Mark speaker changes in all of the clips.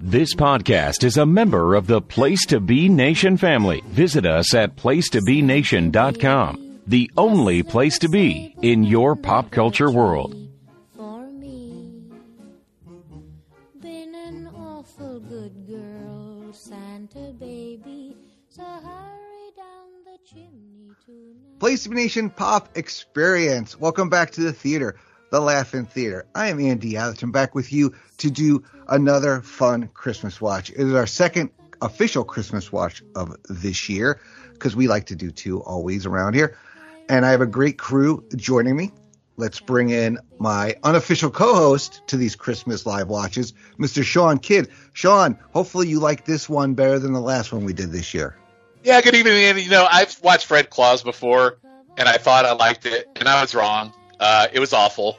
Speaker 1: This podcast is a member of the Place to Be Nation family. Visit us at placetobenation.com, the only place to be in your pop culture world.
Speaker 2: for me. Been an awful good girl, Santa baby. So hurry down the chimney tonight.
Speaker 3: PlayStation Nation Pop Experience. Welcome back to the theater, the Laughing Theater. I am Andy Alice. I'm back with you to do another fun Christmas watch. It is our second official Christmas watch of this year because we like to do two always around here. And I have a great crew joining me. Let's bring in my unofficial co host to these Christmas live watches, Mr. Sean Kidd. Sean, hopefully you like this one better than the last one we did this year.
Speaker 4: Yeah, good evening, Andy. You know, I've watched Fred Claus before, and I thought I liked it, and I was wrong. Uh, it was awful.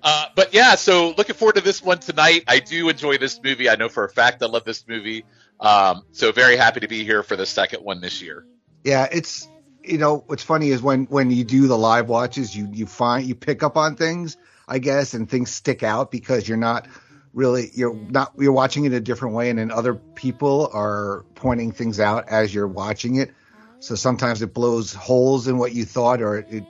Speaker 4: Uh, but yeah, so looking forward to this one tonight. I do enjoy this movie. I know for a fact I love this movie. Um, so very happy to be here for the second one this year.
Speaker 3: Yeah, it's you know what's funny is when when you do the live watches, you you find you pick up on things, I guess, and things stick out because you're not really you're not you're watching it a different way, and then other people are pointing things out as you're watching it. So sometimes it blows holes in what you thought, or it.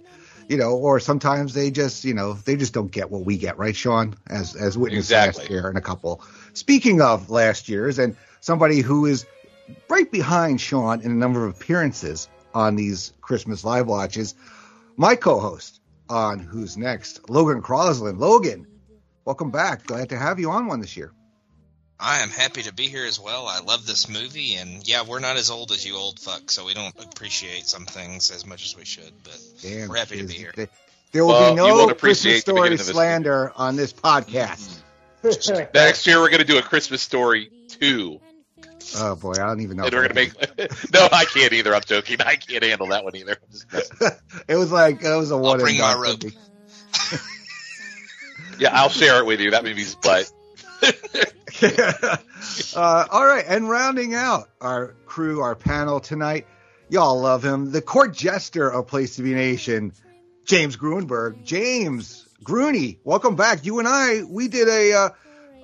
Speaker 3: you know, or sometimes they just, you know, they just don't get what we get, right, Sean? As as witnessed last
Speaker 4: Exactly.
Speaker 3: year and a couple. Speaking of last year's, and somebody who is right behind Sean in a number of appearances on these Christmas live watches. My co-host on Who's Next, Logan Croslin. Logan, welcome back. Glad to have you on one this year.
Speaker 5: I am happy to be here as well. I love this movie, and yeah, we're not as old as you old fuck, so we don't appreciate some things as much as we should. But
Speaker 3: Damn,
Speaker 5: We're happy to
Speaker 3: kids.
Speaker 5: be here.
Speaker 3: There- There will
Speaker 4: Well,
Speaker 3: be
Speaker 4: you won't
Speaker 3: no Christmas
Speaker 4: appreciate the beginning
Speaker 3: story
Speaker 4: of this
Speaker 3: slander on this podcast.
Speaker 4: Next year, we're going to do a Christmas Story 2. Mm-hmm.
Speaker 3: oh boy, I don't even know.
Speaker 4: And
Speaker 3: if
Speaker 4: we're
Speaker 3: I
Speaker 4: going to make. no, I can't either. I'm joking. I can't handle that one either. I'm just messing.
Speaker 3: It was like it was a one. and
Speaker 5: bring my
Speaker 3: done
Speaker 5: rope.
Speaker 3: for me.
Speaker 4: Yeah, I'll share it with you. That movie's butt.
Speaker 3: uh, all right, and rounding out our crew, our panel tonight, y'all love him. The court jester of Place to Be Nation, James Grunberg. James Gruny, welcome back. You and I, we did a uh,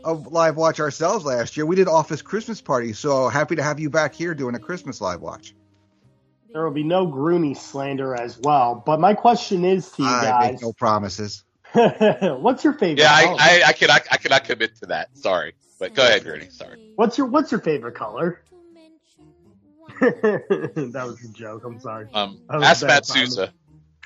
Speaker 3: a live watch ourselves last year. We did Office Christmas Party, so happy to have you back here doing a Christmas live watch.
Speaker 6: There will be no Groony slander as well. But my question is to you
Speaker 3: I make
Speaker 6: guys:
Speaker 3: no promises.
Speaker 6: What's your favorite?
Speaker 4: Yeah, I,
Speaker 6: color?
Speaker 4: I, I, cannot, I cannot commit to that. Sorry. But go ahead, Gurney. Sorry.
Speaker 6: What's your What's your favorite color?
Speaker 2: To mention one
Speaker 6: that was a joke. I'm sorry.
Speaker 4: Um,
Speaker 6: That was
Speaker 4: ask
Speaker 6: bad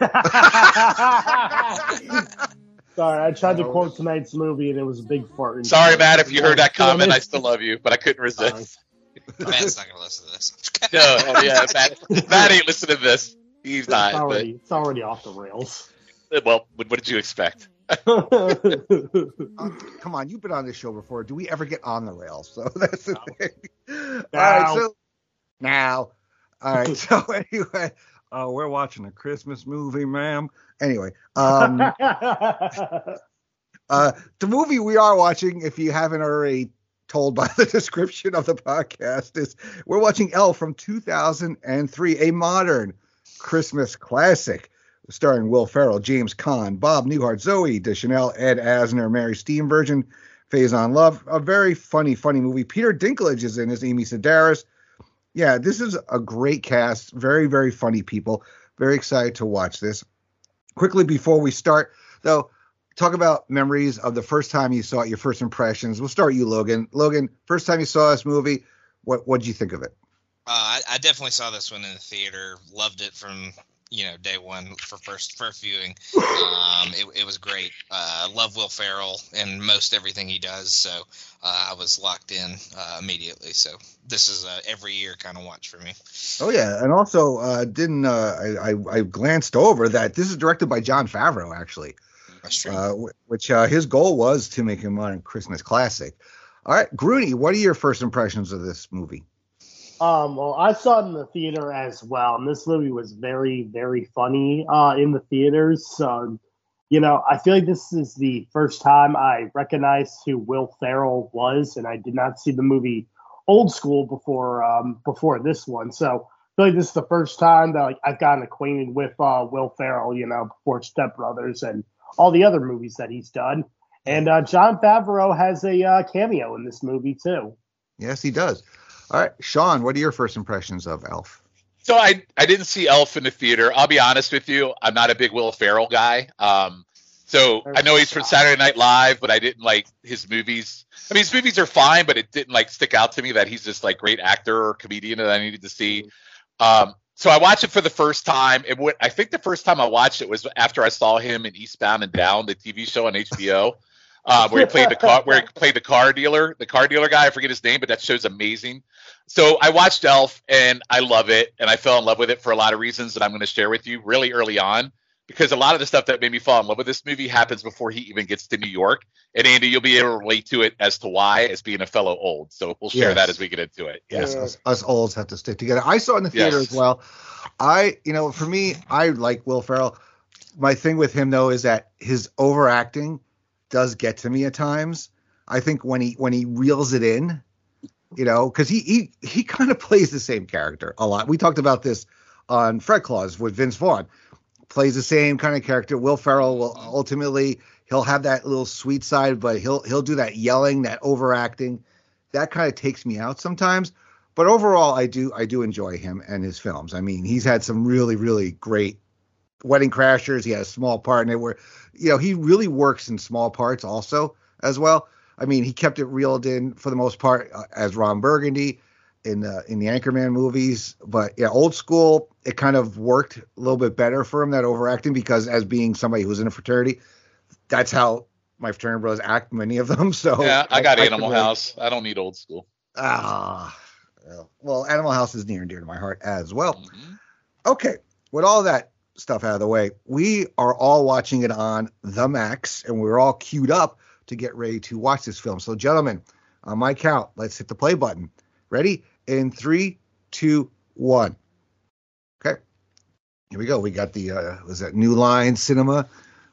Speaker 4: Matt
Speaker 6: timing.
Speaker 4: Sousa.
Speaker 6: sorry, I tried to quote tonight's movie and it was a big fart.
Speaker 4: Sorry, Matt, if you heard that comment, I still love you, but I couldn't resist.
Speaker 5: Matt's not going to listen to this.
Speaker 4: No, oh, yeah, Matt, Matt ain't listening to this. He's
Speaker 6: It's
Speaker 4: not.
Speaker 6: already, it's already off the rails.
Speaker 4: But, well, what what did you expect?
Speaker 3: Uh, come on, you've been on this show before. Do we ever get on the rails? So that's the thing. All
Speaker 6: Now.
Speaker 3: right, so now, all right. So anyway, uh, we're watching a Christmas movie, ma'am. Anyway, um, uh, the movie we are watching, if you haven't already told by the description of the podcast, is we're watching L from 2003, a modern Christmas classic starring Will Ferrell, James Caan, Bob Newhart, Zoe Deschanel, Ed Asner, Mary Steenburgen, Faison Love. A very funny, funny movie. Peter Dinklage is in as Amy Sedaris. Yeah, this is a great cast. Very, very funny people. Very excited to watch this. Quickly before we start, though, talk about memories of the first time you saw it, your first impressions. We'll start you, Logan. Logan, first time you saw this movie, what what did you think of it?
Speaker 5: Uh, I, I definitely saw this one in the theater. Loved it from you know day one for first first viewing. Um, it, it was great. Uh, love Will Ferrell and most everything he does. So uh, I was locked in uh, immediately. So this is a every year kind of watch for me.
Speaker 3: Oh yeah, and also uh, didn't uh, I, I I glanced over that this is directed by John Favreau actually,
Speaker 5: That's true.
Speaker 3: uh, wh- which uh, his goal was to make a modern Christmas classic. All right, Grooney, what are your first impressions of this movie?
Speaker 6: Um, well, I saw it in the theater as well, and this movie was very, very funny uh, in the theaters. So, you know, I feel like this is the first time I recognized who Will Ferrell was, and I did not see the movie Old School before um, before this one. So, I feel like this is the first time that like, I've gotten acquainted with uh, Will Ferrell, you know, before Step Brothers and all the other movies that he's done. And uh, John Favreau has a uh, cameo in this movie too.
Speaker 3: Yes, he does. All right, Sean, what are your first impressions of Elf?
Speaker 4: So I I didn't see Elf in the theater. I'll be honest with you, I'm not a big Will Ferrell guy. Um, so I know he's from Saturday Night Live, but I didn't like his movies. I mean, his movies are fine, but it didn't like stick out to me that he's this like great actor or comedian that I needed to see. Um, so I watched it for the first time. It would, I think the first time I watched it was after I saw him in Eastbound and Down, the TV show on HBO, uh, where he played the car, where he played the car dealer, the car dealer guy. I forget his name, but that show's amazing. So I watched Elf and I love it, and I fell in love with it for a lot of reasons that I'm going to share with you really early on because a lot of the stuff that made me fall in love with this movie happens before he even gets to New York. And Andy, you'll be able to relate to it as to why, as being a fellow old. So we'll share
Speaker 3: Yes.
Speaker 4: that as we get into it.
Speaker 3: Yes,
Speaker 6: Yeah.
Speaker 3: us, us olds have to stick together. I saw it in the theater
Speaker 4: Yes.
Speaker 3: as well. I, you know, for me, I like Will Ferrell. My thing with him though is that his overacting does get to me at times. I think when he when he reels it in, you know, because he he he kind of plays the same character a lot. We talked about this on Fred Claus with Vince Vaughn. Plays the same kind of character. Will Ferrell will ultimately he'll have that little sweet side, but he'll he'll do that yelling, that overacting. That kind of takes me out sometimes. But overall, I do I do enjoy him and his films. I mean, he's had some really really great Wedding Crashers. He had a small part in it where, you know, he really works in small parts also as well. I mean, he kept it reeled in for the most part uh, as Ron Burgundy in the in the Anchorman movies. But yeah, old school, it kind of worked a little bit better for him that overacting because as being somebody who was in a fraternity, that's how my fraternity brothers act. Many of them. So
Speaker 4: yeah, I got
Speaker 3: could
Speaker 4: Animal
Speaker 3: relate.
Speaker 4: House. I don't need old school.
Speaker 3: Ah, well, Animal House is near and dear to my heart as well. Okay, with all that stuff out of the way, we are all watching it on the Max, and we're all queued up to get ready to watch this film. So, gentlemen, on my count, let's hit the play button. Ready? In three, two, one. Okay, here we go. We got the uh, was that New Line Cinema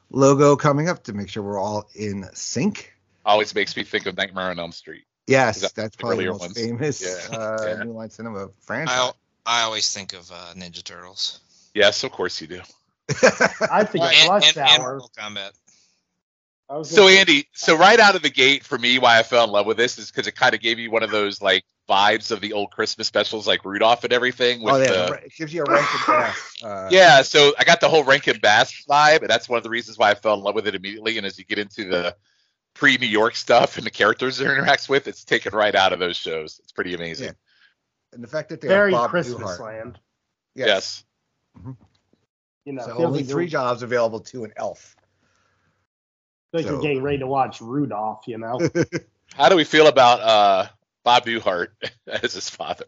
Speaker 3: logo coming up to make sure we're all in sync.
Speaker 4: Always makes me think of Nightmare on Elm Street.
Speaker 3: Yes,
Speaker 4: Is that
Speaker 3: that's
Speaker 4: the
Speaker 3: probably the
Speaker 4: earlier
Speaker 3: most
Speaker 4: ones?
Speaker 3: famous
Speaker 4: Yeah.
Speaker 3: Uh,
Speaker 4: Yeah.
Speaker 3: New Line Cinema franchise.
Speaker 5: I I always think of uh, Ninja Turtles.
Speaker 4: Yes, of course you do.
Speaker 6: I think
Speaker 5: and,
Speaker 6: Rush
Speaker 5: and, and
Speaker 6: Hour.
Speaker 5: Mortal Kombat.
Speaker 6: I was
Speaker 4: So
Speaker 6: gonna-
Speaker 4: Andy, so right out of the gate for me, why I fell in love with this is because it kind of gave me one of those like vibes of the old Christmas specials, like Rudolph and everything. With
Speaker 3: oh, yeah,
Speaker 4: the,
Speaker 3: the ra- it gives you a rank and class. Uh,
Speaker 4: Yeah, so I got the whole Rankin Bass vibe, and that's one of the reasons why I fell in love with it immediately. And as you get into the pre New York stuff and the characters it interacts with, it's taken right out of those shows. It's pretty amazing.
Speaker 3: Yeah. and the fact that they
Speaker 6: very
Speaker 3: have Bob
Speaker 6: Christmas
Speaker 3: Newhart.
Speaker 6: land.
Speaker 4: Yes.
Speaker 6: You know,
Speaker 3: So
Speaker 6: feels
Speaker 3: only
Speaker 6: like
Speaker 3: three
Speaker 6: you're-
Speaker 3: jobs available to an elf.
Speaker 6: feel like
Speaker 3: so-
Speaker 6: you're getting ready to watch Rudolph. You know,
Speaker 4: How do we feel about uh, Bob Newhart as his father?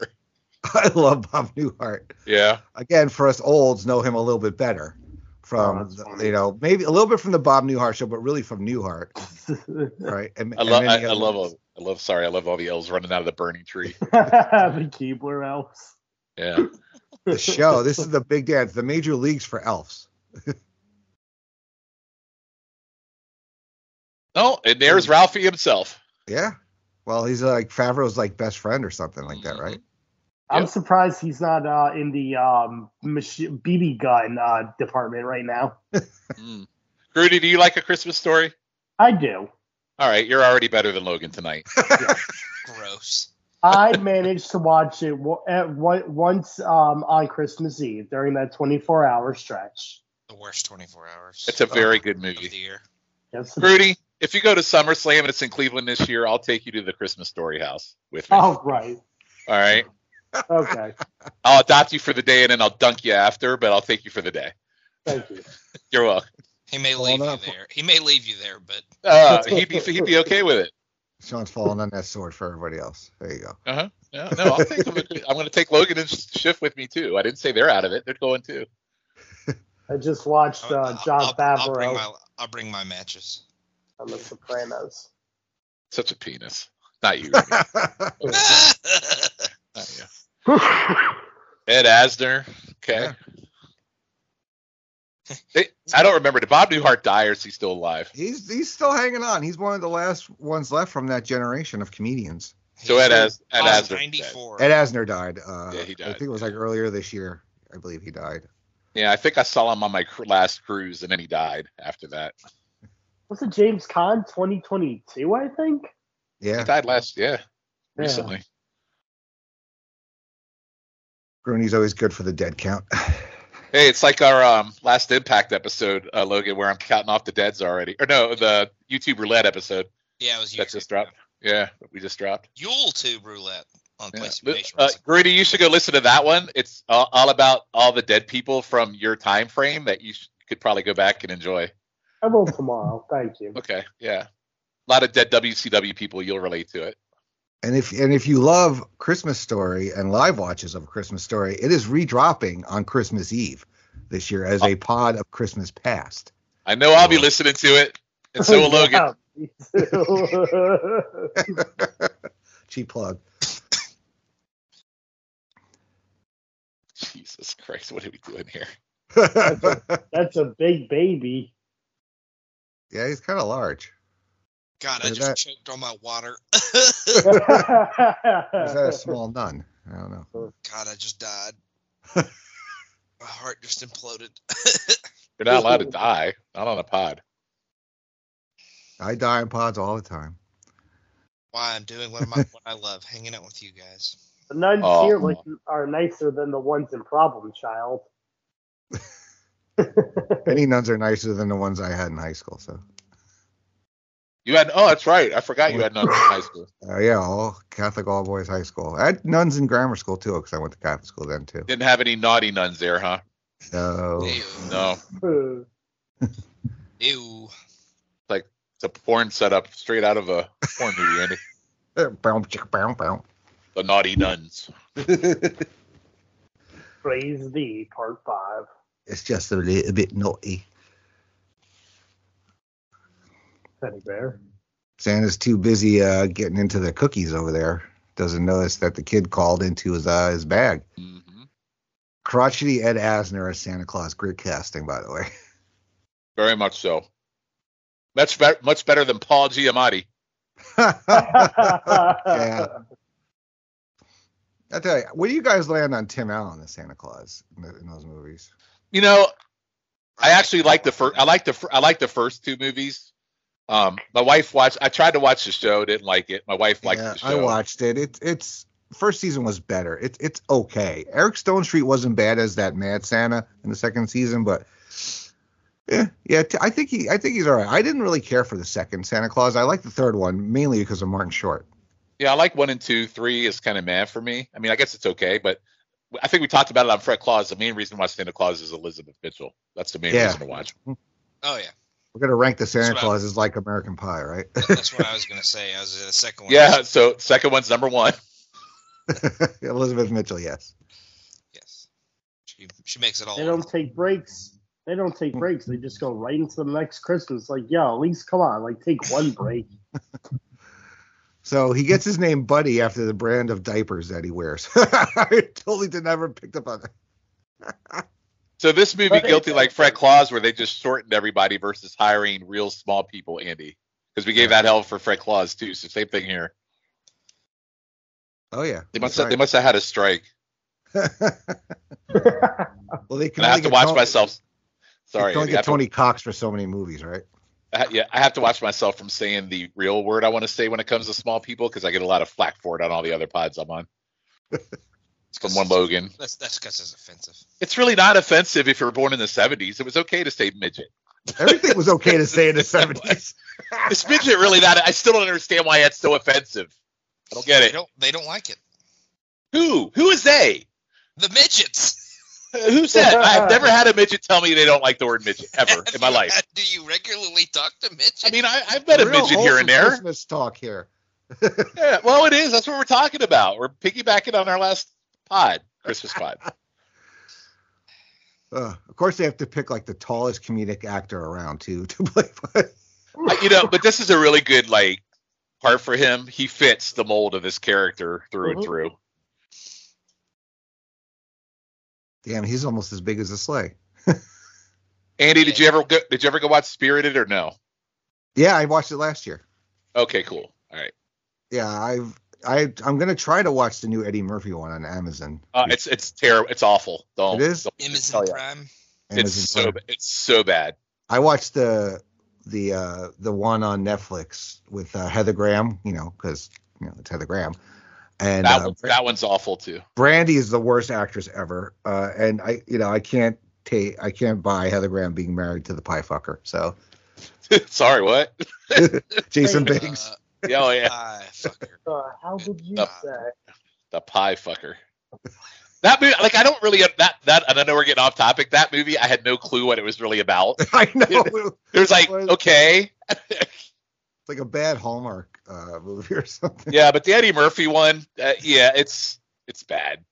Speaker 3: I love Bob Newhart.
Speaker 4: Yeah.
Speaker 3: Again, for us olds, know him a little bit better from
Speaker 6: Oh, that's
Speaker 3: the-
Speaker 6: funny.
Speaker 3: you know maybe a little bit from the Bob Newhart show, but really from Newhart, right? And,
Speaker 4: I
Speaker 3: and
Speaker 4: love.
Speaker 3: many
Speaker 4: I, I
Speaker 3: others.
Speaker 4: love. all- I love. Sorry, I love all the elves running out of the burning tree.
Speaker 6: the Keebler elves.
Speaker 4: Yeah.
Speaker 3: the show. This is the big dance, the major leagues for elves.
Speaker 4: Oh, and there's Ralphie himself.
Speaker 3: Yeah. Well, he's like Favreau's like best friend or something like
Speaker 4: Mm-hmm.
Speaker 3: that, right?
Speaker 6: I'm
Speaker 4: Yep.
Speaker 6: surprised he's not uh, in the um, mach- BB gun uh, department right now.
Speaker 4: Mm. Grudy, do you like a Christmas story?
Speaker 6: I do.
Speaker 4: All right, you're already better than Logan tonight.
Speaker 5: Gross.
Speaker 6: I managed to watch it w- at one- once um, on Christmas Eve during that 24 hour stretch.
Speaker 5: The worst 24 hours.
Speaker 4: It's a very good
Speaker 5: of the
Speaker 4: movie.
Speaker 5: year.
Speaker 6: Yes.
Speaker 4: Rudy, if you go to SummerSlam and it's in Cleveland this year, I'll take you to the Christmas Story house with me.
Speaker 6: Oh, right.
Speaker 4: All right.
Speaker 6: Okay.
Speaker 4: I'll adopt you for the day and then I'll dunk you after, but I'll take you for the day.
Speaker 6: Thank you.
Speaker 4: You're welcome.
Speaker 5: He may
Speaker 3: Hold
Speaker 5: leave you
Speaker 3: up.
Speaker 5: there. He may leave you there, but
Speaker 4: Uh, he'd, be, he'd be okay with it.
Speaker 3: Sean's falling on that sword for everybody else. There you go.
Speaker 4: Uh-huh. Yeah, no, I'll take him. I'm going to take Logan and Schiff with me too. I didn't say they're out of it. They're going too.
Speaker 6: I just watched uh, John
Speaker 5: I'll, I'll
Speaker 6: Favreau
Speaker 5: bring my I'll bring my matches.
Speaker 6: on The Sopranos.
Speaker 4: Such a penis. Not you. Rudy. Not you. Ed Asner. Okay.
Speaker 3: Yeah.
Speaker 4: They- I don't remember. Did Bob Newhart die or is he still alive?
Speaker 3: He's he's still hanging on. He's one of the last ones left from that generation of comedians.
Speaker 4: So Ed, As- Ed
Speaker 5: I was
Speaker 4: Asner.
Speaker 5: 94.
Speaker 3: Ed Asner died. Uh,
Speaker 4: Yeah, he died.
Speaker 3: I think it was like earlier this year. I believe he died.
Speaker 4: Yeah, I think I saw him on my cr- last cruise, and then he died after that.
Speaker 6: Was it James Conn 2022, I think?
Speaker 4: He
Speaker 3: Yeah,
Speaker 4: died last. Yeah, recently.
Speaker 3: Grooney's always good for the dead count.
Speaker 4: Hey, it's like our um, last Impact episode, uh, Logan, where I'm counting off the deads already. Or no, the YouTube roulette episode
Speaker 5: Yeah, it was
Speaker 4: that
Speaker 5: YouTube.
Speaker 4: just dropped. Yeah, that we just dropped.
Speaker 5: Yule Tube Roulette on
Speaker 4: Yeah.
Speaker 5: PlayStation.
Speaker 4: Uh,
Speaker 5: Wrestling.
Speaker 4: Grady, you should go listen to that one. It's uh, all about all the dead people from your time frame that you sh- could probably go back and enjoy.
Speaker 6: I will tomorrow. Thank you.
Speaker 4: Okay, yeah, a lot of dead WCW people. You'll relate to it.
Speaker 3: And if and if you love Christmas Story and live watches of Christmas Story, it is redropping on Christmas Eve this year
Speaker 4: Oh.
Speaker 3: as a pod of Christmas past.
Speaker 4: I know I'll be listening to it, and so will Logan.
Speaker 6: Yeah, me too.
Speaker 3: Cheap plug.
Speaker 4: Jesus Christ, what are we doing here?
Speaker 3: yeah,
Speaker 6: That's a big baby.
Speaker 3: he's kind of large.
Speaker 5: God, I
Speaker 3: Is
Speaker 5: just
Speaker 3: that-
Speaker 5: choked on my water.
Speaker 3: Is that a small nun? I don't know.
Speaker 5: God, I just died. my heart just imploded.
Speaker 4: You're not allowed to die. Not on a pod.
Speaker 3: I die in pods all the time.
Speaker 5: Why I'm doing what, my, what I love, hanging out with you guys.
Speaker 6: the nuns
Speaker 4: Oh.
Speaker 6: here like, are nicer than the ones in Problem Child.
Speaker 3: Any nuns are nicer than the ones I had in high school. So
Speaker 4: You had oh, that's right. I forgot you had none in high school.
Speaker 3: uh, yeah, all Catholic all boys high school. I had nuns in grammar school too, because I went to Catholic school then too.
Speaker 4: Didn't have any naughty nuns there, huh?
Speaker 3: So
Speaker 5: Ew.
Speaker 4: No,
Speaker 6: Uh,
Speaker 5: Ew.
Speaker 4: it's a porn setup straight out of a porn movie. Andy.
Speaker 3: bounce, chicka, bounce, bounce.
Speaker 4: The naughty nuns.
Speaker 6: Praise thee, part five.
Speaker 3: it's just a little bit naughty.
Speaker 6: Teddy bear.
Speaker 3: Santa's too busy uh, getting into the cookies over there. Doesn't notice that the kid called into his uh, his bag.
Speaker 4: hmm
Speaker 3: Crotchety Ed Asner as Santa Claus. Great casting, by the way.
Speaker 4: Very much so. Much better, much better than Paul Giamatti.
Speaker 3: yeah. I tell you, where do you guys land on Tim Allen as Santa Claus in, th- in those movies?
Speaker 4: You know, I actually like the first. I like the. fir- I like the first two movies. Um, my wife watched. I tried to watch the show, didn't like it. My wife liked
Speaker 3: yeah,
Speaker 4: the show.
Speaker 3: I watched it. It it's first season was better. It's it's okay. Eric Stone Street wasn't bad as that Mad Santa in the second season, but yeah, yeah. T- I think he I think he's all right. I didn't really care for the second Santa Claus. I like the third one mainly because of Martin Short.
Speaker 4: Yeah, I like one and two. Three is kind of mad for me. I mean, I guess it's okay, but I think we talked about it on Fred Claus. The main reason why Santa Claus is Elizabeth Mitchell. That's the main
Speaker 3: Yeah.
Speaker 4: reason to watch.
Speaker 5: Oh yeah,
Speaker 3: We're gonna rank the
Speaker 5: That's
Speaker 3: Santa
Speaker 5: what I-
Speaker 3: Claus as like American Pie, right?
Speaker 5: that's what I was gonna say. I was the second one.
Speaker 4: Yeah. So second one's number one.
Speaker 3: Elizabeth Mitchell, yes.
Speaker 5: Yes. She she makes it all.
Speaker 6: They don't take breaks. They don't take breaks. They just go right into the next Christmas. Like, yo, at least come on, like take one break.
Speaker 3: So he gets his name Buddy after the brand of diapers that he wears. I totally did never picked up on that.
Speaker 4: So this movie,
Speaker 6: But it-
Speaker 4: guilty like Fred Claus, where they just shortened everybody versus hiring real small people, Andy. Because we gave that hell for Fred Claus too. So same thing here.
Speaker 3: Oh yeah,
Speaker 4: They must
Speaker 3: that's
Speaker 4: have, they must have had a strike.
Speaker 6: Uh,
Speaker 3: well, they can
Speaker 4: And
Speaker 3: only
Speaker 4: I have to
Speaker 3: get
Speaker 4: watch
Speaker 3: Tony-
Speaker 4: myself.
Speaker 3: they
Speaker 4: Sorry,
Speaker 3: can only
Speaker 4: Andy, I
Speaker 3: get
Speaker 4: have to-
Speaker 3: Tony Cox for so many movies, right?
Speaker 4: I ha- yeah, I have to watch myself from saying the real word I want to say when it comes to small people because I get a lot of flack for it on all the other pods I'm on. It's from one Logan.
Speaker 5: That's that's because it's offensive.
Speaker 4: It's really not offensive if you're born in the 70s. It was okay to say midget.
Speaker 3: Everything was okay to say in the seventies.
Speaker 4: Is midget really that? I still don't understand why that's so offensive. I don't get
Speaker 5: They
Speaker 4: it.
Speaker 5: don't they don't like it.
Speaker 4: Who? Who is they?
Speaker 5: The midgets.
Speaker 4: Who said? I've never had a midget tell me they don't like the word midget ever in my life.
Speaker 5: Do you regularly talk to midgets?
Speaker 4: I mean, I, I've met a midget here and there.
Speaker 3: Christmas talk here.
Speaker 4: Yeah, well, it is. That's what we're talking about. We're piggybacking on our last pod, Christmas pod.
Speaker 3: Uh, of course, they have to pick like the tallest comedic actor around too to play. Buddy.
Speaker 4: I- you know, but this is a really good like part for him. He fits the mold of this character
Speaker 3: Mm-hmm.
Speaker 4: through and
Speaker 6: Mhm.
Speaker 4: through.
Speaker 3: Damn, he's almost as big as a sleigh.
Speaker 4: Andy, did you ever go? Did you ever go watch Spirited or no?
Speaker 3: Yeah, I watched it last year.
Speaker 4: Okay, cool. All right.
Speaker 3: Yeah, I've I I'm gonna try to watch the new Eddie Murphy one on Amazon.
Speaker 4: Uh, it's it's terrible. It's awful. Don't.
Speaker 3: It is?
Speaker 4: don't-
Speaker 5: Amazon
Speaker 4: Oh, yeah.
Speaker 5: Prime.
Speaker 4: It's
Speaker 3: Amazon
Speaker 4: so
Speaker 3: Prime.
Speaker 4: ba- it's so bad.
Speaker 3: I watched the the uh the one on Netflix with uh, Heather Graham, you know, because you know it's Heather Graham. And
Speaker 4: that,
Speaker 3: uh,
Speaker 4: one, that one's awful too.
Speaker 3: Brandy is the worst actress ever, uh, and I, you know, I can't take, I can't buy Heather Graham being married to the pie fucker. So
Speaker 4: Sorry, what?
Speaker 3: Jason
Speaker 6: Hey,
Speaker 3: Biggs,
Speaker 4: Yeah, oh, yeah,
Speaker 5: Uh, fucker.
Speaker 6: Uh, how did you
Speaker 4: Uh,
Speaker 6: say?
Speaker 4: the pie fucker. That movie, like, I don't really that that, and I know we're getting off topic. That movie, I had no clue what it was really about.
Speaker 3: I know,
Speaker 4: It was like,
Speaker 3: Was-
Speaker 4: okay,
Speaker 3: it's like a bad Hallmark uh, movie or something.
Speaker 4: yeah, but the Eddie Murphy one, uh, yeah, it's it's bad.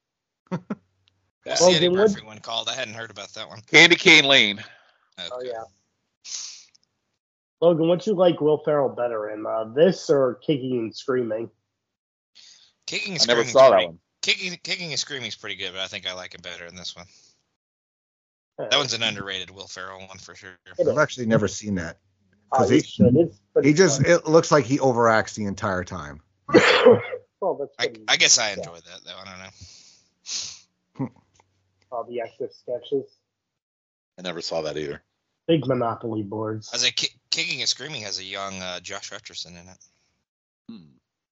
Speaker 5: What's
Speaker 6: Well,
Speaker 5: the Eddie
Speaker 6: then
Speaker 5: Murphy one called? I hadn't heard about that one. Uh,
Speaker 4: Candy Cane Lane.
Speaker 5: Okay.
Speaker 6: Oh yeah. Logan, what you like Will Ferrell better in uh, this or Kicking and Screaming?
Speaker 5: Kicking and
Speaker 4: I never
Speaker 5: Screaming's
Speaker 4: saw that
Speaker 5: pretty-
Speaker 4: one.
Speaker 5: Kicking, kicking and Screaming's pretty good, but I think I like it better in this one. That one's an underrated Will Ferrell one for sure.
Speaker 3: I've actually never seen that.
Speaker 6: Oh, you
Speaker 3: Uh, he-
Speaker 6: should. It's pretty
Speaker 3: He just,
Speaker 6: fun.
Speaker 3: it looks like he overacts the entire time.
Speaker 6: well, that's
Speaker 5: I,
Speaker 6: pretty,
Speaker 5: I guess I enjoy that though. I don't know.
Speaker 6: all the extra sketches.
Speaker 4: I never saw that either.
Speaker 6: Big Monopoly
Speaker 5: I was
Speaker 6: boards.
Speaker 5: like, Ki- Kicking and Screaming has a young uh, Josh Hutcherson in it.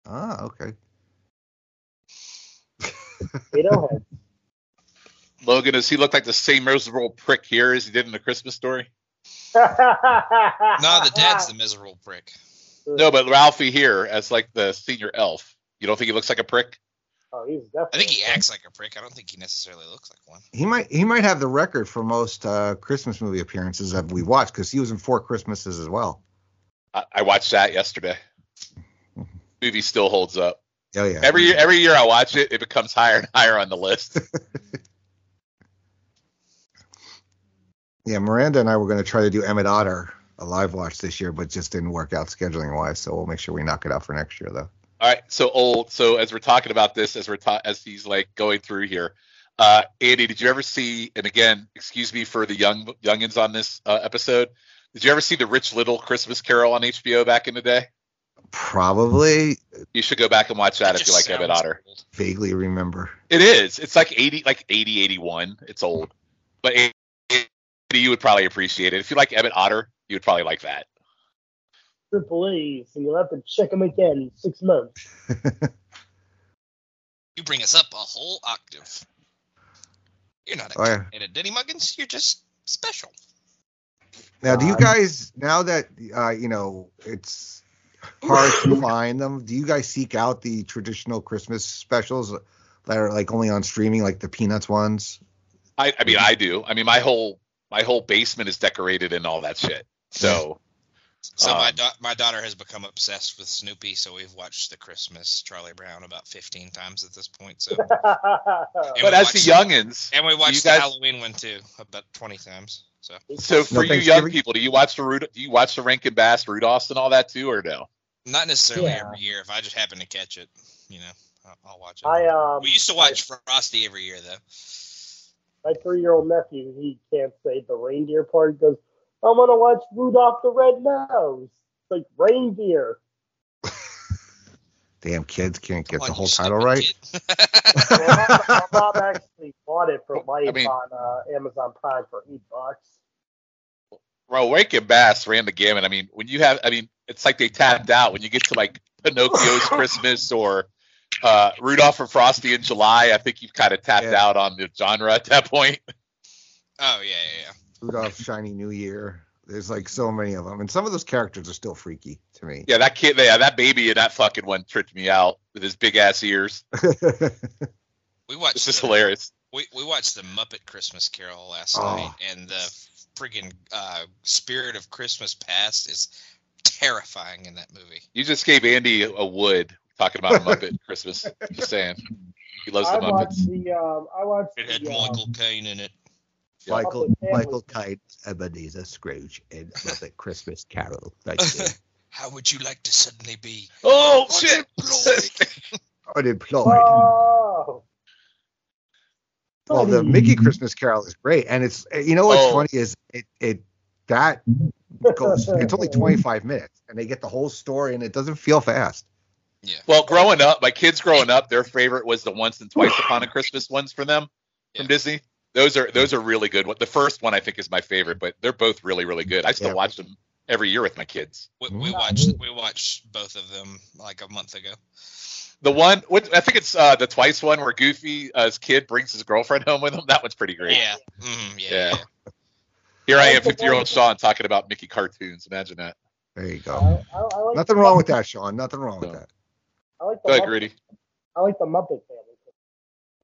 Speaker 3: Ah, okay.
Speaker 6: They don't have.
Speaker 4: Logan, does he look like the same miserable prick here as he did in the Christmas story?
Speaker 5: No, the dad's the miserable prick.
Speaker 4: No, but Ralphie here as like the senior elf. You don't think he looks like a prick?
Speaker 6: Oh, he's definitely.
Speaker 5: I think he acts like a prick. I don't think he necessarily looks like one.
Speaker 3: He might, he might have the record for most uh, Christmas movie appearances that we watched because he was in four Christmases as well.
Speaker 4: I, I watched that yesterday. Movie still holds up.
Speaker 3: Oh yeah.
Speaker 4: Every year, every year I watch it, it becomes higher and higher on the list.
Speaker 3: Yeah, Miranda and I were going to try to do Emmett Otter a live watch this year, but just didn't work out scheduling wise. So we'll make sure we knock it out for next year, though.
Speaker 4: All right, so old. So as we're talking about this, as we're ta- as he's like going through here, uh, Andy, did you ever see? And again, excuse me for the young youngins on this uh, episode. Did you ever see the Rich Little Christmas Carol on HBO back in the day?
Speaker 3: Probably
Speaker 4: You should go back and watch that
Speaker 5: It
Speaker 4: if you
Speaker 5: just
Speaker 4: like Emmett
Speaker 5: sounds
Speaker 4: Otter.
Speaker 5: old.
Speaker 3: vaguely remember.
Speaker 4: It is. It's like 80, like 80, 81. It's old. But Andy, you would probably appreciate it. If you like Emmett Otter, you would probably like that.
Speaker 6: the police, and you'll have to check him again in six months.
Speaker 5: You bring us up a whole octave. You're not
Speaker 3: Oh, yeah.
Speaker 5: a Denny Muggins. You're just special.
Speaker 3: Now, do you
Speaker 6: Um,
Speaker 3: guys now that uh, you know it's hard to find them? Do you guys seek out the traditional Christmas specials that are like only on streaming, like the Peanuts ones?
Speaker 4: I, I mean, I do. I mean, my whole my whole basement is decorated and all that shit. So
Speaker 5: So my
Speaker 4: Um,
Speaker 5: da- my daughter has become obsessed with Snoopy. So we've watched the Christmas Charlie Brown about 15 times at this point. So and
Speaker 4: but
Speaker 5: we
Speaker 4: as the
Speaker 5: watched-
Speaker 4: youngins,
Speaker 5: and we watched
Speaker 4: you guys-
Speaker 5: the Halloween one too about 20 times. So
Speaker 4: so for you young
Speaker 3: Thanksgiving?
Speaker 4: people, do you watch the Rud- do you watch the Rankin Bass, Rudolphs, and all that too, or no?
Speaker 5: not necessarily
Speaker 6: Yeah.
Speaker 5: every year. If I just happen to catch it, you know, I'll, I'll watch it.
Speaker 6: I um,
Speaker 5: we used to watch Frosty every year though.
Speaker 6: my three-year-old nephew, he can't say the reindeer part. He goes, "I want to watch Rudolph the Red Nose." It's like reindeer.
Speaker 3: Damn, kids can't get
Speaker 5: Come on,
Speaker 3: the
Speaker 5: you
Speaker 3: whole
Speaker 5: stupid
Speaker 3: title right.
Speaker 5: kid.
Speaker 6: My mom, my mom actually bought it for life
Speaker 4: I mean-
Speaker 6: on uh, Amazon Prime for eight bucks.
Speaker 4: Well, Rankin Bass ran the gamut. I mean, when you have, I mean, it's like they tapped out when you get to like Pinocchio's Christmas or uh, Rudolph and Frosty in July. I think you've kind of tapped
Speaker 3: Yeah.
Speaker 4: out on the genre at that point.
Speaker 5: oh yeah, yeah, yeah.
Speaker 3: Rudolph, Shiny New Year. There's like so many of them, and some of those characters are still freaky to me.
Speaker 4: Yeah, that kid, yeah, that baby in that fucking one tripped me out with his big ass ears.
Speaker 5: We watched.
Speaker 4: It's just
Speaker 5: the-
Speaker 4: hilarious.
Speaker 5: We, we watched the Muppet Christmas Carol last
Speaker 3: Oh.
Speaker 5: night, and the friggin' uh, spirit of Christmas past is terrifying in that movie.
Speaker 4: You just gave Andy a wood talking about Muppet Christmas. Just saying, he loves
Speaker 6: I
Speaker 4: the Muppets.
Speaker 6: watched the um, I watched
Speaker 5: It had
Speaker 6: the, um,
Speaker 5: Michael Caine in it.
Speaker 3: Michael
Speaker 6: Muppet Family.
Speaker 3: Michael Kite, Ebenezer Scrooge, and Muppet Christmas Carol. Thank you.
Speaker 5: How would you like to suddenly be?
Speaker 4: Oh shit!
Speaker 3: Unemployed.
Speaker 6: Oh.
Speaker 3: well, the
Speaker 6: Buddy.
Speaker 3: Mickey Christmas Carol is great, and it's you know what's
Speaker 4: Oh.
Speaker 3: funny is it it that goes. It's only 25 minutes, and they get the whole story, and it doesn't feel fast.
Speaker 4: Well, growing up, my kids growing up, their favorite was the Once and Twice Upon a Christmas ones for them from
Speaker 5: Yeah.
Speaker 4: Disney. Those are those are really good. What the first one I think is my favorite, but they're both really really good. I still
Speaker 3: Yeah.
Speaker 4: watch them every year with my kids.
Speaker 5: We, we
Speaker 3: Mm.
Speaker 5: watched we watched both of them like a month ago.
Speaker 4: The one, what, I think it's uh, the twice one where Goofy, uh, his kid, brings his girlfriend home with him. That one's pretty great.
Speaker 5: Yeah. Mhm, yeah.
Speaker 4: Yeah.
Speaker 5: yeah.
Speaker 4: Here I am, 50 year old Sean, talking about Mickey cartoons. Imagine that.
Speaker 3: There you
Speaker 7: I,
Speaker 3: go.
Speaker 7: I, I like
Speaker 3: Nothing
Speaker 7: the
Speaker 3: wrong
Speaker 7: Muppet-
Speaker 3: with that, Sean. Nothing wrong with that.
Speaker 7: I like the
Speaker 4: Go ahead,
Speaker 7: Muppet-
Speaker 4: Grudy.
Speaker 7: I like the Muppet Family.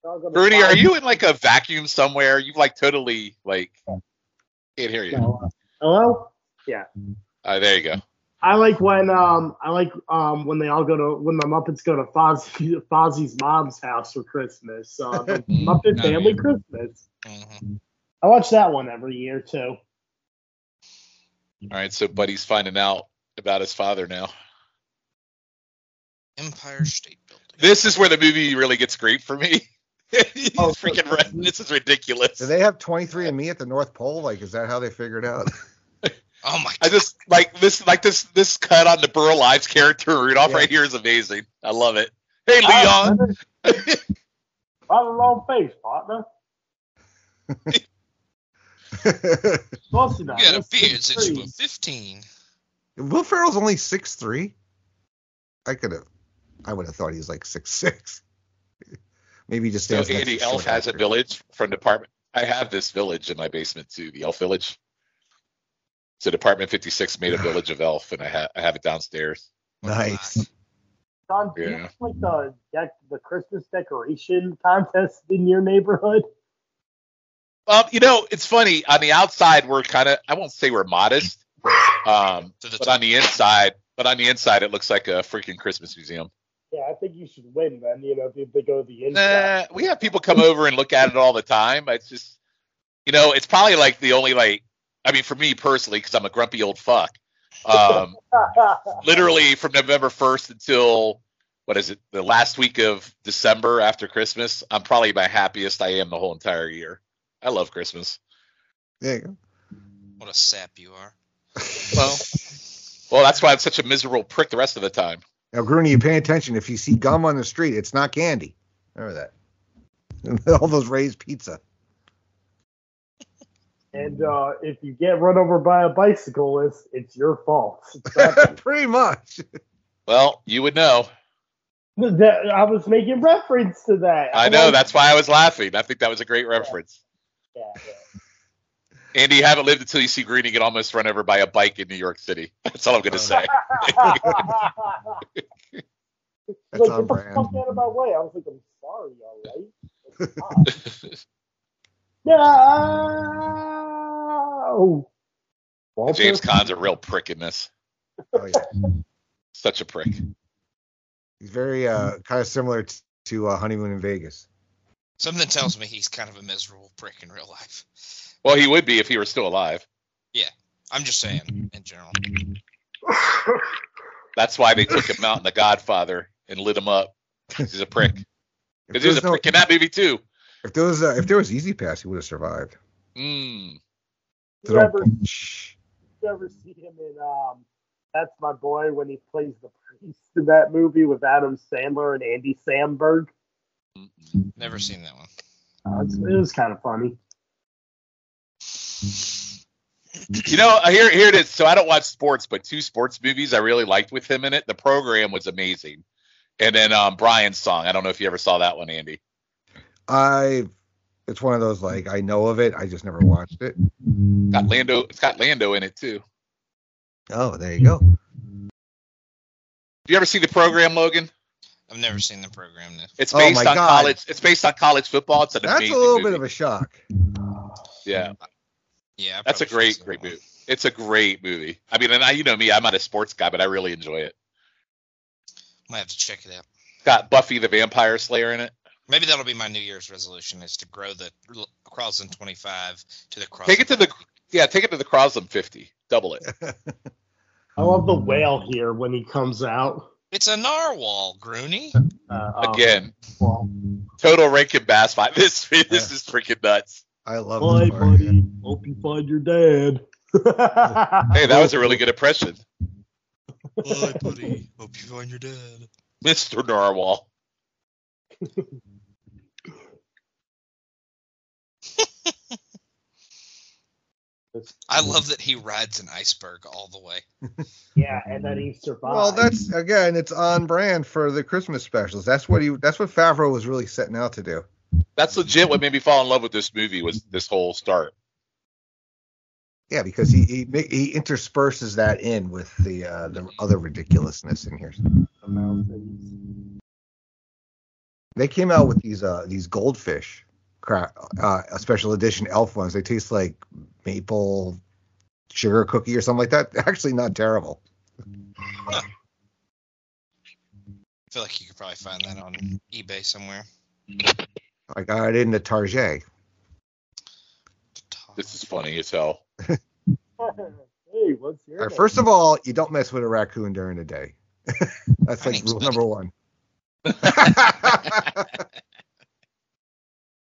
Speaker 7: They're all gonna
Speaker 4: Grudy, are
Speaker 7: find-
Speaker 4: you in like a vacuum somewhere? You've like totally, like, can't hear you.
Speaker 7: No. Hello.
Speaker 4: Uh, there you go.
Speaker 7: I like when um I like um when they all go to when the Muppets go to Fozzie, Fozzie's mom's house for Christmas. Uh, the Muppet
Speaker 5: Mm,
Speaker 7: Family
Speaker 5: yeah.
Speaker 7: Christmas.
Speaker 5: Mhm.
Speaker 7: I watch that one every year too.
Speaker 4: All right, so Buddy's finding out about his father now.
Speaker 5: Empire State Building.
Speaker 4: This is where the movie really gets great for me. He's
Speaker 7: Oh, so-
Speaker 4: freaking red. This is ridiculous.
Speaker 3: Do they have 23 and me at the North Pole? Like, is that how they figured out?
Speaker 5: oh my
Speaker 4: I
Speaker 5: god.
Speaker 4: just like this, like this, this cut on the Burl Lives character Rudolph
Speaker 3: Yeah.
Speaker 4: right here is amazing. I love it. Hey,
Speaker 7: Uh, I
Speaker 4: Leon.
Speaker 7: don't- Right along face, partner. Of course you
Speaker 5: You got a beard since you were 15.
Speaker 3: Will Ferrell's only six three. I could have, I would have thought he was like six six. Maybe he just
Speaker 4: So
Speaker 3: stands. next
Speaker 4: Andy
Speaker 3: to
Speaker 4: Elf
Speaker 3: short
Speaker 4: has a
Speaker 3: actor.
Speaker 4: village from Department. I have this village in my basement too, the Elf Village. So Department 56 made a village of Elf, and I, ha- I have it downstairs.
Speaker 3: Nice.
Speaker 7: Don, do you
Speaker 4: Yeah.
Speaker 7: have, like the dec- the Christmas decoration contest in your neighborhood?
Speaker 4: Um, you know, it's funny. On the outside, we're kind of, I won't say we're modest, um,
Speaker 5: To the
Speaker 4: but on the inside, but on the inside, it looks like a freaking Christmas museum.
Speaker 7: Yeah, I think you should win then. You know, if you- they go to the inside.
Speaker 5: Uh,
Speaker 4: Nah, we have people come over and look at it all the time. It's just, you know, it's probably like the only like, I mean, for me personally, because I'm a grumpy old fuck. Um, literally from November 1st until what is it? The last week of December after Christmas, I'm probably my happiest I am the whole entire year. I love Christmas.
Speaker 3: There you go.
Speaker 5: What a sap you are.
Speaker 4: Well, well, that's why I'm such a miserable prick the rest of the time.
Speaker 3: Now, Grooney, you pay attention. If you see gum on the street, it's not candy. Remember that. All those Ray's pizza.
Speaker 7: And uh, if you get run over by a bicycle, it's it's your fault. It's not-
Speaker 3: Pretty much.
Speaker 4: Well, you would know.
Speaker 7: that, I was making reference to that.
Speaker 4: I know. That's why I was laughing. I think that was a great reference.
Speaker 7: Yeah, yeah.
Speaker 4: Andy, you haven't lived until you see Greeny get almost run over by a bike in New York City. That's all I'm going to say.
Speaker 3: That's
Speaker 7: like,
Speaker 3: on
Speaker 7: get the
Speaker 3: brand.
Speaker 7: fuck out of my way. I was like, I'm sorry, all right. It's hot. no. Walter?
Speaker 4: James Conn's a real prick in this.
Speaker 3: Oh, yeah.
Speaker 4: Such a prick.
Speaker 3: He's very uh, kind of similar t- to uh, Honeymoon in Vegas.
Speaker 5: Something tells me he's kind of a miserable prick in real life.
Speaker 4: Well, he would be if he were still alive.
Speaker 5: I'm just saying, in general.
Speaker 4: That's why they took him out in The Godfather and lit him up. He's a prick.
Speaker 3: If there
Speaker 4: Because he was a
Speaker 3: was, no,
Speaker 4: prick in that movie, too.
Speaker 3: if there was, uh, if there was Easy Pass, he would have survived. Hmm.
Speaker 4: Mm.
Speaker 7: You ever,
Speaker 3: Shh.
Speaker 7: you ever see him in um, That's My Boy when he plays the priest in that movie with Adam Sandler and Andy Samberg?
Speaker 5: Never seen that one.
Speaker 7: Uh, it's, it was kind of funny.
Speaker 4: You know, uh, here here it is. So I don't watch sports, but two sports movies I really liked with him in it. The program was amazing. And then um, Brian's song. I don't know if you ever saw that one, Andy.
Speaker 3: I. It's one of those like I know of it, I just never watched it.
Speaker 4: Got Lando. It's got Lando in it too.
Speaker 3: Oh, there you go.
Speaker 4: Do you ever see the program, Logan?
Speaker 5: I've never seen the program. No.
Speaker 4: It's
Speaker 3: Oh,
Speaker 4: based
Speaker 3: my
Speaker 4: on
Speaker 3: God.
Speaker 4: college. It's based on college football. It's an
Speaker 3: That's a
Speaker 4: amazing
Speaker 3: little
Speaker 4: movie.
Speaker 3: bit of a shock.
Speaker 4: yeah.
Speaker 5: Yeah, I
Speaker 4: That's a
Speaker 5: probably should've
Speaker 4: great, great
Speaker 5: seen that one.
Speaker 4: movie. It's a great movie. I mean, and I, you know me, I'm not a sports guy, but I really enjoy it.
Speaker 5: Might have to check it out.
Speaker 4: It's got Buffy the Vampire Slayer in it.
Speaker 5: Maybe that'll be my New Year's resolution: is to grow the l- Croslin 25 to the Croslin.
Speaker 4: Take it to the yeah, take it to the Crosland 50, double it.
Speaker 7: I love the whale here when he comes out.
Speaker 5: It's a narwhal, Groony.
Speaker 7: Uh, oh,
Speaker 4: Again,
Speaker 7: well,
Speaker 4: total Rankin Bass fight. This this is freaking nuts.
Speaker 3: I love
Speaker 7: Bye,
Speaker 3: this part.
Speaker 7: buddy. Hope you find your dad.
Speaker 4: Hey, that was a really good impression,
Speaker 5: Hi, buddy. Hope you find your dad.
Speaker 4: Mister Narwhal.
Speaker 5: I love that he rides an iceberg all the way.
Speaker 7: Yeah, and then he survived.
Speaker 3: Well, that's again, it's on brand for the Christmas specials. That's what he. That's what Favreau was really setting out to do.
Speaker 4: That's legit. What made me fall in love with this movie was this whole start.
Speaker 3: Yeah, because he he, ma- he intersperses that in with the uh, the other ridiculousness in here.
Speaker 7: the mountains.
Speaker 3: They came out with these uh these goldfish, cra- uh, a special edition elf ones. They taste like maple sugar cookie or something like that. Actually, not terrible.
Speaker 5: I feel like you could probably find that on eBay somewhere.
Speaker 3: I got it in Uh, the Target.
Speaker 4: This is funny as hell.
Speaker 7: hey, what's your
Speaker 3: All right,
Speaker 7: name?
Speaker 3: first of all, you don't mess with a raccoon during the day. That's like
Speaker 5: Thanks,
Speaker 3: rule
Speaker 5: buddy.
Speaker 3: number one.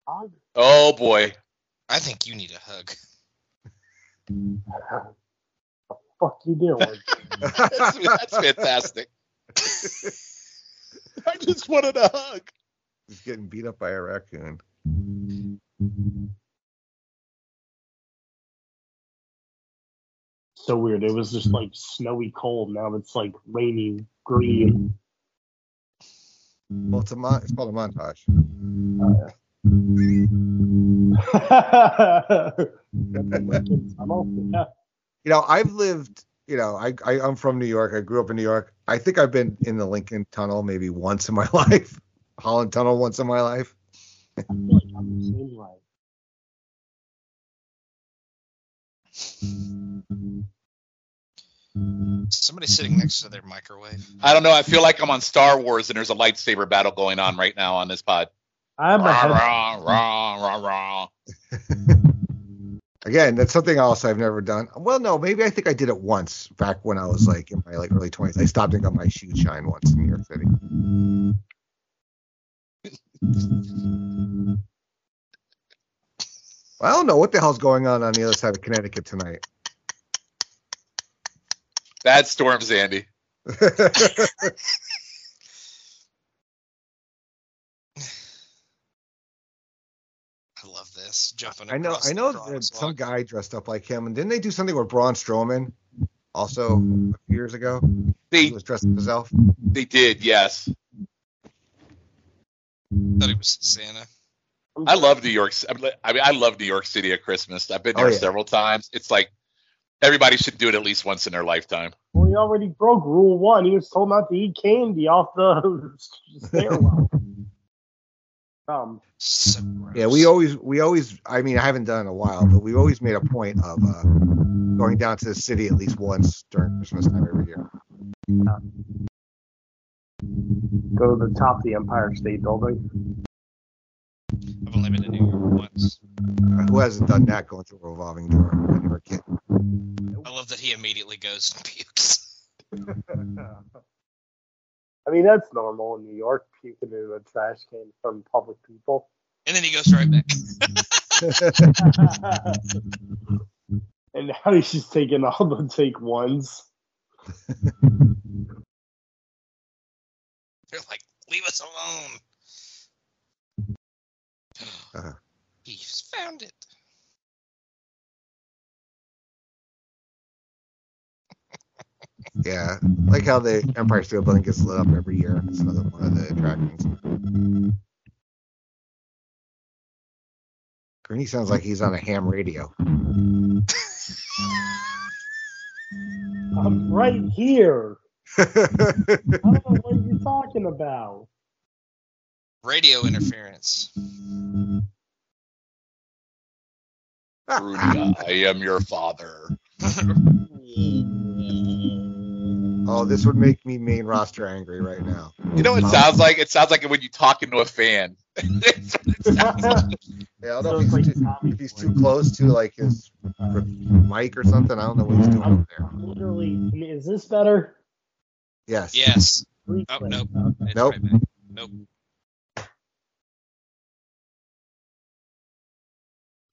Speaker 7: Hog?
Speaker 4: Oh boy.
Speaker 5: I think you need a hug.
Speaker 7: Fuck you doing?
Speaker 4: That's, that's fantastic. I just wanted a hug.
Speaker 3: He's getting beat up by a raccoon.
Speaker 7: so weird. It was just like snowy cold. Now it's like rainy green.
Speaker 3: Well, it's a mon- it's called a montage.
Speaker 7: That's
Speaker 3: You know, I've lived. You know, I, I I'm from New York. I grew up in New York. I think I've been in the Lincoln Tunnel maybe once in my life, Holland Tunnel once in my life.
Speaker 5: Somebody sitting next to their microwave.
Speaker 4: I don't know. I feel like I'm on Star Wars and there's a lightsaber battle going on right now on this pod.
Speaker 7: I'm a
Speaker 4: Rah,
Speaker 7: head-
Speaker 4: rah, rah, rah, rah.
Speaker 3: Again, that's something else I've never done. Well, no, maybe I think I did it once back when I was like in my like early 20s. I stopped and got my shoe shine once in New York City. I don't know what the hell's going on on the other side of Connecticut tonight.
Speaker 4: Bad storms, Andy.
Speaker 5: I love this jumping.
Speaker 3: I know,
Speaker 5: across
Speaker 3: I
Speaker 5: the
Speaker 3: know that
Speaker 5: crosswalk.
Speaker 3: some guy dressed up like him, and didn't they do something with Braun Strowman also a few years ago? He
Speaker 4: They
Speaker 3: was dressed up as Elf.
Speaker 4: they did, yes.
Speaker 5: thought he was Santa.
Speaker 4: I love New York. Ci- I'm li- I mean, I love New York City at Christmas. I've been
Speaker 3: Oh,
Speaker 4: there
Speaker 3: yeah.
Speaker 4: several times. It's like everybody should do it at least once in their lifetime.
Speaker 7: We already broke rule one. He was told not to eat candy off the stairwell. um,
Speaker 5: So gross.
Speaker 3: Yeah, we always, we always. I mean, I haven't done it in a while, but we always made a point of uh, going down to the city at least once during Christmas time every year.
Speaker 7: go to the top of the Empire State Building.
Speaker 5: I've only been to New York once.
Speaker 3: Uh, Who hasn't done that going through a revolving door when you were a kid?
Speaker 5: I love that he immediately goes and pukes.
Speaker 7: I mean, that's normal in New York, puking into a trash can from public people.
Speaker 5: And then he goes right back.
Speaker 7: and now he's just taking all the take ones.
Speaker 5: They're like, leave us alone.
Speaker 3: Uh-huh.
Speaker 5: He's found it.
Speaker 3: Yeah, like how the Empire State Building gets lit up every year. It's another one of the attractions. Greeny sounds like he's on a ham radio.
Speaker 7: I'm right here. I
Speaker 3: That's
Speaker 7: don't know what you're talking about.
Speaker 5: Radio interference.
Speaker 4: Rudy, I am your father.
Speaker 3: Oh, this would make me main roster angry right now.
Speaker 4: You know what it sounds like? It sounds like when you talk into a fan. It's- it sounds like-
Speaker 3: Yeah, I
Speaker 7: So
Speaker 3: don't
Speaker 7: it's
Speaker 3: know if he's, too,
Speaker 7: Tommy
Speaker 3: if he's
Speaker 7: Boy.
Speaker 3: too close to like his mic or something. I don't know what he's doing up there.
Speaker 7: Literally, I mean, is this better?
Speaker 3: Yes.
Speaker 5: Yes.
Speaker 7: Replay.
Speaker 5: Oh, nope. It's
Speaker 3: Nope.
Speaker 5: right back. Nope.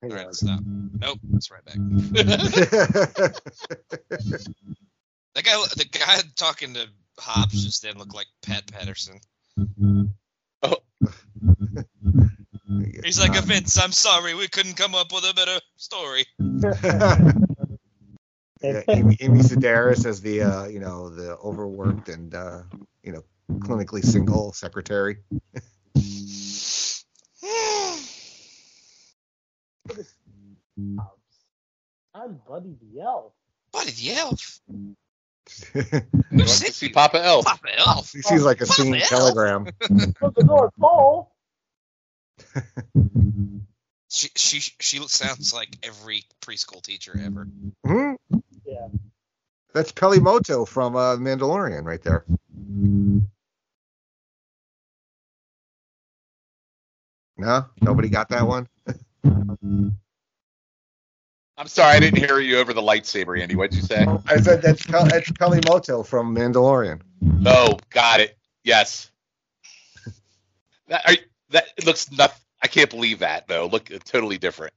Speaker 7: Hang
Speaker 5: All
Speaker 7: on.
Speaker 3: uh,
Speaker 5: right, stop. Nope. It's right back. That guy, the guy talking to Hobbs just then looked like Pat Patterson.
Speaker 3: Yeah.
Speaker 5: He's like,
Speaker 3: Um,
Speaker 5: Vince, I'm sorry, we couldn't come up with a better story.
Speaker 3: Yeah, Amy, Amy Sedaris as the uh, you know the overworked and uh, you know clinically single secretary.
Speaker 6: I'm Buddy the Elf.
Speaker 5: Buddy the Elf.
Speaker 4: You
Speaker 5: Who
Speaker 4: want to
Speaker 5: said
Speaker 4: see Papa Elf?
Speaker 5: Papa Elf?
Speaker 3: She seems like a singing
Speaker 5: Well,
Speaker 3: telegram.
Speaker 6: From the North Pole.
Speaker 5: She, she she sounds like every preschool teacher ever.
Speaker 3: Hmm?
Speaker 6: Yeah.
Speaker 3: That's Pelimoto from uh, Mandalorian right there. No, nobody got that one.
Speaker 4: I'm sorry, I didn't hear you over the lightsaber, Andy. What'd you say?
Speaker 3: I said that's Pel- that's Pelimoto from Mandalorian.
Speaker 4: Oh, got it. Yes. That, are, that it looks nothing. I can't believe that though. Look, it's totally different.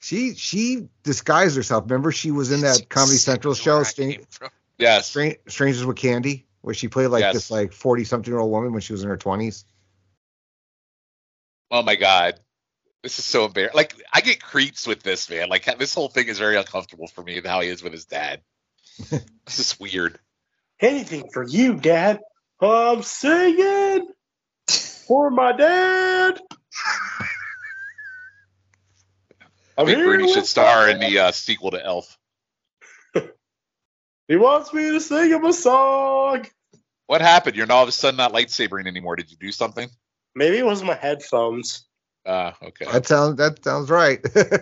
Speaker 3: She she disguised herself. Remember, she was in that Comedy Central show,
Speaker 5: Where I
Speaker 3: Stan-
Speaker 5: came from.
Speaker 4: Yes.
Speaker 3: Stran- Strangers with Candy, where she played like
Speaker 4: Yes.
Speaker 3: this like forty something year old woman when she was in her twenties.
Speaker 4: Oh my god, this is so embarrassing. Like I get creeps with this man. Like this whole thing is very uncomfortable for me. and How he is with his dad. this is weird.
Speaker 7: Anything for you, Dad. I'm singing for my dad.
Speaker 4: I
Speaker 7: I'm
Speaker 4: think
Speaker 7: here
Speaker 4: Rudy
Speaker 7: with
Speaker 4: should star in the uh, sequel to Elf.
Speaker 7: He wants me to sing him a song.
Speaker 4: What happened? You're all of a sudden not lightsabering anymore. Did you do something?
Speaker 7: Maybe it was my headphones.
Speaker 4: Uh, okay.
Speaker 3: That sounds that sounds right. maybe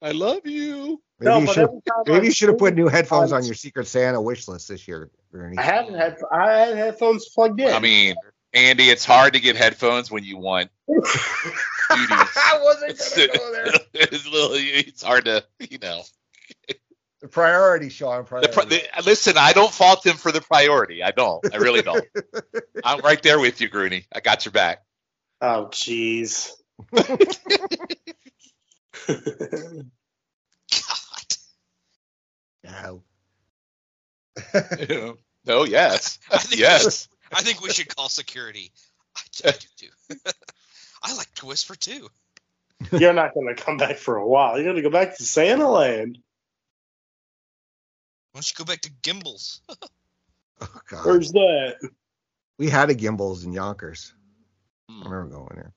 Speaker 4: I love you.
Speaker 3: you should
Speaker 7: every time
Speaker 3: maybe
Speaker 7: I
Speaker 3: you should have put
Speaker 7: sing-
Speaker 3: new headphones on
Speaker 7: Um,
Speaker 3: your Secret Santa wish list this year, Ernie.
Speaker 7: I haven't had. I had headphones plugged in.
Speaker 4: I mean, Andy, it's hard to get headphones when you want duties.
Speaker 3: wasn't
Speaker 4: it's, a little- it's hard to, you know.
Speaker 3: The priority, Sean.
Speaker 4: The,
Speaker 3: Priority.
Speaker 4: pri- the, listen, I don't fault him for the priority. I don't. I really don't. I'm right there with you, Grooney. I got your back.
Speaker 7: oh, jeez.
Speaker 5: God.
Speaker 3: No.
Speaker 4: oh yes,
Speaker 5: I think,
Speaker 4: yes.
Speaker 5: I think we should call security. I, I do too. I like to whisper too.
Speaker 7: You're not going to come back for a while. You're going to go back to Santa Land.
Speaker 5: Why don't you go back to Gimbals?
Speaker 3: Oh, God.
Speaker 7: Where's that?
Speaker 3: We had a Gimbals in Yonkers. I remember going there.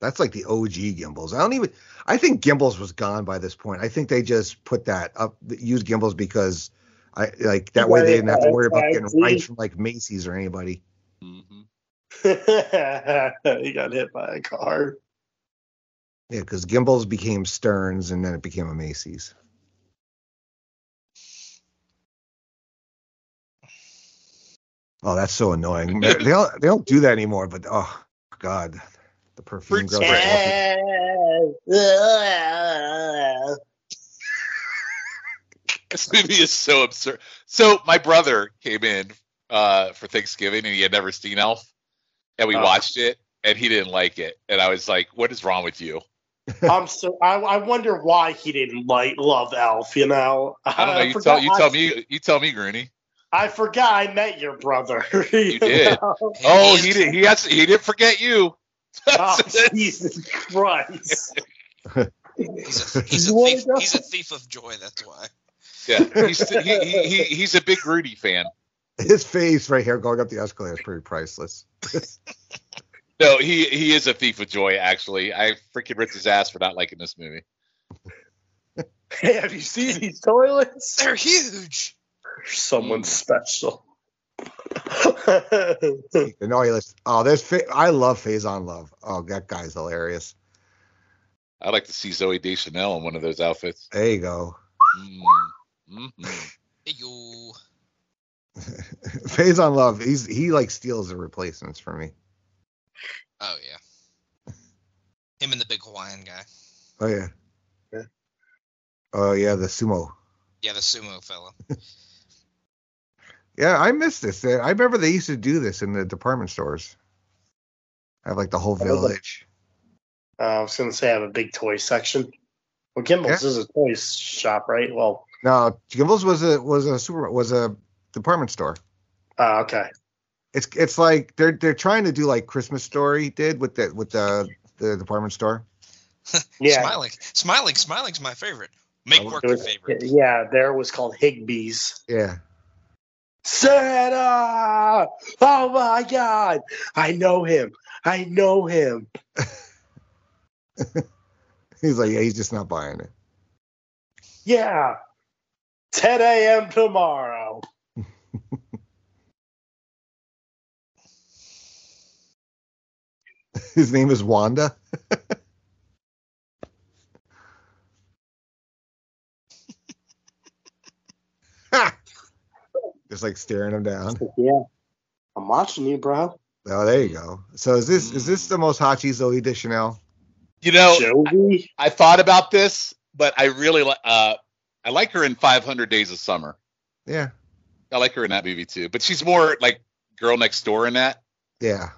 Speaker 3: That's like the OG Gimbals. I don't even. I think Gimbals was gone by this point. I think they just put that up, used Gimbals because, I like that way they didn't have to worry about getting rights from like Macy's or anybody.
Speaker 4: Mhm.
Speaker 7: he got hit by a car.
Speaker 3: Yeah, because Gimbals became Stearns and then it became a Macy's. Oh, that's so annoying. they don't they don't do that anymore. But oh god, the perfume
Speaker 4: Fruit
Speaker 3: girl.
Speaker 4: spray. This movie is so absurd. So my brother came in uh, for Thanksgiving and he had never seen Elf, and we
Speaker 7: Oh.
Speaker 4: watched it and he didn't like it. And I was like, "What is wrong with you?"
Speaker 7: I'm so. I, I wonder why he didn't like love Elf. You know.
Speaker 4: I don't know. You tell you tell me you tell me, Grooney.
Speaker 7: I forgot I met your brother. you
Speaker 4: did.
Speaker 7: know?
Speaker 4: Oh, he did. He has. He didn't forget you.
Speaker 7: Oh, Jesus Christ.
Speaker 5: He's a, he's a
Speaker 7: You wanna
Speaker 5: thief.
Speaker 7: go?
Speaker 5: He's a thief of joy. That's why.
Speaker 4: yeah, he's, he, he, he, he's a big Grooney fan.
Speaker 3: His face right here going up the escalator is pretty priceless.
Speaker 4: No, he he is a thief of joy. Actually, I freaking ripped his ass for not liking this movie.
Speaker 7: Hey, have you seen these toilets?
Speaker 5: They're huge.
Speaker 7: Someone
Speaker 4: Mm.
Speaker 7: special. Uh,
Speaker 3: You know, he lists, oh, there's Fa- I love Phase on Love. Oh, that guy's hilarious.
Speaker 4: I'd like to see Zoe Deschanel in one of those outfits.
Speaker 3: There you go.
Speaker 4: Mm. Mhm.
Speaker 5: Hey, yo. Oh,
Speaker 3: Phase on Love. He's he like steals the replacements for me.
Speaker 5: Oh yeah. Him and the big Hawaiian guy.
Speaker 3: Oh yeah.
Speaker 7: Yeah.
Speaker 3: Oh yeah, the sumo.
Speaker 5: Yeah, the sumo fella.
Speaker 3: Yeah, I miss this. I remember they used to do this in the department stores. Have like the whole
Speaker 7: Oh, the-
Speaker 3: village.
Speaker 7: Uh, I was going to say I have a big toy section. Well, Gimbals is a toy shop, right? Well,
Speaker 3: No, Gimbals was a was a super was a department store.
Speaker 7: uh, okay.
Speaker 3: It's it's like they're they're trying to do like Christmas Story did with the with the the department store?
Speaker 7: Yeah,
Speaker 5: Smiling, smiling, smiling's my favorite. Make
Speaker 3: Oh,
Speaker 5: work
Speaker 7: there
Speaker 5: your
Speaker 7: was,
Speaker 5: favorite.
Speaker 7: yeah, there was called Higbee's.
Speaker 3: Yeah.
Speaker 7: Santa! Oh my God! I know him. I know him.
Speaker 3: He's like, yeah, he's just not buying it.
Speaker 7: Yeah. 10 a.m. tomorrow.
Speaker 3: His name is Wanda. Ha! Just like staring him down.
Speaker 7: Yeah. I'm watching you, bro.
Speaker 3: Oh, there you go. So is this is
Speaker 4: Mm.
Speaker 3: this the most Hachi Zoe de Chanel?
Speaker 4: You know,
Speaker 7: Jovi.
Speaker 4: Oh, I thought about this, but I really li- uh, I like her in 500 Days of Summer.
Speaker 3: Yeah.
Speaker 4: I like her in that movie too, but she's more like girl next door in that.
Speaker 3: Yeah.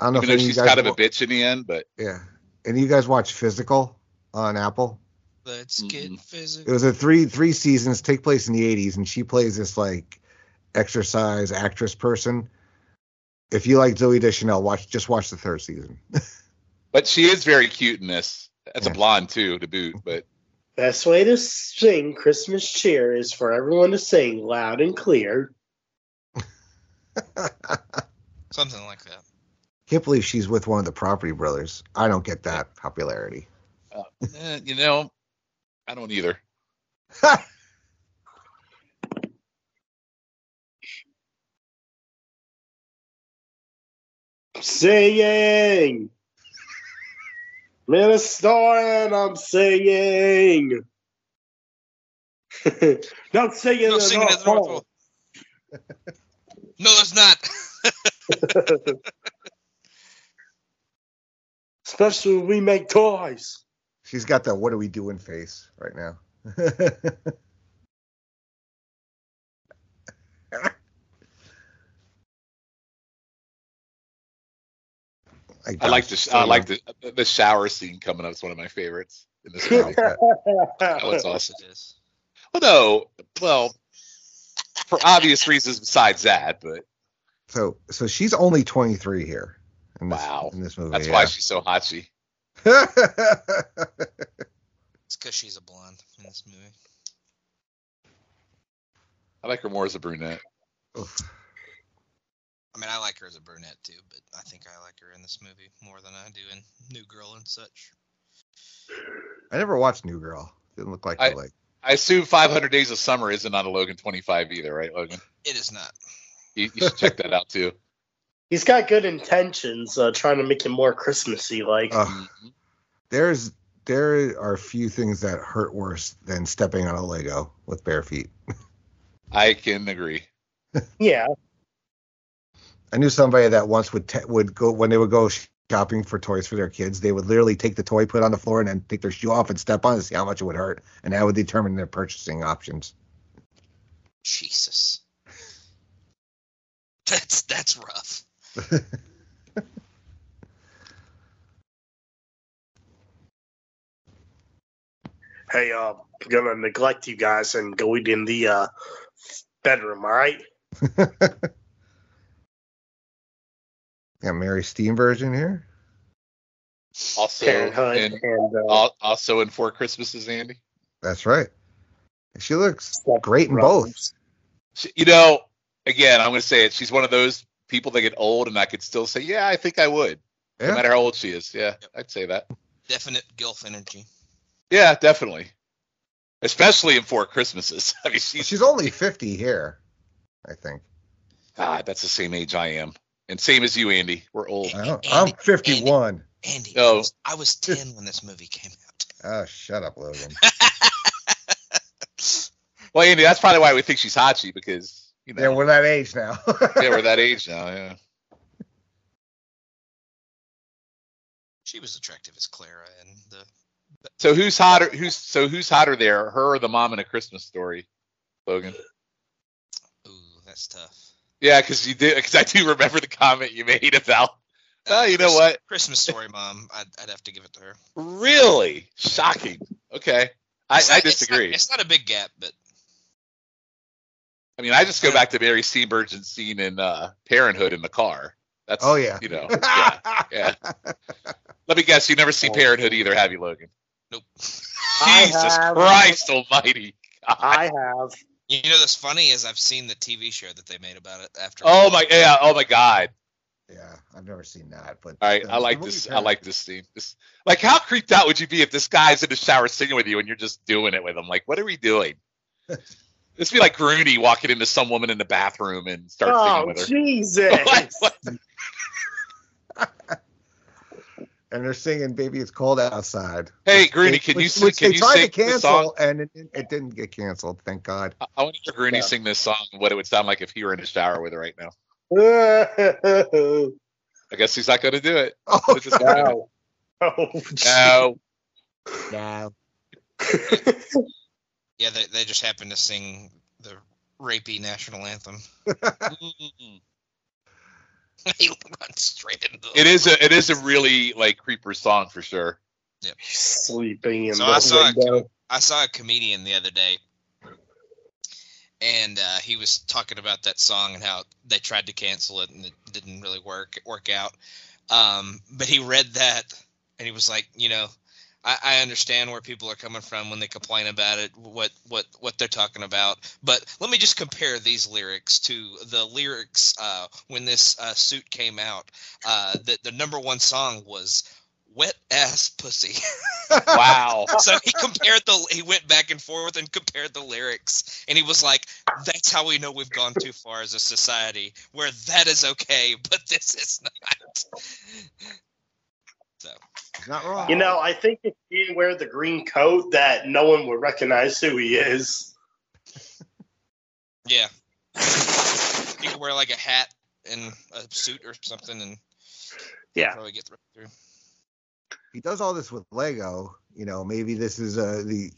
Speaker 3: I don't know
Speaker 4: Even
Speaker 3: if
Speaker 4: though
Speaker 3: any
Speaker 4: she's
Speaker 3: you guys
Speaker 4: kind of a
Speaker 3: wa-
Speaker 4: bitch in the end, but
Speaker 3: Yeah. And you guys watch Physical on Apple?
Speaker 5: Let's get
Speaker 3: It
Speaker 5: physical.
Speaker 3: was a three three seasons take place in the eighties, and she plays this like exercise actress person. If you like Zoe Deschanel, watch just watch the third season.
Speaker 4: but she is very cute in this. That's
Speaker 3: Yeah.
Speaker 4: a blonde too to boot, but
Speaker 7: Best way to sing Christmas cheer is for everyone to sing loud and clear.
Speaker 5: Something like that.
Speaker 3: Can't believe she's with one of the Property Brothers. I don't get that popularity.
Speaker 4: eh, you know, I don't either.
Speaker 7: Singing! I'm in a store and I'm singing. Not singing,
Speaker 5: No,
Speaker 7: in
Speaker 5: singing at the
Speaker 7: North
Speaker 5: North
Speaker 7: Pole.
Speaker 5: Pole. No, it's not.
Speaker 7: Especially when we make toys.
Speaker 3: She's got the "What are we doing?" face right now.
Speaker 4: I like the sh- I like the the shower scene coming up is one of my favorites in this movie.
Speaker 7: Oh,
Speaker 4: That was awesome.
Speaker 5: It is.
Speaker 4: Well, no, well, for obvious reasons besides that, but
Speaker 3: So so she's only 23 here. In this,
Speaker 4: Wow.
Speaker 3: In this movie.
Speaker 4: that's
Speaker 3: yeah.
Speaker 4: why she's so hotchy.
Speaker 5: It's because she's a blonde in this movie.
Speaker 4: I like her more as a brunette.
Speaker 5: I mean, I like her as a brunette too, but I think I like her in this movie more than I do in New Girl and such.
Speaker 3: I never watched New Girl. Didn't look like
Speaker 4: I-
Speaker 3: her like.
Speaker 4: I assume 500 Days of Summer isn't on a Logan 25 either, right, Logan?
Speaker 5: It is not.
Speaker 4: You, you should check that out too.
Speaker 7: He's got good intentions, uh, trying to make him more Christmassy like.
Speaker 4: Uh.
Speaker 3: Ugh. There's there are few things that hurt worse than stepping on a Lego with bare feet.
Speaker 4: I can agree.
Speaker 7: yeah.
Speaker 3: I knew somebody that once would te- would go when they would go shopping for toys for their kids. They would literally take the toy, put it on the floor, and then take their shoe off and step on it to see how much it would hurt, and that would determine their purchasing options.
Speaker 5: Jesus. That's that's rough.
Speaker 7: Hey, uh, I'm gonna neglect you guys and go eat in the uh, bedroom. All right.
Speaker 3: Yeah, Mary Steam version here.
Speaker 4: Also,
Speaker 7: Parenthood
Speaker 4: in,
Speaker 7: and, uh,
Speaker 4: al- also in Four Christmases, Andy.
Speaker 3: That's right. She looks
Speaker 7: Step
Speaker 3: great in both.
Speaker 7: Brothers.
Speaker 4: She- You know, again, I'm going to say it. She's one of those people that get old, and I could still say, yeah, I think I would, no
Speaker 3: Yeah.
Speaker 4: matter how old she is. Yeah, I'd say that.
Speaker 5: Definite gilf energy.
Speaker 4: Yeah, definitely. Especially in Four Christmases. I mean, she's,
Speaker 3: She's only 50 here, I think.
Speaker 4: God, that's the same age I am, and same as you, Andy. We're old.
Speaker 3: I don't, I'm 51.
Speaker 5: Andy, I,
Speaker 4: No.
Speaker 5: was, I was ten when this movie came out.
Speaker 3: Oh, shut up, Logan.
Speaker 4: Well, Andy, that's probably why we think she's hotchy because you know
Speaker 3: Yeah, we're that age now.
Speaker 4: yeah, we're that age now. Yeah.
Speaker 5: She was attractive as Clara and the
Speaker 4: So who's hotter? Who's so who's hotter there? Her or the mom in a Christmas story, Logan?
Speaker 5: ooh, that's tough.
Speaker 4: Yeah, because you do. Because I do remember the comment you made about. Oh, you know
Speaker 5: Christ-
Speaker 4: what?
Speaker 5: Uh, Christmas story, Mom. I'd, I'd have to give it to her.
Speaker 4: Really shocking. Okay, I, I
Speaker 5: It's not- it's not-
Speaker 4: disagree.
Speaker 5: It's not, a big gap, but
Speaker 4: I mean, I just go back to Mary Steenburgen's scene in uh, Parenthood in the car. That's
Speaker 3: Oh, yeah.
Speaker 4: you know. Yeah, yeah. Let me guess, you never see Parenthood either, have you, Logan?
Speaker 5: Nope.
Speaker 7: I
Speaker 4: Jesus
Speaker 7: have.
Speaker 4: Christ Almighty!
Speaker 7: I have.
Speaker 5: You know, what's funny is I've seen the TV show that they made about it after.
Speaker 4: Oh my yeah! Oh my God!
Speaker 3: Yeah, I've never seen that, but
Speaker 4: All right, I like this. I like this scene. This, like, how creeped out would you be if this guy's in the shower singing with you and you're just doing it with him? Like, what are we doing? this would be like Rooney walking into some woman in the bathroom and start singing
Speaker 7: Oh
Speaker 4: with her.
Speaker 7: Jesus!
Speaker 4: What? What?
Speaker 3: and they're singing "Baby It's Cold Outside."
Speaker 4: Hey, Grooney, can you
Speaker 3: which,
Speaker 4: sing?
Speaker 3: which
Speaker 4: Can
Speaker 3: they
Speaker 4: you
Speaker 3: tried
Speaker 4: sing
Speaker 3: to
Speaker 4: this song?
Speaker 3: cancel, and it, it didn't get canceled. Thank God.
Speaker 4: I- I want to hear Grooney
Speaker 7: Yeah.
Speaker 4: sing this song. and What it would sound like if he were in the shower with her right now.
Speaker 7: wow.
Speaker 4: I guess he's not going to do it.
Speaker 3: Oh,
Speaker 4: It's just-
Speaker 7: Oh,
Speaker 4: no.
Speaker 3: no.
Speaker 5: Yeah, they, they just happened to sing the rapey national anthem. he went straight into the.
Speaker 4: It is a it is a really like creeper song for sure.
Speaker 7: sleeping in
Speaker 5: So
Speaker 7: the
Speaker 5: I saw it
Speaker 7: window.
Speaker 5: I saw a comedian the other day, and uh, he was talking about that song and how they tried to cancel it and it didn't really work work out. Um, but he read that and he was like, you know, I, I understand where people are coming from when they complain about it, what what what they're talking about. But let me just compare these lyrics to the lyrics uh, when this uh, suit came out. Uh, the, the number one song was "Wet Ass Pussy."
Speaker 4: Wow.
Speaker 5: so he compared the he went back and forth and compared the lyrics and he was like that's how we know we've gone too far as a society where that is okay but this is not so
Speaker 3: Not wrong.
Speaker 7: You know, I think if he didn't wear the green coat, that no one would recognize who he is.
Speaker 5: yeah you could wear like a hat and a suit or something and
Speaker 7: Yeah.
Speaker 5: probably get through
Speaker 3: he does all this with Lego. You know, maybe this is uh, the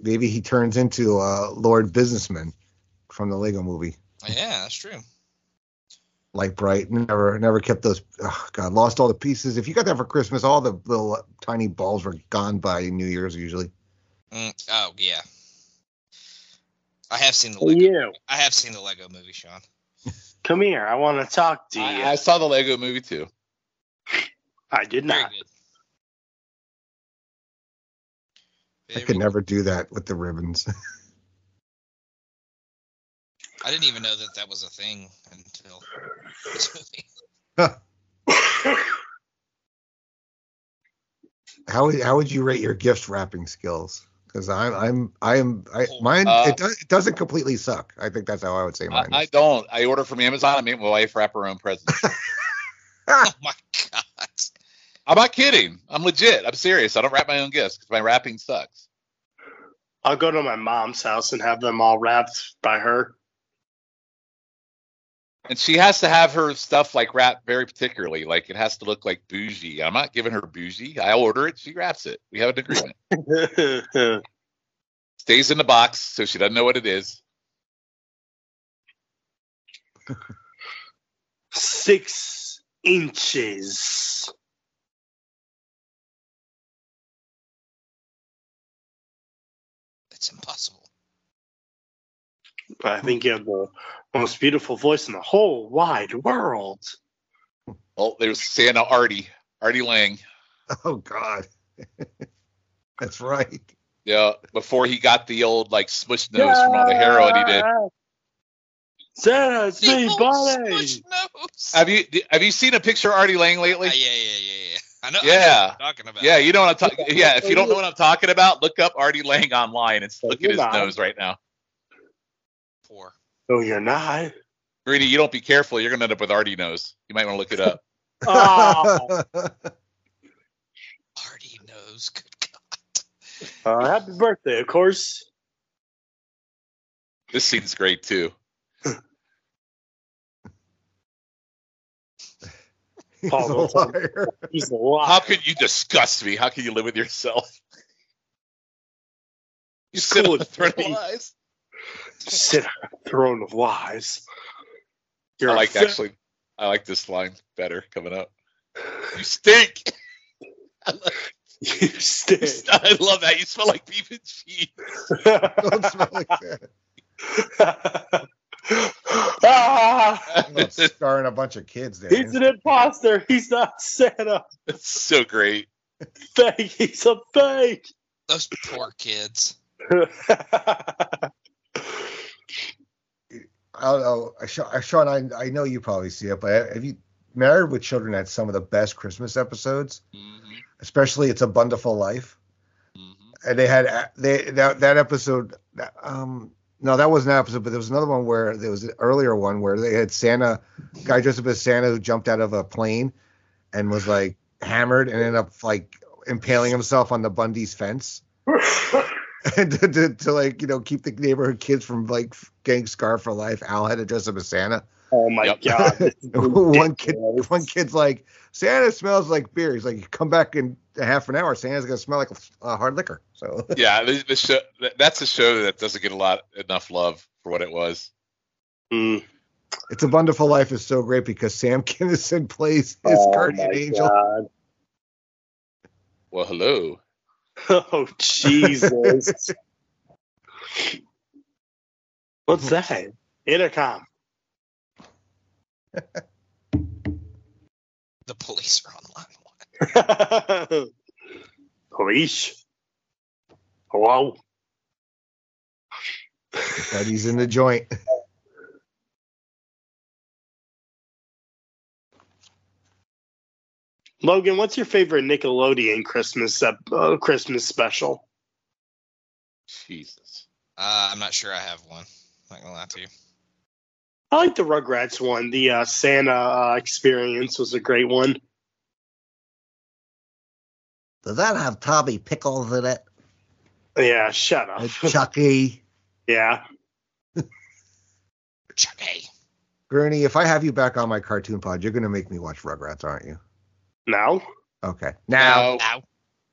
Speaker 3: maybe he turns into uh, Lord Businessman from the Lego Movie.
Speaker 5: yeah that's true
Speaker 3: Like Bright never never kept those. Oh God, lost all the pieces. If you got that for Christmas, all the little uh, tiny balls were gone by New Year's usually.
Speaker 5: Mm, oh yeah i have seen the
Speaker 7: Hey,
Speaker 5: lego
Speaker 7: you,
Speaker 5: i have seen the lego movie sean
Speaker 7: come here. I want to talk to you.
Speaker 4: I, I
Speaker 7: I,
Speaker 4: saw the Lego movie too.
Speaker 5: very
Speaker 7: did not.
Speaker 5: good
Speaker 3: I
Speaker 5: Very
Speaker 3: could never do that with the ribbons.
Speaker 5: I didn't even know that that was a thing until this movie.
Speaker 3: how would how would you rate your gift wrapping skills? Because I'm I'm I am I,
Speaker 5: Oh,
Speaker 3: mine.
Speaker 4: uh,
Speaker 3: it, does, it doesn't completely suck. I think that's how I would say
Speaker 4: I,
Speaker 3: mine.
Speaker 4: I
Speaker 3: is.
Speaker 4: don't. I order from Amazon. I make my wife wrap her own presents.
Speaker 5: Oh my god!
Speaker 4: I'm not kidding. I'm legit. I'm serious. I don't wrap my own gifts because my wrapping sucks.
Speaker 7: I'll go to my mom's house and have them all wrapped by her.
Speaker 4: And she has to have her stuff like wrapped very particularly. Like it has to look like bougie. I'm not giving her bougie. I order it. She wraps it. We have an agreement. Stays in the box so she doesn't know what it is.
Speaker 7: Six inches.
Speaker 5: It's impossible.
Speaker 7: I think you have the most beautiful voice in the whole wide world.
Speaker 4: Oh, there's Santa Artie. Artie Lang.
Speaker 3: Oh God, that's right.
Speaker 4: Yeah, before he got the old like smush nose from all the heroin he did.
Speaker 7: Santa, it's me,
Speaker 5: People
Speaker 7: buddy.
Speaker 5: smush nose.
Speaker 4: Have you have you seen a picture of Artie Lang lately?
Speaker 5: Ah, yeah, yeah, yeah, yeah. I know. I know
Speaker 4: Yeah.
Speaker 5: what you're talking about.
Speaker 4: Yeah, you know what I'm talking. Yeah, if you don't know what I'm talking about, look up Artie Lang online and look at his nose right now.
Speaker 5: Poor.
Speaker 7: No, you're not.
Speaker 4: Greedy, you don't be careful. You're gonna end up with Artie nose. You might want to look it up.
Speaker 7: Oh,
Speaker 5: Artie knows. Good God.
Speaker 7: uh, happy birthday, of course.
Speaker 4: This scene's great too.
Speaker 3: He's
Speaker 7: Paul,
Speaker 3: a
Speaker 7: don't tell
Speaker 3: liar.
Speaker 7: He's a lot.
Speaker 4: How could you disgust me? How can you live with yourself? You sit
Speaker 7: Cool.
Speaker 4: on the throne of lies.
Speaker 7: sit on a throne of lies? You're
Speaker 4: I
Speaker 7: a
Speaker 4: like
Speaker 7: fat-
Speaker 4: actually. I like this line better coming up. You stink.
Speaker 7: You stink.
Speaker 4: I love that. You smell like beef and cheese.
Speaker 3: Don't smell like that.
Speaker 7: ah,
Speaker 3: Oh, starring a bunch of kids there.
Speaker 7: He's an imposter. He's not Santa.
Speaker 4: It's so great.
Speaker 7: Fake. He's a fake.
Speaker 5: Those poor kids.
Speaker 3: I don't know, I- Sha- Sean. I, I know you probably see it, but have you Married with Children had some of the best Christmas episodes,
Speaker 5: Mm-hmm.
Speaker 3: especially "It's a Wonderful Life."
Speaker 5: Mm-hmm.
Speaker 3: and they had they that that episode um no that wasn't an episode but there was another one where there was an earlier one where they had santa guy dressed up as santa who jumped out of a plane and was like hammered and ended up like impaling himself on the bundy's fence and to, to, to like you know keep the neighborhood kids from like getting scarred for life al had to dress up as santa
Speaker 7: oh my
Speaker 4: Yep.
Speaker 7: god. this is
Speaker 3: one kid
Speaker 7: ridiculous.
Speaker 3: one kid's like santa smells like beer he's like come back in half an hour santa's gonna smell like uh, hard liquor so
Speaker 4: Yeah, the, the show that- that's a show that doesn't get a lot enough love for what it was.
Speaker 7: Mm.
Speaker 3: It's a Wonderful Life is so great because Sam Kinison plays his
Speaker 7: Oh
Speaker 3: guardian
Speaker 7: my
Speaker 3: angel.
Speaker 7: God.
Speaker 4: Well, hello.
Speaker 7: Oh Jesus. What's that? Intercom.
Speaker 5: The police are online.
Speaker 7: Police. Hello.
Speaker 3: But he's in the joint.
Speaker 7: Logan, what's your favorite Nickelodeon Christmas ep- uh, Christmas special?
Speaker 4: Jesus.
Speaker 5: Uh, I'm not sure I have one. Not gonna lie to you.
Speaker 7: I like the Rugrats one. The uh, Santa uh, experience was a great one.
Speaker 3: Does that have Tommy Pickles in it?
Speaker 7: Yeah, shut up.
Speaker 3: Uh, Chucky.
Speaker 7: yeah.
Speaker 5: Chucky.
Speaker 3: Gurney, if I have you back on my cartoon pod, you're going to make me watch Rugrats, aren't you?
Speaker 7: No,
Speaker 3: Okay.
Speaker 4: Oh.
Speaker 3: Now,
Speaker 5: Ow.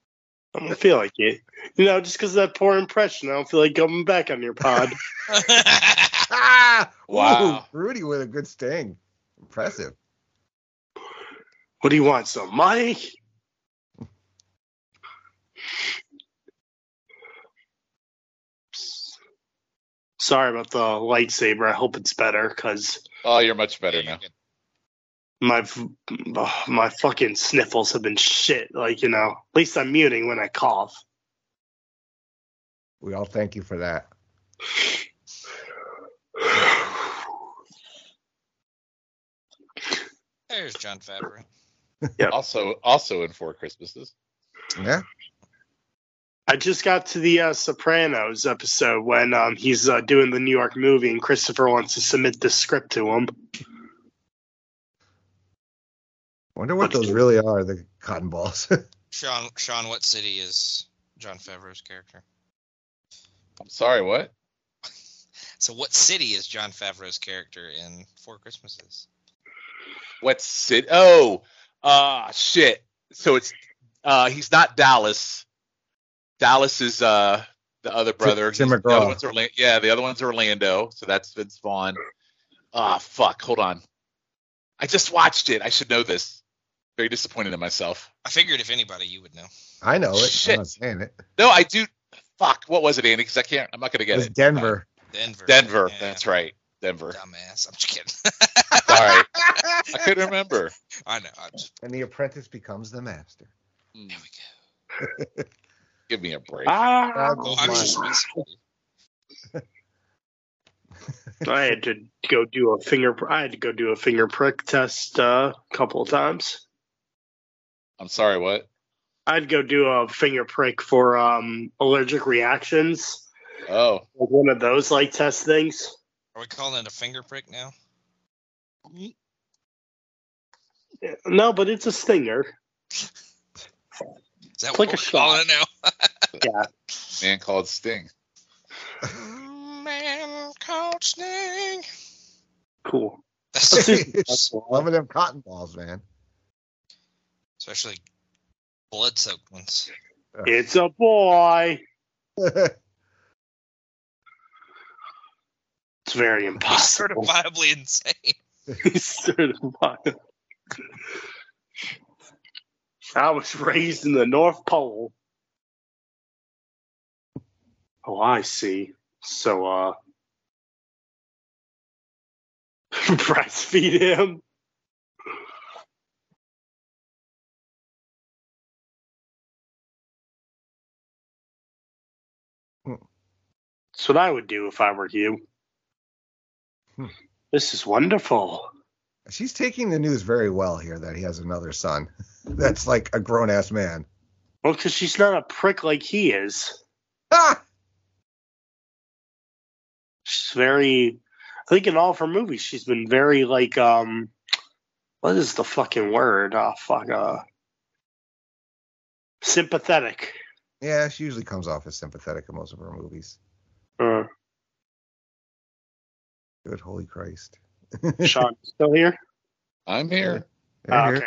Speaker 7: I don't feel like it. You know, just because of that poor impression, I don't feel like coming back on your pod.
Speaker 3: ah,
Speaker 4: Wow.
Speaker 3: Ooh, Rudy with a good sting. Impressive.
Speaker 7: what do you want, some money? Sorry about the lightsaber. I hope it's better because
Speaker 4: Oh, you're much better
Speaker 5: Yeah,
Speaker 4: now.
Speaker 5: you're good.
Speaker 7: my f- ugh, my fucking sniffles have been shit. Like you know, at least I'm muting when I cough.
Speaker 3: We all thank you for that.
Speaker 5: There's John Favreau.
Speaker 4: Also, also in Four Christmases.
Speaker 3: Yeah.
Speaker 7: I just got to the uh, Sopranos episode when um, he's uh, doing the New York movie and Christopher wants to submit the script to him.
Speaker 3: Wonder what those really are, the cotton balls.
Speaker 5: Sean, Sean, what city is John Favreau's character?
Speaker 4: I'm sorry, what?
Speaker 5: So, what city is John Favreau's character in Four Christmases?
Speaker 4: What city? Oh, ah, shit. So it's uh, he's not Dallas. Dallas is uh the other brother.
Speaker 3: Tim
Speaker 4: He's-
Speaker 3: McGraw.
Speaker 4: The other one's Orla- yeah, the other one's Orlando. So that's Vince Vaughn. Ah, fuck. Hold on. I just watched it. I should know this. Very disappointed in myself.
Speaker 5: I figured if anybody, you would know.
Speaker 3: I know it.
Speaker 4: Shit.
Speaker 3: I'm not saying it.
Speaker 4: No, I do. Fuck. What was it, Andy? Because I can't. I'm not gonna get
Speaker 3: It's
Speaker 4: it.
Speaker 3: Denver.
Speaker 5: Denver.
Speaker 4: Denver.
Speaker 5: Yeah,
Speaker 4: That's right. Denver.
Speaker 5: Dumbass. I'm just kidding.
Speaker 4: Sorry. I couldn't remember.
Speaker 5: I know. I'm just,
Speaker 3: And the apprentice becomes the master.
Speaker 4: Hmm.
Speaker 5: there we
Speaker 4: Give me a break.
Speaker 7: Ah,
Speaker 5: go. I was just messing with you.
Speaker 7: I had to go do a finger. I had to go do a finger prick test uh, a couple of times.
Speaker 4: I'm sorry. What?
Speaker 7: I'd go do a finger prick for um, allergic reactions,
Speaker 4: Oh.
Speaker 7: like one of those like test things.
Speaker 5: Are we calling it a finger prick now?
Speaker 7: No, but it's a stinger.
Speaker 5: Is that
Speaker 7: Click
Speaker 5: what
Speaker 7: a
Speaker 5: we're calling it
Speaker 4: Man called Sting.
Speaker 5: now? Man called Sting.
Speaker 7: Cool.
Speaker 5: That's
Speaker 3: Loving them cotton balls, man.
Speaker 5: especially blood-soaked ones.
Speaker 7: It's a boy. It's very impossible.
Speaker 5: Certifiably insane.
Speaker 7: He's certified. I was raised in the North Pole. Oh, I see. So, uh, breastfeed him. That's what I would do if I were you.
Speaker 3: Hmm.
Speaker 7: This is wonderful.
Speaker 3: She's taking the news very well here that he has another son. That's like a grown ass man.
Speaker 7: Well, because she's not a prick like he is.
Speaker 3: Ah!
Speaker 7: She's very. I think in all of her movies, she's been very like um. What is the fucking word? Oh fuck. Uh, sympathetic.
Speaker 3: Yeah, she usually comes off as sympathetic in most of her movies.
Speaker 7: Uh,
Speaker 3: Good holy Christ.
Speaker 7: Sean still here?
Speaker 4: I'm
Speaker 3: here.
Speaker 7: Oh, okay.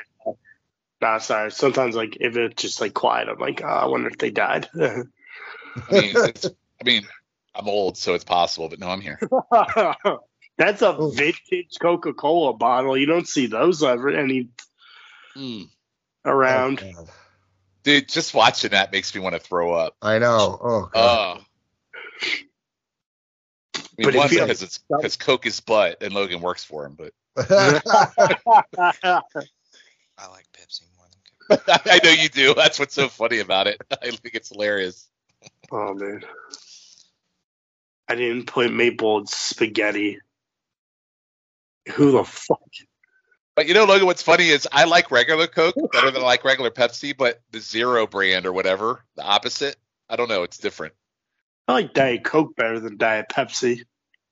Speaker 7: Nah, sorry. Sometimes like if it's just like quiet, I'm like, oh, I wonder if they died.
Speaker 4: I mean, it's, I mean, I'm old, so it's possible, but no, I'm here.
Speaker 7: That's a
Speaker 3: Ooh.
Speaker 7: vintage Coca-Cola bottle. You don't see those ever any around.
Speaker 3: Oh, God.
Speaker 4: Dude, just watching that makes me want to throw up.
Speaker 3: I know. Oh, God.
Speaker 4: Oh. I mean,
Speaker 7: Uh-huh. But it
Speaker 4: one,
Speaker 7: feels-
Speaker 4: because it's because Coke is butt and Logan works for him, but
Speaker 5: I like Pepsi more than Coke.
Speaker 4: I know you do. That's what's so funny about it. I think it's hilarious.
Speaker 7: oh man, I didn't play maple spaghetti. Who the fuck?
Speaker 4: But you know, Logan, what's funny is I like regular Coke better than I like regular Pepsi, but the zero brand or whatever, the opposite, I don't know. It's different.
Speaker 7: I like Diet Coke better than Diet Pepsi.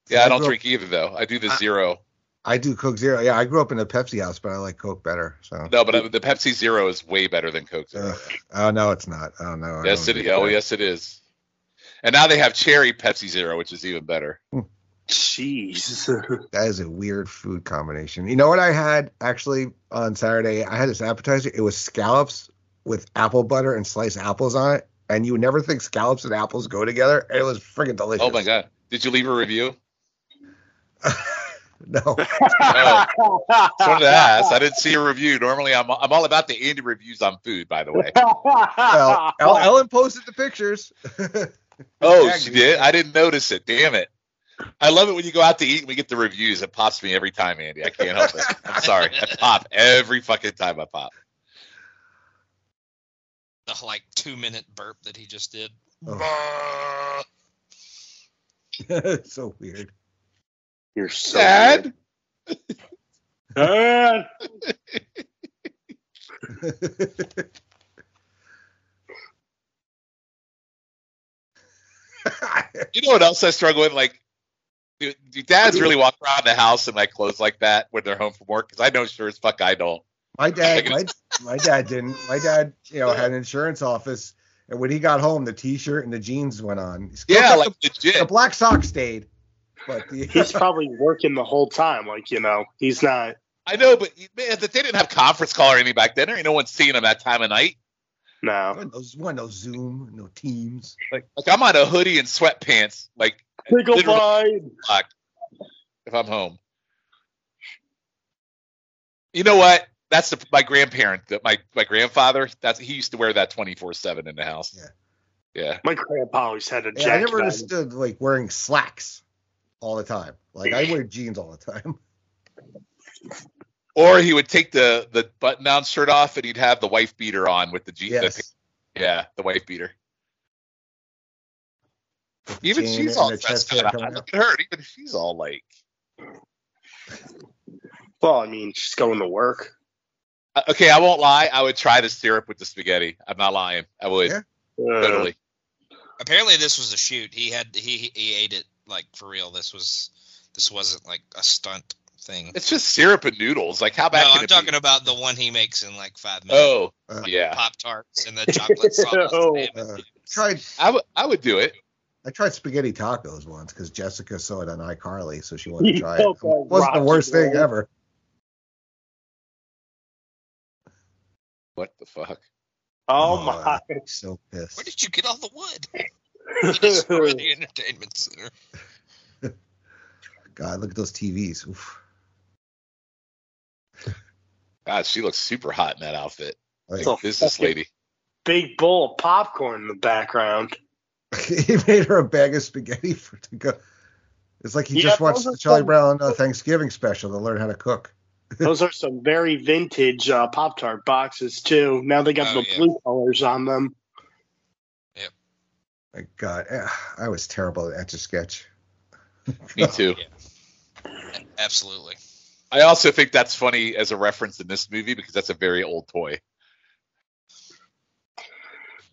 Speaker 4: Yeah, I don't
Speaker 3: Zero.
Speaker 4: drink either, though. I do the
Speaker 3: I-
Speaker 4: zero.
Speaker 3: I do Coke Zero. Yeah, I grew up in a Pepsi house, but I like Coke better. So,
Speaker 4: No, but I- the Pepsi Zero is way better than Coke Zero.
Speaker 3: Ugh. oh no, it's not. Oh no. I
Speaker 4: yes,
Speaker 3: don't
Speaker 4: it is.
Speaker 3: do
Speaker 4: Oh,
Speaker 3: that.
Speaker 4: yes, it is. And now they have cherry Pepsi Zero, which is even better.
Speaker 7: Jeez.
Speaker 4: Oh.
Speaker 3: That is a weird food combination. You know what I had actually on Saturday? I had this appetizer. It was scallops with apple butter and sliced apples on it. And you would never think scallops and apples go together. And it was freaking delicious.
Speaker 4: Oh my god! Did you leave a review?
Speaker 3: no.
Speaker 4: Oh, so did I ask. I didn't see a review. Normally, I'm I'm all about the Andy reviews on food. By the way.
Speaker 3: Well, El- Ellen posted the pictures.
Speaker 4: Oh,
Speaker 3: Tagged
Speaker 4: she
Speaker 3: me.
Speaker 4: did. I didn't notice it. Damn it! I love it when you go out to eat and we get the reviews. It pops me every time, Andy. I can't help it. I'm sorry. I pop every fucking time. I pop.
Speaker 5: The like two minute burp that he just did.
Speaker 3: so weird.
Speaker 7: You're so
Speaker 4: Dad,
Speaker 7: Dad.
Speaker 4: you know what else I struggle with? Like, do, do dads really walk around the house in like clothes like that when they're home from work? Because I know sure as fuck I don't.
Speaker 3: My dad, my, my dad didn't. My dad, you know, had an insurance office, and when he got home, the T-shirt and the jeans went on. He still
Speaker 4: Yeah,
Speaker 3: kept
Speaker 4: like
Speaker 3: the, the
Speaker 4: legit.
Speaker 3: black sock stayed, but
Speaker 7: He's
Speaker 3: the
Speaker 7: probably working the whole time. Like you know, he's not.
Speaker 4: I know, but man, that they didn't have conference call or anything back then. There ain't no one seeing them that time of night.
Speaker 7: No.
Speaker 3: those one no Zoom, no Teams.
Speaker 4: Like, like I'm on a hoodie and sweatpants. Like,
Speaker 7: Pickle
Speaker 4: literally
Speaker 7: pie.
Speaker 4: if I'm home. You know what? That's the, my grandparent, that my my grandfather. That's he used to wear that 24 seven in the house.
Speaker 3: Yeah.
Speaker 4: Yeah.
Speaker 7: My grandpa always had a
Speaker 3: Yeah, I
Speaker 7: jacket.
Speaker 3: never
Speaker 7: on.
Speaker 3: understood like wearing slacks all the time. Like I wear jeans all the time.
Speaker 4: Or he would take the the button down shirt off and he'd have the wife beater on with the jeans.
Speaker 3: Yes,
Speaker 4: yeah, the wife beater. Even
Speaker 3: jean and
Speaker 4: she's all
Speaker 3: the
Speaker 4: dressed
Speaker 3: chest hair
Speaker 4: up.
Speaker 3: coming
Speaker 4: Look at her. Even she's all like.
Speaker 7: Well, I mean, she's going to work.
Speaker 4: Uh, Okay, I won't lie. I would try the syrup with the spaghetti. I'm not lying. I would
Speaker 3: Yeah.
Speaker 7: Uh,
Speaker 4: totally.
Speaker 5: Apparently, this was a shoot. He had he he ate it like for real. This was this wasn't like a stunt thing.
Speaker 4: It's just syrup and noodles. Like how bad?
Speaker 5: no,
Speaker 4: can
Speaker 5: I'm
Speaker 4: it be?
Speaker 5: talking about the one he makes in like five minutes.
Speaker 4: Oh,
Speaker 3: Uh,
Speaker 4: yeah.
Speaker 5: Pop tarts and the chocolate sauce.
Speaker 7: Oh,
Speaker 5: and
Speaker 3: uh,
Speaker 5: everything.
Speaker 3: Tried
Speaker 4: I would I would do it.
Speaker 3: I tried spaghetti tacos once because Jessica saw it on iCarly, so she wanted to
Speaker 7: You
Speaker 3: try it.
Speaker 7: felt
Speaker 3: It wasn't
Speaker 7: like
Speaker 3: the
Speaker 7: Rocky
Speaker 3: worst thing
Speaker 7: Road.
Speaker 3: ever.
Speaker 4: What the fuck?
Speaker 7: Oh,
Speaker 3: Oh,
Speaker 7: my.
Speaker 3: So
Speaker 5: Where
Speaker 3: pissed.
Speaker 5: did you get all the wood? You destroyed the entertainment center.
Speaker 3: God, look at those TVs. Oof.
Speaker 4: God, she looks super hot in that outfit.
Speaker 3: Like,
Speaker 7: So-
Speaker 4: Business
Speaker 7: fucking-
Speaker 4: lady.
Speaker 7: Big bowl of popcorn in the background.
Speaker 3: he made her a bag of spaghetti for to go. It's like he
Speaker 7: Yeah,
Speaker 3: just watched
Speaker 7: those are
Speaker 3: the Charlie
Speaker 7: some-
Speaker 3: Brown uh, Thanksgiving special to learn how to cook.
Speaker 7: Those are some very vintage uh, Pop Tart boxes too. Now they got
Speaker 5: Oh,
Speaker 7: the
Speaker 5: yeah.
Speaker 7: blue colors on them.
Speaker 3: My God, eh, I was terrible at Etch a Sketch.
Speaker 4: Me too.
Speaker 5: Absolutely.
Speaker 4: I also think that's funny as a reference in this movie because that's a very old toy.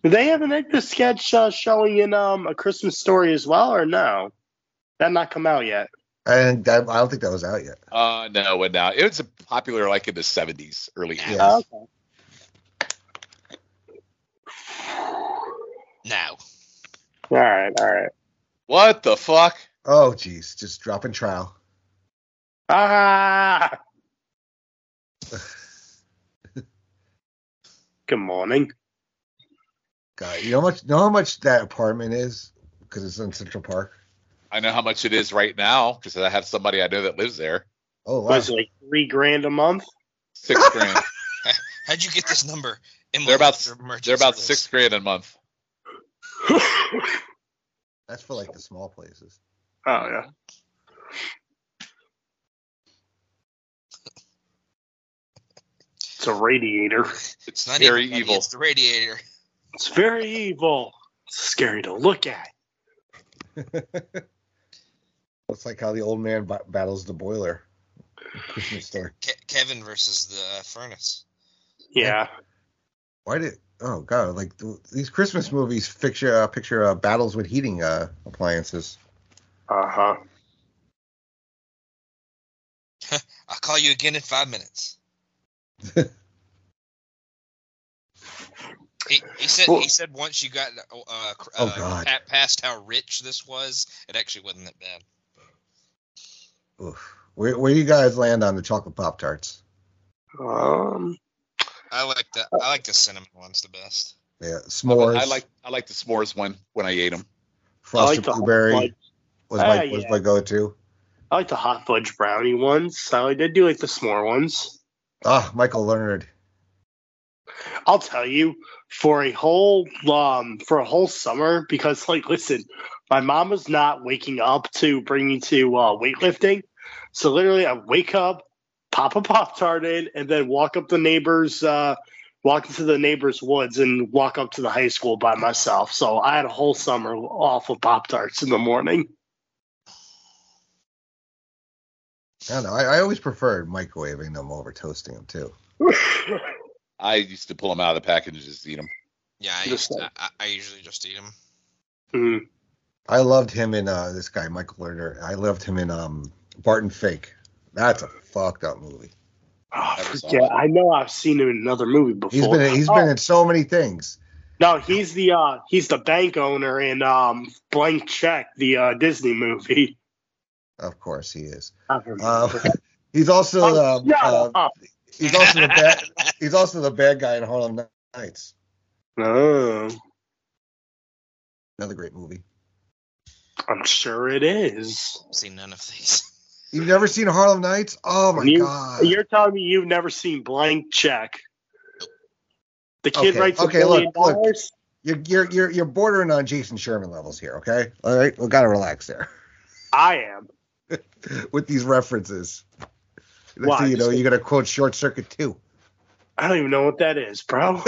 Speaker 7: Do they have an extra sketch uh, showing in um, a Christmas story as well, or no? That not come out yet.
Speaker 3: And that, I don't think that was out yet.
Speaker 4: Uh, no, and now it was popular like in the seventies, early.
Speaker 5: Yeah.
Speaker 4: 80s.
Speaker 3: Yeah.
Speaker 7: Okay.
Speaker 5: Now,
Speaker 7: All right, all right.
Speaker 4: What the fuck?
Speaker 3: Oh, geez, just dropping trowel.
Speaker 7: Ah! Good morning.
Speaker 3: God, you know how much know how much that apartment is because it's in Central Park.
Speaker 4: I know how much it is right now because I have somebody I know that lives there.
Speaker 3: Oh, wow.
Speaker 7: Was it like three grand a month?
Speaker 4: Six grand.
Speaker 5: how'd you get this number? In
Speaker 4: They're about-
Speaker 5: Mother's Emergency
Speaker 4: They're about
Speaker 5: Service?
Speaker 4: six grand a month.
Speaker 7: oh
Speaker 3: that's for like the small places.
Speaker 7: Oh, yeah. It's a radiator.
Speaker 4: It's
Speaker 5: It's not
Speaker 4: very
Speaker 5: even money,
Speaker 4: evil.
Speaker 5: It's the radiator.
Speaker 7: It's very evil. It's scary to look at.
Speaker 3: It's like how the old man b- battles the boiler. Christmas story.
Speaker 5: Ke- Kevin versus the uh, furnace.
Speaker 7: Yeah.
Speaker 3: Why did? Oh God! Like th- these Christmas movies picture uh, picture uh, battles with heating uh, appliances.
Speaker 7: Uh huh.
Speaker 5: I'll call you again in five minutes. he, he said
Speaker 7: Well-
Speaker 5: he said once you got uh, uh, cr-
Speaker 3: Oh,
Speaker 5: uh,
Speaker 3: God.
Speaker 5: pa- past how rich this was, it actually wasn't that bad.
Speaker 3: Oof. Where where you guys land on the chocolate pop tarts?
Speaker 7: Um.
Speaker 5: I like the I like the cinnamon ones the best.
Speaker 3: Yeah,
Speaker 4: I
Speaker 3: s'mores.
Speaker 4: I like I like the s'mores one when I ate them.
Speaker 3: frosted
Speaker 7: I like the
Speaker 3: blueberry.
Speaker 7: hot fudge.
Speaker 3: was my
Speaker 7: Ah,
Speaker 3: was
Speaker 7: yeah.
Speaker 3: my go to.
Speaker 7: I like the hot fudge brownie ones. I did do like the s'more ones.
Speaker 3: Ah, Michael Leonard.
Speaker 7: I'll tell you, for a whole um, for a whole summer, because like, listen, my mom was not waking up to bring me to uh, weightlifting, so literally, I wake up, pop a pop tart in, and then walk up the neighbor's, uh, walk into the neighbor's woods, and walk up to the high school by myself. So I had a whole summer off of pop tarts in the morning.
Speaker 3: I don't know. I, I always preferred microwaving them over toasting them too.
Speaker 4: I used to pull them out of the package and just eat them.
Speaker 5: Yeah, I,
Speaker 7: The
Speaker 5: used
Speaker 7: same.
Speaker 5: to, I, I usually just eat them.
Speaker 7: Mm.
Speaker 3: I loved him in uh, this guy Michael Lerner. I loved him in um, Barton Fink. That's a fucked up movie.
Speaker 7: Oh,
Speaker 4: Never saw
Speaker 7: forget.
Speaker 4: it.
Speaker 7: I know I've seen him in another movie before.
Speaker 3: He's been he's
Speaker 7: Oh,
Speaker 3: been in so many things.
Speaker 7: No, he's the uh he's the bank owner in um Blank Check, the uh Disney movie.
Speaker 3: Of course he is.
Speaker 7: I remember.
Speaker 3: Um, he's also
Speaker 7: Oh,
Speaker 3: um,
Speaker 7: shut
Speaker 3: uh,
Speaker 7: up.
Speaker 3: he's also the bad he's also the bad guy in Harlem Nights.
Speaker 7: Oh,
Speaker 3: Another great movie.
Speaker 7: I'm sure it is.
Speaker 5: See none of these.
Speaker 3: You've never seen Harlem Nights? Oh my
Speaker 7: You-
Speaker 3: god!
Speaker 7: You're telling me you've never seen Blank Check? The kid
Speaker 3: Okay,
Speaker 7: writes
Speaker 3: okay,
Speaker 7: a
Speaker 3: look,
Speaker 7: million
Speaker 3: look.
Speaker 7: dollars.
Speaker 3: You're you're you're you're bordering on Jason Sherman levels here. Okay, all right, we gotta relax there
Speaker 7: I am.
Speaker 3: with these references. Next
Speaker 7: Why?
Speaker 3: thing you know, you're gonna quote Short Circuit too.
Speaker 7: I don't even know what that is, bro.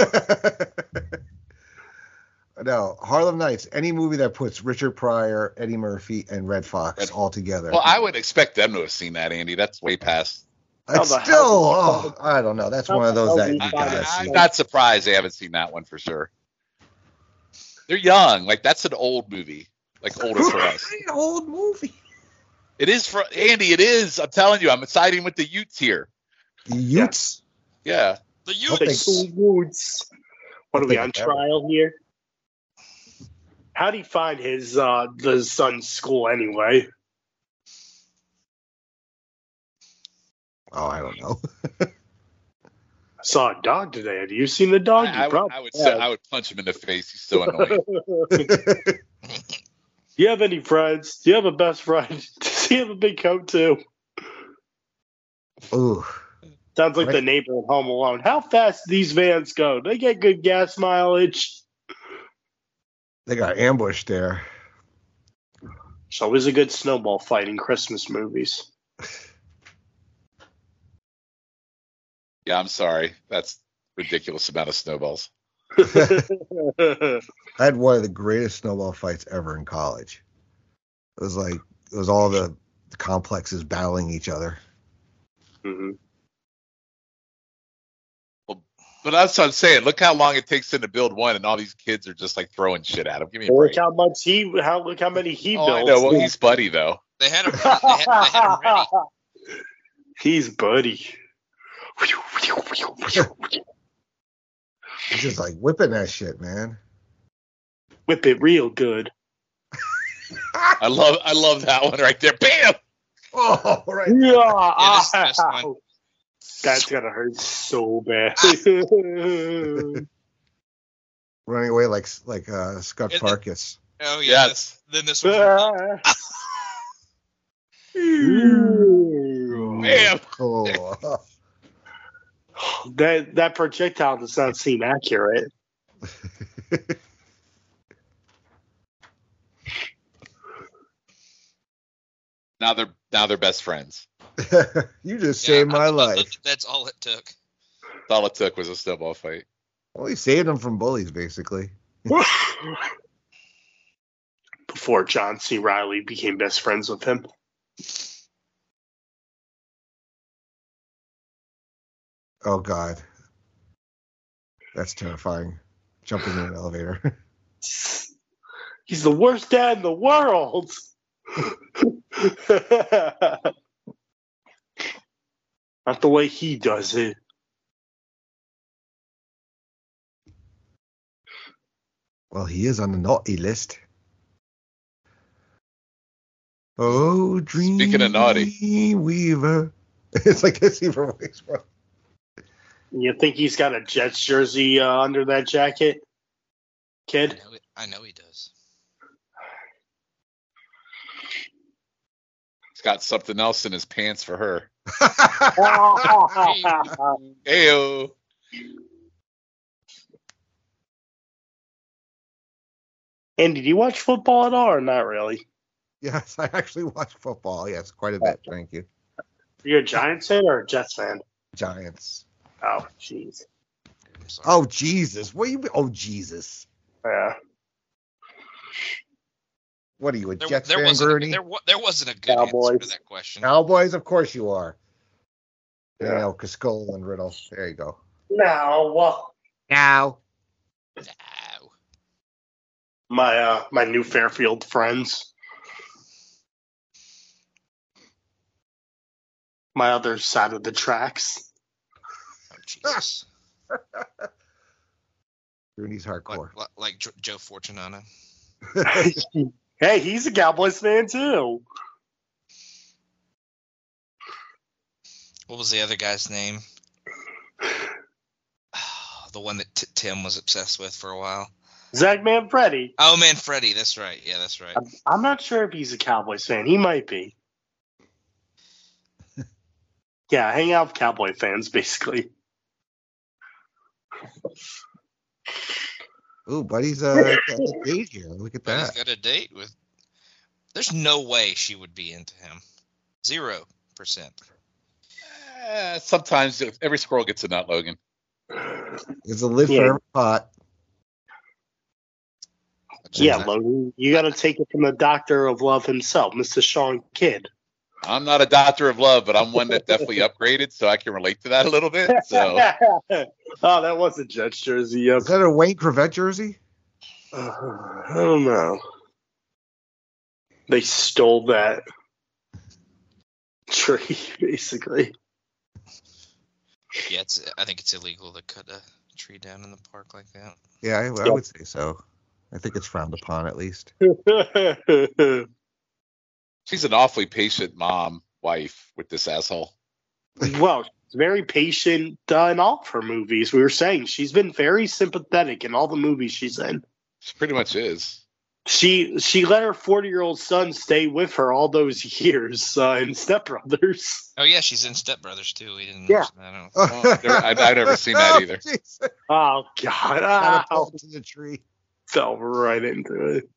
Speaker 3: no, Harlem Nights. Any movie that puts Richard Pryor, Eddie Murphy, and Red Fox
Speaker 4: Red-
Speaker 3: all together.
Speaker 4: Well, I would expect them to have seen that, Andy. That's way past.
Speaker 3: It's
Speaker 7: How the
Speaker 3: still, oh,
Speaker 7: hell
Speaker 3: I don't know. That's
Speaker 7: How
Speaker 3: one of
Speaker 7: the
Speaker 3: those
Speaker 7: hell
Speaker 3: that
Speaker 7: do
Speaker 3: you
Speaker 7: you
Speaker 4: I,
Speaker 7: find
Speaker 3: gotta
Speaker 7: out?
Speaker 3: see.
Speaker 4: am not surprised they haven't seen that one for sure. They're young. Like that's an old movie. Like older for us.
Speaker 3: An old movie.
Speaker 4: It is for Andy. It is. I'm telling you. I'm siding with the Utes here.
Speaker 3: The Utes.
Speaker 4: Yeah.
Speaker 5: The
Speaker 3: Hope they-
Speaker 5: youth.
Speaker 7: Two woods. What are we
Speaker 3: I'll
Speaker 7: on
Speaker 3: take it.
Speaker 7: trial here? How do you find his uh the son's school anyway?
Speaker 3: Oh, I don't know.
Speaker 7: I saw a dog today. Have you seen the dog?
Speaker 4: I, I
Speaker 7: You
Speaker 4: would.
Speaker 7: probably
Speaker 4: I would,
Speaker 7: have.
Speaker 4: I would punch him in the face. He's so annoying.
Speaker 7: Do you have any friends? Do you have a best friend? Does he have a big coat too?
Speaker 3: Ooh,
Speaker 7: Sounds like the
Speaker 3: Right.
Speaker 7: neighbor in Home Alone. How fast these vans go? They get good gas mileage.
Speaker 3: they got ambushed there.
Speaker 7: It's always a good snowball fight in Christmas movies.
Speaker 4: Yeah, I'm sorry. That's ridiculous amount of snowballs.
Speaker 7: Mm-hmm.
Speaker 3: I had one of the greatest snowball fights ever in college. It was like it was all the complexes battling each other.
Speaker 7: Mhm.
Speaker 4: But that's what I'm saying. Look how long it takes them to build one, and all these kids are just like throwing shit at him. Give me a
Speaker 7: Look
Speaker 4: break.
Speaker 7: how much he, how look how many he
Speaker 4: Oh, I know.
Speaker 7: built.
Speaker 4: Well, he's buddy though.
Speaker 5: They had him. They had, they had 'em ready.
Speaker 7: he's buddy.
Speaker 3: He's just like whipping that shit, man.
Speaker 7: Whip it real good.
Speaker 4: I love I love that one right there. Bam!
Speaker 3: Oh, right.
Speaker 7: Yeah, ah.
Speaker 5: this- this one.
Speaker 7: that's gonna hurt so bad.
Speaker 3: Running away like like uh, Scott
Speaker 5: It-
Speaker 3: Farkas.
Speaker 5: Oh yeah.
Speaker 4: Yes.
Speaker 5: this- then this one.
Speaker 4: Bam!
Speaker 7: that
Speaker 3: Oh,
Speaker 7: that projectile does not seem accurate.
Speaker 4: Now they're now they're best friends.
Speaker 3: you just
Speaker 5: Yeah,
Speaker 3: saved my
Speaker 5: I- I-
Speaker 3: life.
Speaker 5: That's all it took.
Speaker 4: That's all it took was a snowball fight.
Speaker 3: Well, he saved him from bullies, basically.
Speaker 7: Before John C. Riley became best friends with him.
Speaker 3: Oh God, that's terrifying. Jumping in an elevator.
Speaker 7: He's the worst dad in the world. Not the way he does it.
Speaker 3: well, he is on the naughty list. Oh, dream.
Speaker 4: Speaking of naughty.
Speaker 3: Weaver. It's like this even worse.
Speaker 7: You think he's got a Jets jersey uh, under that jacket,
Speaker 5: I
Speaker 7: kid?
Speaker 5: know, it- I know he does.
Speaker 4: He's got something else in his pants for her.
Speaker 7: That's
Speaker 4: Ayo.
Speaker 7: Andy, do you watch football at all or not really?
Speaker 3: yes, I actually watch football. Yes, quite a bit. Thank you.
Speaker 7: You're a Giants fan or a Jets fan?
Speaker 3: Giants.
Speaker 7: Oh, jeez.
Speaker 5: I'm sorry.
Speaker 3: Oh Jesus! What you? Oh Jesus!
Speaker 7: Yeah.
Speaker 3: What are you a
Speaker 5: there,
Speaker 3: Jets
Speaker 5: there
Speaker 3: fan,
Speaker 5: wasn't.
Speaker 3: Grooney?
Speaker 5: There, wa- there wasn't a good answer
Speaker 7: Cowboys.
Speaker 5: to that question.
Speaker 3: Cowboys, of course you are. You
Speaker 7: Yeah.
Speaker 3: know, Cascola and Riddle. There you go.
Speaker 7: Now, well,
Speaker 3: Now.
Speaker 5: No.
Speaker 7: my uh, my new Fairfield friends. My other side of the tracks.
Speaker 5: Oh, Jesus.
Speaker 3: Rooney's hardcore.
Speaker 5: like, like, like Jo- Joe Fortunato.
Speaker 7: hey, he's a Cowboys fan too.
Speaker 5: What was the other guy's name? the one that t- Tim was obsessed with for a while.
Speaker 7: Zach Manfredi.
Speaker 5: Oh man, Freddie. That's right. Yeah, that's right.
Speaker 7: I'm, I'm not sure if he's a Cowboys fan. He might be. Yeah, hang out with Cowboy fans, basically.
Speaker 3: Ooh, buddy's uh, got the age here. Look at
Speaker 5: But he's
Speaker 3: that.
Speaker 5: got a date with. There's no way she would be into him. Zero percent.
Speaker 4: Eh, sometimes every squirrel gets a nut, Logan.
Speaker 3: It's a live
Speaker 7: Yeah.
Speaker 3: forever pot.
Speaker 7: Yeah, Logan, you got to take it from the doctor of love himself, Mr. Sean Kidd.
Speaker 4: I'm not a doctor of love, but I'm one that definitely upgraded, so I can relate to that a little bit. So
Speaker 7: oh, that was a Jets jersey. Yep.
Speaker 3: Is that a Wayne Cravett jersey?
Speaker 7: Uh, I don't know. They stole that tree, basically.
Speaker 5: Yeah, it's, I think it's illegal to cut a tree down in the park like that.
Speaker 3: Yeah, I, I would say so. I think it's frowned upon at least.
Speaker 4: she's an awfully patient mom, wife with this asshole.
Speaker 7: well, she's very patient uh, in all of her movies. We were saying she's been very sympathetic in all the movies she's in.
Speaker 4: She pretty much is.
Speaker 7: She she let her forty year old son stay with her all those years uh, in Step Brothers.
Speaker 5: Oh yeah, she's in Step Brothers too. We didn't.
Speaker 7: Yeah.
Speaker 5: mention that, I don't
Speaker 4: Oh, there- I- I've never seen that either.
Speaker 3: Jeez.
Speaker 7: Oh God!
Speaker 3: Got
Speaker 7: Ah,
Speaker 3: a pole to the tree.
Speaker 7: fell right into it.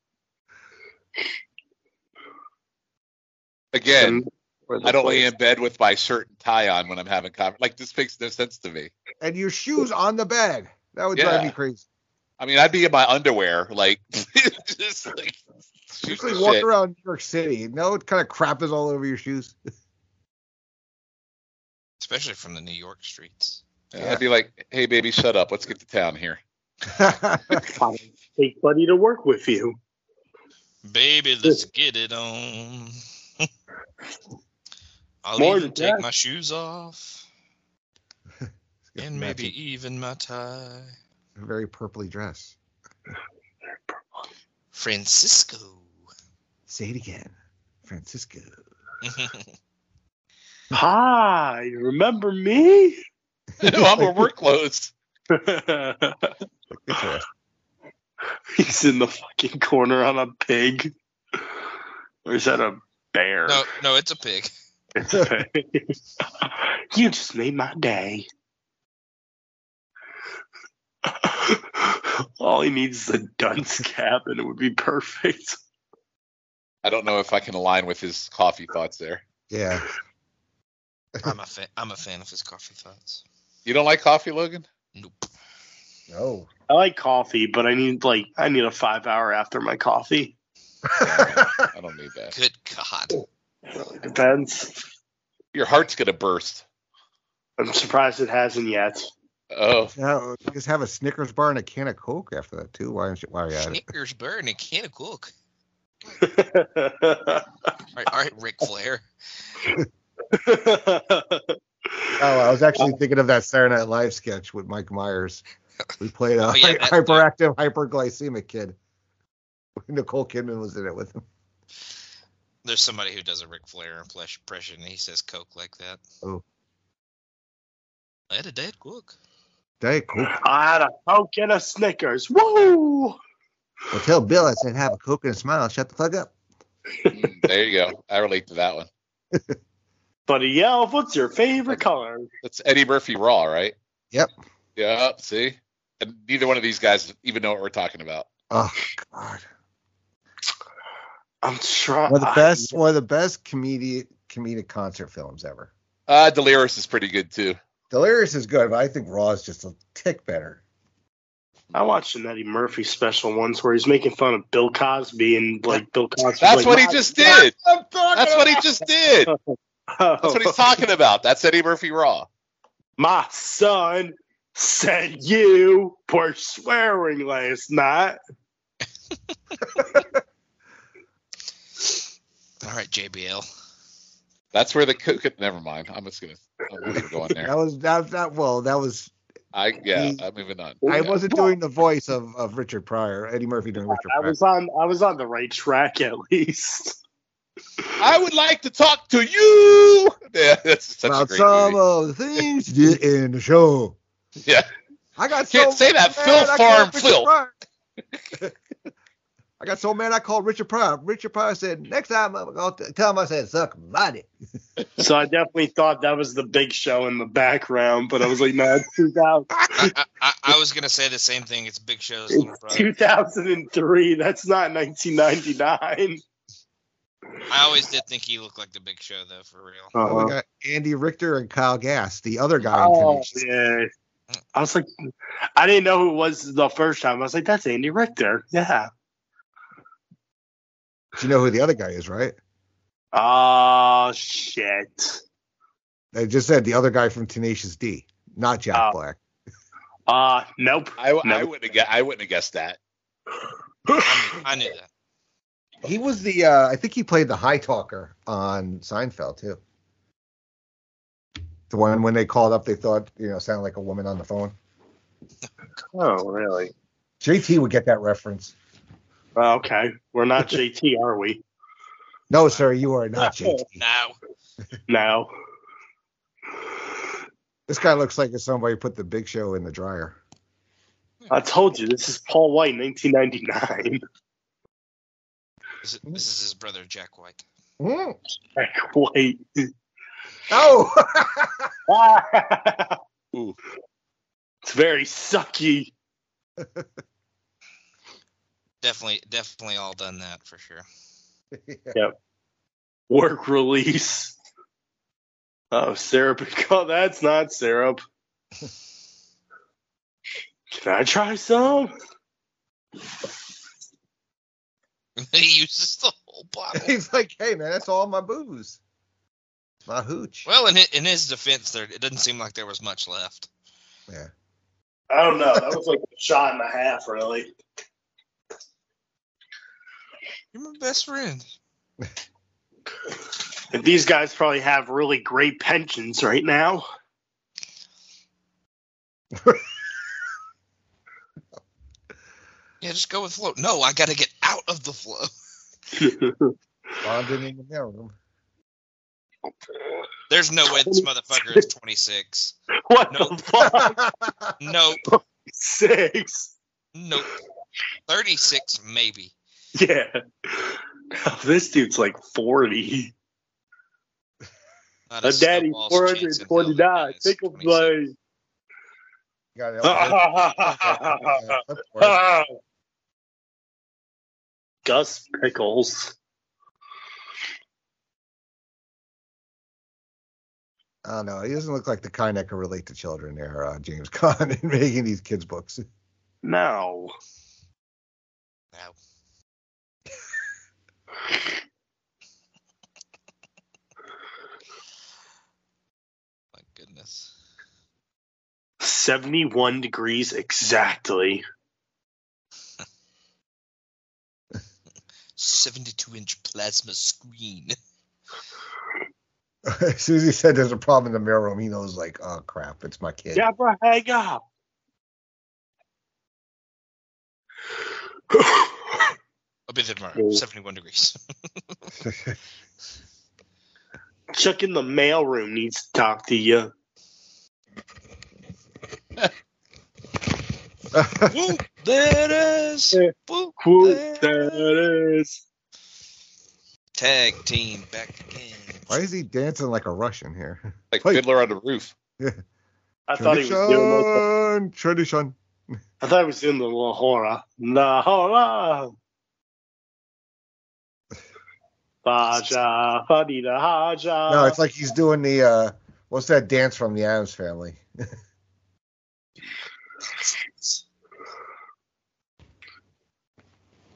Speaker 4: Again,
Speaker 7: for the
Speaker 4: I don't lay
Speaker 7: place.
Speaker 4: in bed with my shirt and tie on when I'm having conver Like this makes no sense to me.
Speaker 3: and your shoes on the bed. That would drive
Speaker 4: Yeah.
Speaker 3: me crazy.
Speaker 4: I mean, I'd be in my underwear, like just like shoot
Speaker 3: Usually
Speaker 4: the
Speaker 3: walk
Speaker 4: shit.
Speaker 3: around New York City. You know what kind of crap is all over your shoes?
Speaker 5: especially from the New York streets.
Speaker 4: I'd be like, "Hey, baby, shut up. Let's get to town here."
Speaker 7: Take Buddy to work with you.
Speaker 5: Baby, let's get it on. I'll
Speaker 7: More
Speaker 5: even
Speaker 7: than
Speaker 5: take
Speaker 7: that.
Speaker 5: my shoes off and maybe even my tie.
Speaker 3: very purpley dress.
Speaker 5: Francisco.
Speaker 3: Say it again, Francisco.
Speaker 7: Hi, you remember me?
Speaker 4: no, I'm wearing work clothes.
Speaker 7: He's in the fucking corner on a pig. Or is that a bear?
Speaker 5: no, no, it's a pig.
Speaker 7: It's a pig. you just made my day. All he needs is a dunce cap and it would be perfect.
Speaker 4: I don't know if I can align with his coffee thoughts there.
Speaker 3: Yeah,
Speaker 5: I'm a fan. I'm a fan of his coffee thoughts.
Speaker 4: You don't like coffee, Logan?
Speaker 5: Nope.
Speaker 4: Oh.
Speaker 3: no.
Speaker 7: I like coffee, but I need like I need a five hour after my coffee.
Speaker 4: I don't need that.
Speaker 5: Good
Speaker 7: Oh,
Speaker 5: God.
Speaker 7: Really depends.
Speaker 4: Your heart's gonna burst.
Speaker 7: I'm surprised it hasn't yet.
Speaker 4: Oh,
Speaker 3: no, just have a Snickers bar and a can of Coke after that too. Why aren't you? Why uh, are you at it?
Speaker 5: Snickers bar and a can of Coke.
Speaker 7: oh,
Speaker 5: All right, all right, Ric Flair.
Speaker 3: Oh, I was actually thinking of that Saturday Night Live sketch with Mike Myers. We played a
Speaker 5: Oh, yeah, that-
Speaker 3: hyperactive, hyperglycemic kid. Nicole Kidman was in it with him.
Speaker 5: There's somebody who does a Ric Flair impression. and He says Coke like that.
Speaker 3: Oh.
Speaker 5: I had a dead Coke.
Speaker 3: Diet Coke.
Speaker 7: I had a Coke and a Snickers. Woo!
Speaker 3: Well, tell Bill I said have a Coke and a smile. Shut the fuck up.
Speaker 4: mm, there you go. I relate to that one.
Speaker 7: Buddy Yelp, what's your favorite color?
Speaker 4: That's Eddie Murphy Raw, right?
Speaker 3: Yep.
Speaker 4: Yep. See, and neither one of these guys even know what we're talking about.
Speaker 3: Oh God.
Speaker 7: I'm trying.
Speaker 3: One of the best, one of the best comedic comedic concert films ever.
Speaker 4: Uh, Delirious is pretty good too.
Speaker 3: Delirious is good, but I think Raw is just a tick better.
Speaker 7: I watched an Eddie Murphy special once where he's making fun of Bill Cosby and like Bill Cosby.
Speaker 4: That's
Speaker 7: like,
Speaker 4: what he
Speaker 7: "My
Speaker 4: just
Speaker 7: God."
Speaker 4: did. That's what he just did. That's what he's talking about. That's Eddie Murphy Raw.
Speaker 7: My son said you were swearing last night.
Speaker 5: All right, JBL.
Speaker 4: That's where the cook. Never mind. I'm just gonna. I'm not gonna go on there.
Speaker 3: That was that that well, that was
Speaker 4: I yeah. I'm moving on.
Speaker 3: I
Speaker 7: Oh,
Speaker 4: Yeah.
Speaker 3: wasn't doing the voice of, of Richard Pryor, Eddie Murphy doing Richard
Speaker 7: I
Speaker 3: Pryor.
Speaker 7: was on. I was on the right track at least.
Speaker 4: I would like to talk to you. Yeah, that's such a
Speaker 3: about
Speaker 4: great
Speaker 3: some
Speaker 4: movie.
Speaker 3: of the things you did in the show.
Speaker 4: Yeah.
Speaker 3: I got
Speaker 4: Can't
Speaker 3: so
Speaker 4: say
Speaker 3: mad,
Speaker 4: that. Phil
Speaker 3: I
Speaker 4: Farm
Speaker 3: called Richard
Speaker 4: Phil.
Speaker 3: Pryor. I got so mad I called Richard Pryor. Richard Pryor said, "Next time I'm gonna t- tell him I said suck my dick."
Speaker 7: So I definitely thought that was the big show in the background, but I was like, no, it's 2000,
Speaker 5: I, I, I, I was gonna say the same thing. It's Big Show's little
Speaker 7: it's
Speaker 5: brother.
Speaker 7: 2003. That's not 1999.
Speaker 5: I always did think he looked like the Big Show though, for real.
Speaker 3: Oh, we got Andy Richter and Kyle Gass, the other guy. in
Speaker 7: Uh-huh. Oh,
Speaker 3: Connections.
Speaker 7: yeah. I was like, I didn't know who it was the first time. I was like, that's Andy Richter. Yeah.
Speaker 3: But you know who the other guy is, right?
Speaker 7: Oh, shit.
Speaker 3: I just said the other guy from Tenacious D, not Jack
Speaker 7: Oh.
Speaker 3: Black.
Speaker 7: Uh, nope.
Speaker 4: I, I
Speaker 7: Never-
Speaker 4: wouldn't have. gue- I wouldn't have guessed that.
Speaker 5: I knew, I knew that.
Speaker 3: He was the. Uh, I think he played the high talker on Seinfeld too. The one when they called up, they thought you know sounded like a woman on the phone.
Speaker 7: Oh, really?
Speaker 3: JT would get that reference.
Speaker 7: Oh, okay. We're not JT, are we?
Speaker 3: No, sir, you are not JT.
Speaker 7: Oh.
Speaker 5: Now
Speaker 7: No.
Speaker 3: This guy looks like if somebody put the Big Show in the dryer.
Speaker 7: I told you, this is Paul White, 1999.
Speaker 5: this, this is his brother Jack White.
Speaker 7: Hmm.
Speaker 3: Mm.
Speaker 7: Jack White.
Speaker 3: Oh,
Speaker 4: Ooh.
Speaker 7: It's very sucky.
Speaker 5: Definitely, definitely all done that for sure.
Speaker 3: Yeah.
Speaker 7: work release. Oh, syrup. God, that's not syrup. Can I try some?
Speaker 5: he uses the whole bottle.
Speaker 3: He's like, hey man, that's all my booze, my hooch.
Speaker 5: Well, in his, in his defense, there it doesn't seem like there was much left.
Speaker 7: I don't know. That was like a shot and a half, really.
Speaker 5: You're my best friend.
Speaker 7: And these guys probably have really great pensions right now.
Speaker 5: Yeah, just go with flow. No, I got to get out of the flow.
Speaker 3: Bonding in the mailroom.
Speaker 5: There's no way this motherfucker is 26.
Speaker 7: what
Speaker 5: No.
Speaker 7: the fuck?
Speaker 5: Nope,
Speaker 7: Six.
Speaker 5: nope. 36 maybe.
Speaker 7: Yeah. This dude's like 40.
Speaker 5: Not
Speaker 7: My daddy's
Speaker 5: snowball's chance in hell that
Speaker 7: 449.
Speaker 5: man is
Speaker 7: Think of
Speaker 5: 26.
Speaker 7: my.
Speaker 3: Got it.
Speaker 7: Ah! Gus Pickles.
Speaker 3: I don't know. He doesn't look like the kind that can relate to children there, uh, James Conn, in making these kids' books.
Speaker 7: No.
Speaker 5: No. My goodness.
Speaker 7: 71 degrees exactly.
Speaker 5: 72 inch plasma screen.
Speaker 3: as soon as he said there's a problem in the mailroom, he knows, like, oh crap, it's my kid.
Speaker 7: Deborah, hang up.
Speaker 5: I'll be there tomorrow.
Speaker 7: Oh.
Speaker 5: 71 degrees.
Speaker 7: Chuck in the mailroom needs to talk to you.
Speaker 5: Whoop, there it is.
Speaker 7: Yeah.
Speaker 5: Whoop,
Speaker 7: Quote
Speaker 5: there it is.
Speaker 7: that is.
Speaker 5: Tag team back again.
Speaker 3: Why is he dancing like a Russian here?
Speaker 4: Like
Speaker 3: Wait.
Speaker 4: Fiddler on the Roof.
Speaker 7: I thought he was doing the,
Speaker 3: Tradition, tradition.
Speaker 7: I thought he was doing the little horror. La horror. Baja, Fadida, Haja.
Speaker 3: No, it's like he's doing the uh, what's that dance from the Adams Family?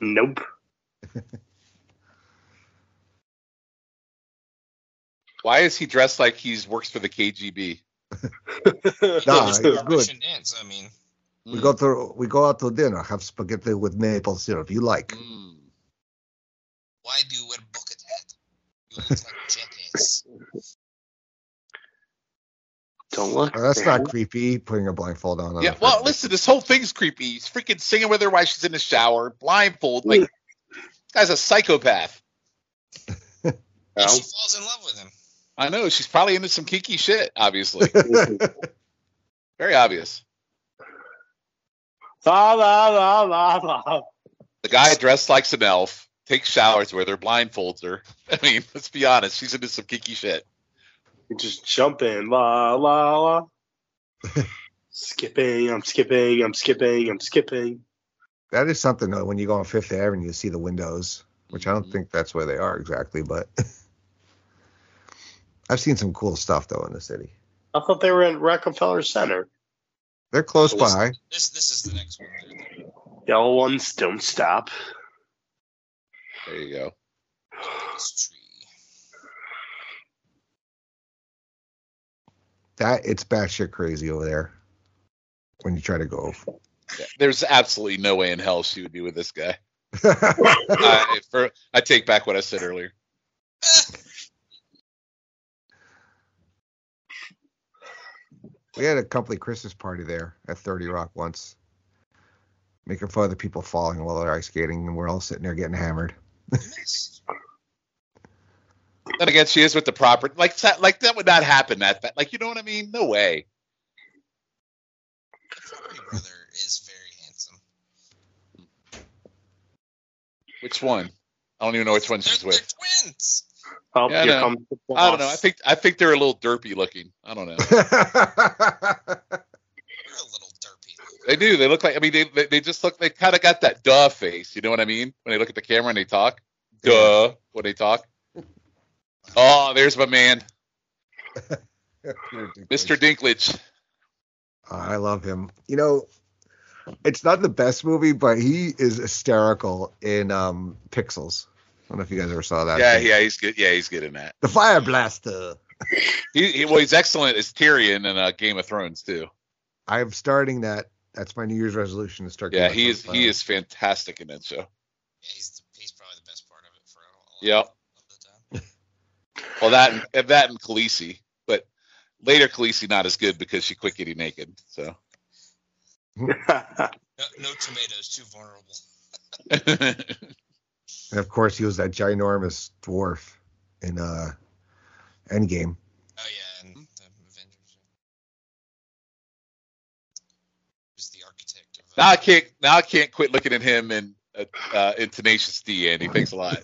Speaker 7: Nope.
Speaker 4: Why is he dressed like he's works for the KGB?
Speaker 3: Nah,
Speaker 5: It's
Speaker 3: it was
Speaker 5: a
Speaker 3: good.
Speaker 5: Russian Dance, I mean,
Speaker 3: We
Speaker 7: Mm.
Speaker 3: go to we go out to dinner, have spaghetti with maple syrup. You like?
Speaker 4: Mm.
Speaker 5: why do you wear bucket hat? You look like a jackass.
Speaker 7: Don't look.
Speaker 3: Oh, that's
Speaker 7: there.
Speaker 3: not creepy. Putting a blindfold on. on
Speaker 4: Yeah,
Speaker 3: a
Speaker 4: well,
Speaker 3: person.
Speaker 4: listen, this whole thing's creepy. He's freaking singing with her while she's in the shower, blindfold. Like, guy's a psychopath.
Speaker 5: And
Speaker 4: Well,
Speaker 5: she falls in love with him.
Speaker 4: I know she's probably into some kinky shit. Obviously, very obvious.
Speaker 7: La, la, la, la, la.
Speaker 4: The guy dressed like some elf takes showers with her, blindfolds her. I mean, let's be honest, she's into some kinky shit.
Speaker 7: You Just jump in. La, la, la. skipping, I'm skipping, I'm skipping, I'm skipping.
Speaker 3: That is something though. When you go on Fifth Avenue, you see the windows, which I don't think that's where they are exactly, but I've seen some cool stuff though in the city.
Speaker 7: I thought they were at Rockefeller Center.
Speaker 3: They're close
Speaker 5: Cool.
Speaker 3: by.
Speaker 5: This this is the next one. They're- they're-
Speaker 7: Yellow ones don't stop.
Speaker 4: There you go.
Speaker 5: This tree.
Speaker 3: That it's batshit crazy over there. When you try to go,
Speaker 4: Yeah, There's absolutely no way in hell she would be with this guy. I, for, I take back what I said earlier.
Speaker 3: we had a company Christmas party there at Thirty Rock once, making fun of the people falling while they're ice skating, and we're all sitting there getting hammered.
Speaker 5: Yes.
Speaker 4: Then again, she is with the proper like that. Like that would not happen. That fa- like you know what I mean? No way.
Speaker 5: The Furry brother is very handsome.
Speaker 4: Which one? I don't even know which one
Speaker 5: They're,
Speaker 4: she's
Speaker 5: they're
Speaker 4: with.
Speaker 5: twins.
Speaker 7: Oh,
Speaker 4: Yeah, I
Speaker 7: here
Speaker 4: know.
Speaker 7: comes the boss.
Speaker 4: I don't know. I think I think they're a little derpy looking. I don't know.
Speaker 5: You're a little derpy. Luke.
Speaker 4: They do. They look like. I mean, they they, they just look. They kind of got that duh face. You know what I mean? When they look at the camera and they talk, duh. When they talk, Oh, there's my man,
Speaker 3: Peter Dinklage.
Speaker 4: Mr. Dinklage.
Speaker 3: I love him. You know, it's not the best movie, but he is hysterical in um, Pixels. I don't know if you guys ever saw that.
Speaker 4: Yeah, yeah, he's good. Yeah, he's good in that.
Speaker 3: The Fire Blaster.
Speaker 4: He, he well, he's excellent as Tyrion in uh, Game of Thrones too.
Speaker 3: I'm starting that. That's my New Year's resolution to start.
Speaker 4: Yeah,
Speaker 3: getting
Speaker 4: he is
Speaker 3: myself
Speaker 4: he
Speaker 3: fired.
Speaker 4: is fantastic in that show.
Speaker 5: Yeah, he's, he's probably the best part of it for a lot
Speaker 4: Yep.
Speaker 5: of the time.
Speaker 4: Well, that and that and Khaleesi, but later Khaleesi not as good because she quit getting naked. So
Speaker 5: No, no tomatoes, too vulnerable. Oh,
Speaker 3: And of course, he was that ginormous dwarf in uh, Endgame.
Speaker 5: Oh yeah, and the Avengers. He's the architect of. uh,
Speaker 4: now I can't now I can't quit looking at him in uh, uh, in Tenacious D, Andy. Thanks a lot.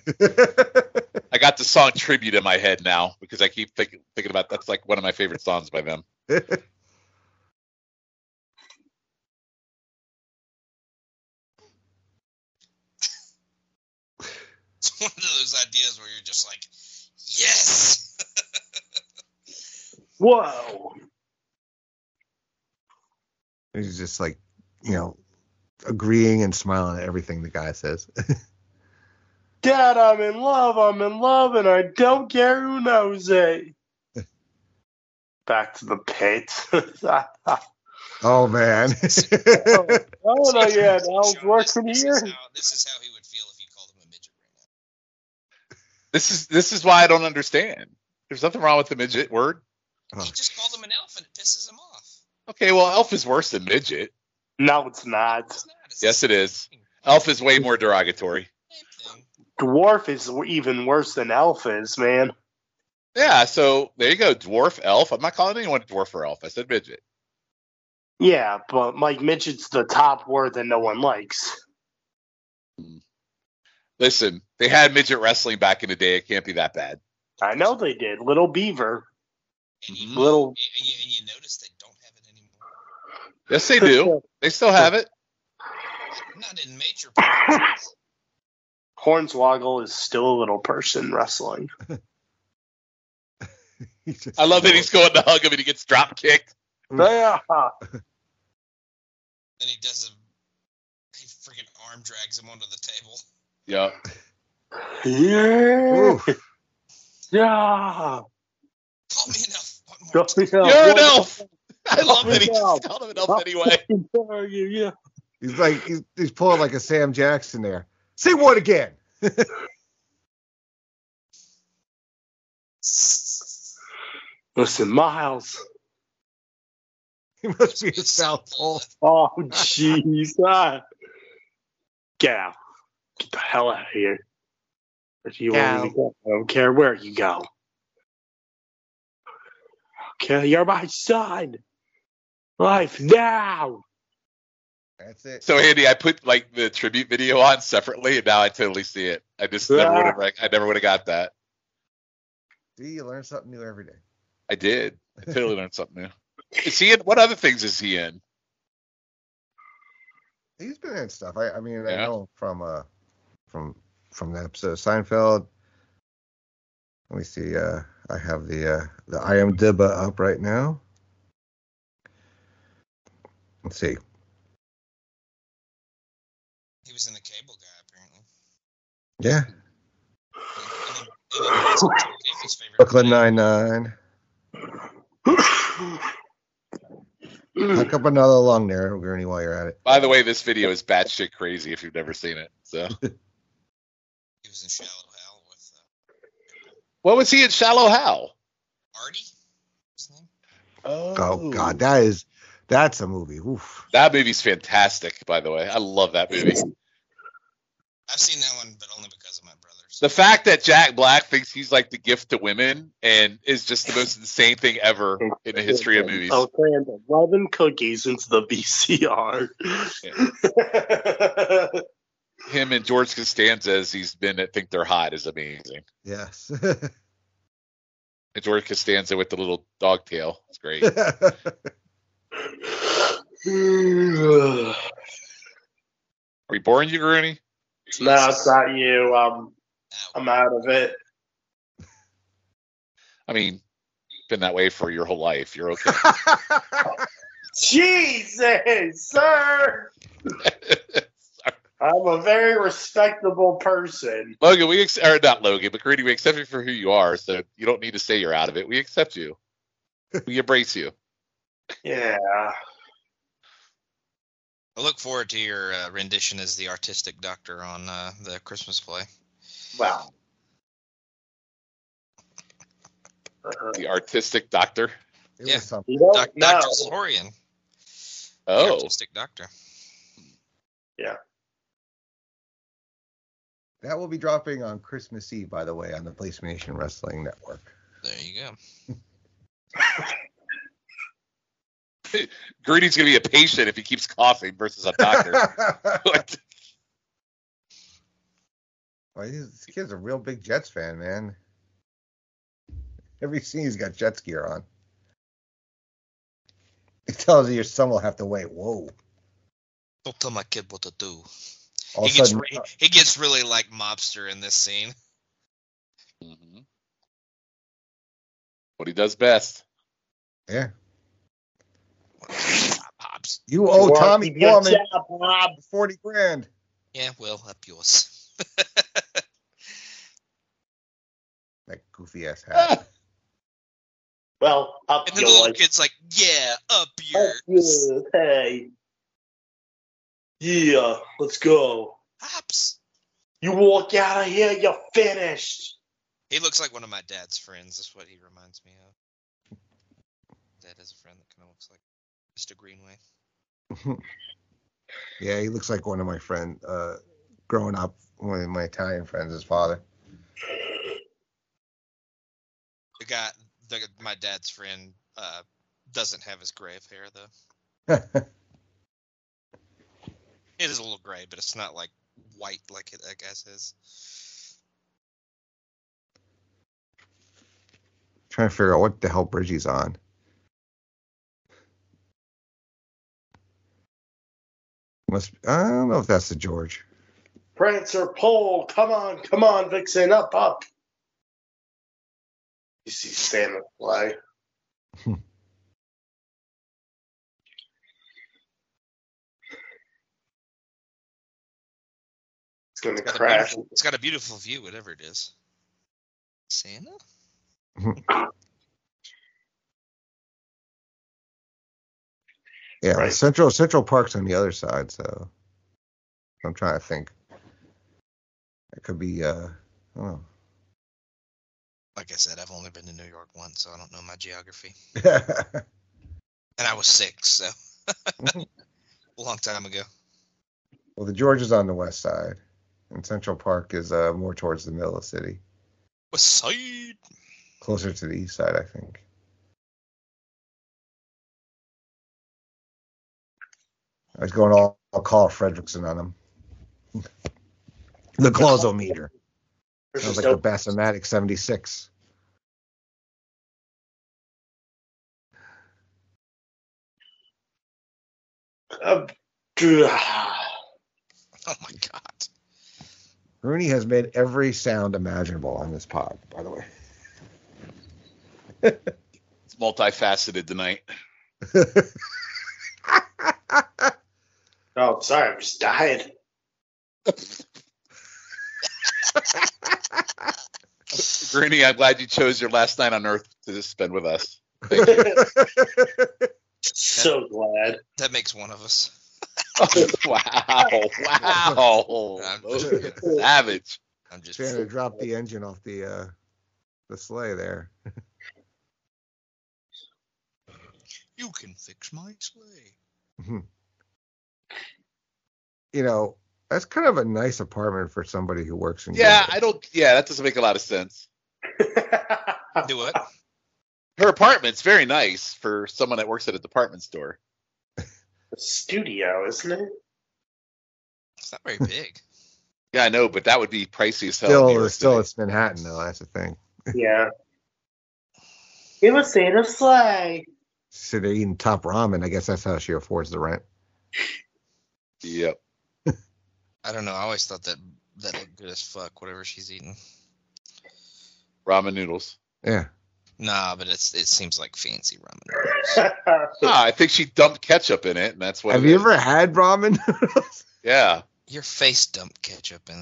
Speaker 4: I got the song tribute in my head now because I keep thinking thinking about that's like one of my favorite songs by them.
Speaker 5: It's one of those ideas where you're just like, yes.
Speaker 7: Whoa.
Speaker 3: He's just like, you know, agreeing and smiling at everything the guy says.
Speaker 7: Dad, I'm in love. I'm in love, and I don't care who knows it. Back to the pit.
Speaker 3: oh man.
Speaker 7: oh no, yeah, that was
Speaker 5: Sean, this-
Speaker 7: working
Speaker 5: this
Speaker 7: here.
Speaker 5: Is how, this is how he would feel if you called him a midget right now.
Speaker 4: This is this is why I don't understand. There's nothing wrong with the midget word.
Speaker 3: Oh.
Speaker 5: He just called him an elf, and it pisses him off.
Speaker 4: Okay, well, elf is worse than midget.
Speaker 7: no, it's not.
Speaker 5: It's not. It's
Speaker 4: Yes,
Speaker 5: the
Speaker 4: it is.
Speaker 5: same
Speaker 4: Elf is way more derogatory.
Speaker 5: thing.
Speaker 7: Dwarf is even worse than elf is, man.
Speaker 4: Yeah, so there you go. Dwarf, elf. I'm not calling anyone dwarf or elf. I said midget.
Speaker 7: Yeah, but Mike midget's the top word that no one likes.
Speaker 4: Listen, they had midget wrestling back in the day. It can't be that bad.
Speaker 7: I know they did. Little Beaver,
Speaker 5: And you,
Speaker 7: little.
Speaker 5: and you, and you notice they don't have it anymore.
Speaker 4: Yes, they do. They still have it.
Speaker 5: Not in major. productions.
Speaker 7: Hornswoggle is still a little person wrestling.
Speaker 3: He's just-
Speaker 4: I love that he's going to hug him and he gets drop kicked.
Speaker 7: Yeah.
Speaker 5: then he does a. He freaking arm drags him onto the table.
Speaker 4: Yeah.
Speaker 7: Yeah.
Speaker 3: Oof.
Speaker 7: Yeah.
Speaker 5: Call me an elf. One more
Speaker 7: You're
Speaker 5: time.
Speaker 4: You're an elf. I love that he
Speaker 7: Yeah.
Speaker 4: just called him an elf anyway.
Speaker 7: Yeah.
Speaker 3: He's like he's, he's pulling like a Sam Jackson there. Say what again?
Speaker 7: Listen, Miles.
Speaker 3: He must be a South Pole.
Speaker 7: Oh, jeez. Ah. Get out. Get the hell out of here. If you want me to go, I don't care where you go. Okay, you're my son. Life now.
Speaker 3: That's it.
Speaker 4: So Andy, I put like the tribute video on separately, and now I totally see it. I just never would have. rec- I never would have got that.
Speaker 3: Do you learn something new every day?
Speaker 4: I did. I totally learned something new. Is he in? What other things is he in?
Speaker 3: He's been in stuff. I, I mean, I
Speaker 4: Yeah.
Speaker 3: know from uh from from that episode of Seinfeld. Let me see. Uh, I have the uh the I am Dibba up right now. Let's see.
Speaker 5: He was in the cable guy apparently.
Speaker 3: Yeah,
Speaker 5: And then- and then that's his favorite
Speaker 3: Brooklyn
Speaker 5: play.
Speaker 3: Nine Nine. Look up another lung there, Gurney, while you're at it.
Speaker 4: By the way, this video is batshit crazy if you've never seen it. So,
Speaker 5: He was in Shallow Hal with uh,
Speaker 4: what was he in Shallow Hal?
Speaker 5: Artie. His name?
Speaker 3: Oh God, that is that's a movie. Oof.
Speaker 4: that movie's fantastic. By the way, I love that movie.
Speaker 5: I've seen that one, but only because of my brothers.
Speaker 4: The fact that Jack Black thinks he's like the gift to women and is just the most insane thing ever in the history of movies.
Speaker 7: I'll cram 11 cookies into the VCR.
Speaker 4: Him and George Costanza, as these men that think they're hot, is amazing.
Speaker 3: Yes.
Speaker 4: And George Costanza with the little dog tail, it's great.
Speaker 7: no,
Speaker 4: Are we boring you, Rooney?
Speaker 7: it's not you. Um, I'm out of it.
Speaker 4: I mean, been that way for your whole life. You're okay.
Speaker 7: Jesus, sir. I'm a very respectable person.
Speaker 4: Logan, we ex- or not Logan, but Greedy, we accept you for who you are, so you don't need to say you're out of it. We accept you. We embrace you.
Speaker 7: Yeah.
Speaker 5: I look forward to your uh, rendition as the artistic doctor on uh, the Christmas play.
Speaker 7: Well. Uh,
Speaker 4: The artistic doctor.
Speaker 3: It
Speaker 5: Yeah.
Speaker 3: was something.
Speaker 7: you don't
Speaker 5: Doc-
Speaker 7: know.
Speaker 5: Dr. Sorian. the
Speaker 4: Oh,
Speaker 5: artistic doctor.
Speaker 3: That will be dropping on Christmas Eve, by the way, on the PlayStation Nation Wrestling Network.
Speaker 5: There you go.
Speaker 4: Greedy's gonna be a patient if he keeps coughing versus a doctor. Like,
Speaker 3: Boy, this kid's a real big Jets fan, man. Every scene he's got Jets gear on. It tells you your son will have to wait. Whoa.
Speaker 5: Don't tell my kid what to do.
Speaker 3: All
Speaker 5: He
Speaker 3: of a
Speaker 5: gets,
Speaker 3: sudden, uh,
Speaker 5: re- he gets really like mobster in this scene.
Speaker 4: mhm. What he does best.
Speaker 3: yeah.
Speaker 5: Mobs.
Speaker 3: You owe
Speaker 7: Well,
Speaker 3: Oh, Tommy
Speaker 7: you get
Speaker 3: Gorman
Speaker 7: that, Bob.
Speaker 3: 40 grand.
Speaker 5: Yeah, well, up yours.
Speaker 3: That goofy ass hat.
Speaker 4: Ah,
Speaker 7: Well, up
Speaker 5: And then
Speaker 7: your
Speaker 5: the little
Speaker 7: life.
Speaker 5: kid's like, yeah, up
Speaker 7: Up
Speaker 5: yours.
Speaker 7: yours, Hey. Yeah, let's go.
Speaker 5: Hops.
Speaker 7: You walk out of here, you're finished.
Speaker 5: He looks like one of my dad's friends. That's what he reminds me of. Dad has a friend that kind of looks like Mr. Greenway.
Speaker 3: yeah, he looks like one of my friend uh, growing up, one of my Italian friends, his father.
Speaker 5: The guy, the, my dad's friend, uh, doesn't have his grave hair though. It is a little gray, but it's not like white like it, I guess is.
Speaker 3: Trying to figure out what the hell bridge he's on. Must I don't know if that's the George.
Speaker 7: Prancer, pole, come on, come on, Vixen, up, up. You see Santa fly. it's gonna
Speaker 5: It's got, a
Speaker 7: crash.
Speaker 5: beautiful- it's got a beautiful view, whatever it is. Santa?
Speaker 3: Yeah,
Speaker 7: Right.
Speaker 3: Central Central Park's on the other side, so I'm trying to think. It could be uh I don't know.
Speaker 5: Like I said, I've only been to New York once, so I don't know my geography. And I was six, so
Speaker 3: Mm-hmm.
Speaker 5: a long time ago.
Speaker 3: well the George is on the west side and Central Park is uh more towards the middle of the city.
Speaker 5: West side.
Speaker 3: Closer to the east side, I think. I was going all I'll call Fredrickson on him. the Clausometer.
Speaker 7: There's
Speaker 3: Sounds
Speaker 7: just
Speaker 3: like
Speaker 7: no-
Speaker 3: the Bassomatic 76.
Speaker 7: Uh, ah,
Speaker 5: Oh my god.
Speaker 3: Rooney has made every sound imaginable on this pod, by the way.
Speaker 4: It's multifaceted tonight.
Speaker 7: oh, sorry, I'm just dying.
Speaker 4: Greeny, I'm glad you chose your last night on Earth to spend with us. Thank you.
Speaker 3: That's
Speaker 7: So glad.
Speaker 5: That makes one of us.
Speaker 4: wow! Wow!
Speaker 5: I'm
Speaker 4: Those
Speaker 5: just,
Speaker 3: Oh.
Speaker 5: kidding.
Speaker 4: savage.
Speaker 5: I'm just
Speaker 3: Trying to drop the engine off the uh, the sleigh there.
Speaker 5: you can fix my sleigh.
Speaker 3: You know, that's kind of a nice apartment for somebody who works in.
Speaker 4: Yeah,
Speaker 3: Denver.
Speaker 4: I don't. Yeah, that doesn't make a lot of sense.
Speaker 5: Do what?
Speaker 4: Her apartment's very nice for someone that works at a department store.
Speaker 7: Studio, isn't it?
Speaker 5: It's not very big.
Speaker 4: Yeah, I know, but that would be pricey as hell. in New
Speaker 3: still,
Speaker 4: York
Speaker 3: still,
Speaker 4: City.
Speaker 3: it's Manhattan though. That's the thing.
Speaker 7: Yeah. It was Santa sleigh.
Speaker 3: So they're eating top ramen. I guess that's how she affords the rent.
Speaker 4: Yep.
Speaker 5: I don't know. I always thought that that looked good as fuck. Whatever she's eating.
Speaker 4: Ramen noodles.
Speaker 3: Yeah.
Speaker 5: Nah, but it's it seems like fancy ramen.
Speaker 4: Ah, I think she dumped ketchup in it, and that's what.
Speaker 3: Have
Speaker 4: it
Speaker 3: you
Speaker 4: is.
Speaker 3: ever had ramen?
Speaker 4: Yeah.
Speaker 5: Your face dumped ketchup in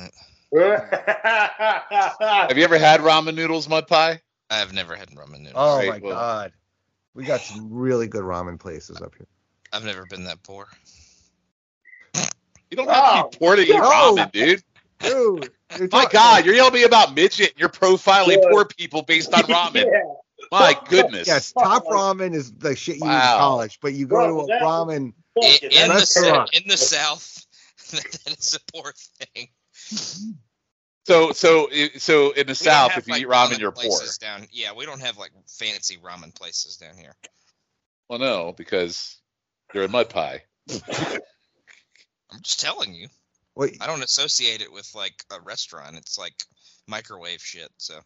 Speaker 5: it.
Speaker 4: Have you ever had ramen noodles, mud pie?
Speaker 5: I have never had ramen noodles.
Speaker 3: oh
Speaker 4: Right,
Speaker 3: my
Speaker 4: well-
Speaker 3: god, we got some really good ramen places up here.
Speaker 5: I've never been that poor.
Speaker 4: You don't have
Speaker 5: Oh,
Speaker 4: to be poor to eat
Speaker 3: no.
Speaker 4: ramen, dude.
Speaker 3: Dude, you're
Speaker 4: My
Speaker 3: talking-
Speaker 4: God, you're yelling at me about midget. and You're profiling
Speaker 7: Yeah.
Speaker 4: poor people based on ramen.
Speaker 7: Yeah.
Speaker 4: My goodness.
Speaker 3: Yes, top ramen is the shit you eat in
Speaker 4: Wow.
Speaker 3: college, but you go
Speaker 7: Bro,
Speaker 3: to a
Speaker 7: that-
Speaker 3: ramen.
Speaker 5: In,
Speaker 7: Fuck it,
Speaker 5: in the
Speaker 7: that's-
Speaker 5: south,
Speaker 3: Restaurant.
Speaker 5: in the south, that is a poor thing.
Speaker 4: So, so, so in the
Speaker 5: We don't
Speaker 4: South,
Speaker 5: have,
Speaker 4: if you
Speaker 5: like,
Speaker 4: eat ramen, you're poor.
Speaker 5: places Down, yeah, we don't have like fancy ramen places down here.
Speaker 4: Well, no, because you're a mud pie.
Speaker 5: I'm just telling you.
Speaker 3: Wait,
Speaker 5: I don't associate it with like a restaurant. It's like microwave shit. So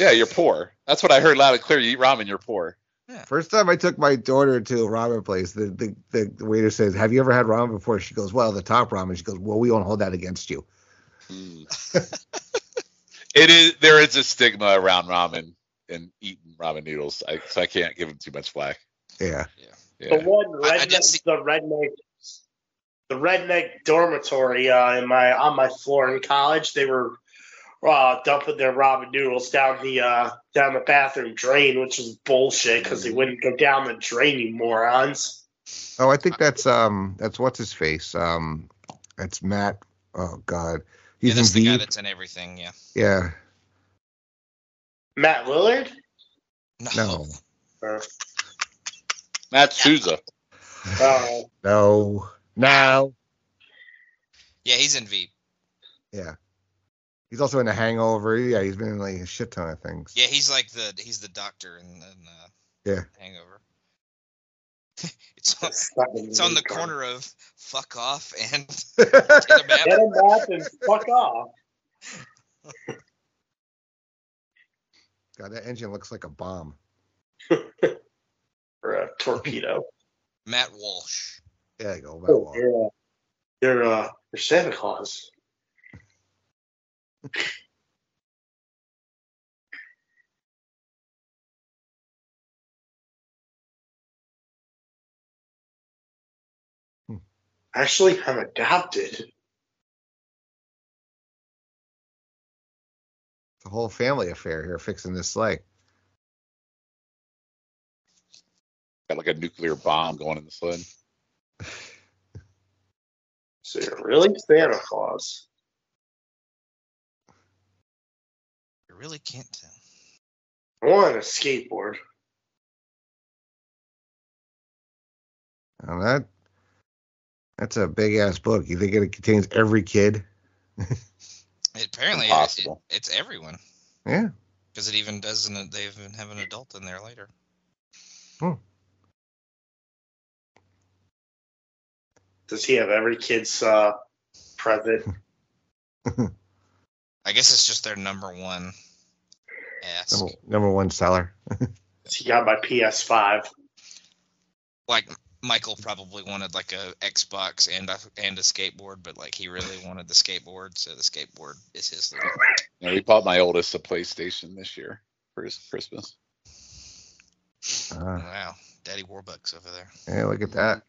Speaker 4: Yeah, you're poor. That's what I heard loud and clear. You eat ramen, you're poor.
Speaker 3: First time I took my daughter to a ramen place, the, the, the, the waiter says, Have you ever had ramen before? She goes, Well, the top ramen. She goes, Well, we won't hold that against you.
Speaker 5: Hmm.
Speaker 4: it is. There is a stigma around ramen and eating ramen noodles. I, so I can't give them too much flack.
Speaker 3: Yeah.
Speaker 4: Yeah.
Speaker 7: The one
Speaker 5: I- I
Speaker 7: redneck,
Speaker 5: did see-
Speaker 7: the redneck, the redneck dormitory uh, in my on my floor in college. They were uh, dumping their ramen noodles down the uh, down the bathroom drain, which was bullshit because
Speaker 5: Mm.
Speaker 7: they wouldn't go down the drain, you morons.
Speaker 3: Oh, I think that's um that's what's his face. Um that's Matt. Oh God.
Speaker 5: yeah,
Speaker 3: He's
Speaker 5: that's the
Speaker 3: in
Speaker 5: guy
Speaker 3: Veep.
Speaker 5: that's in everything. Yeah.
Speaker 3: Yeah.
Speaker 7: Matt Lillard.
Speaker 5: No.
Speaker 3: No.
Speaker 4: Matt Souza.
Speaker 7: Uh,
Speaker 3: No. No.
Speaker 5: Yeah, he's in Veep.
Speaker 3: He's also in the hangover. Yeah, he's been in like a shit ton of things.
Speaker 5: Yeah, he's like the he's the doctor in, in uh,
Speaker 3: Yeah.
Speaker 5: Hangover. it's on, it's on the corner of fuck off and Taylor Map.
Speaker 7: Get him back and fuck off.
Speaker 3: God, that engine looks like a bomb.
Speaker 7: Or a torpedo.
Speaker 5: Matt Walsh.
Speaker 3: Yeah, you go. Matt
Speaker 7: Oh,
Speaker 3: Wall.
Speaker 7: you're, uh, you're, uh, you're Santa Claus.
Speaker 3: Hmm.
Speaker 7: Actually, I'm adopted.
Speaker 3: It's a whole family affair here fixing this sleigh.
Speaker 4: Got like a nuclear bomb going in the sled.
Speaker 7: So you're really Santa Claus.
Speaker 5: You really can't tell.
Speaker 7: I want a skateboard.
Speaker 3: And that that's a big ass book. You think it contains every kid?
Speaker 5: It, apparently, it-
Speaker 4: Impossible.
Speaker 5: it- it's everyone
Speaker 3: Yeah.
Speaker 5: because it even does an they even have an adult in there later.
Speaker 7: Does he have every kid's uh, present?
Speaker 3: Hmm.
Speaker 5: I guess it's just their number one ask.
Speaker 3: Number, number one seller.
Speaker 7: Does he got my PS5?
Speaker 5: Like Michael probably wanted like a Xbox and a and a skateboard, but like he really wanted the skateboard, so the skateboard is his. Little...
Speaker 3: Uh-huh.
Speaker 4: You know, we bought my oldest a PlayStation this year for his Christmas.
Speaker 3: Uh,
Speaker 5: Wow, Daddy Warbucks over there.
Speaker 3: yeah, look at that.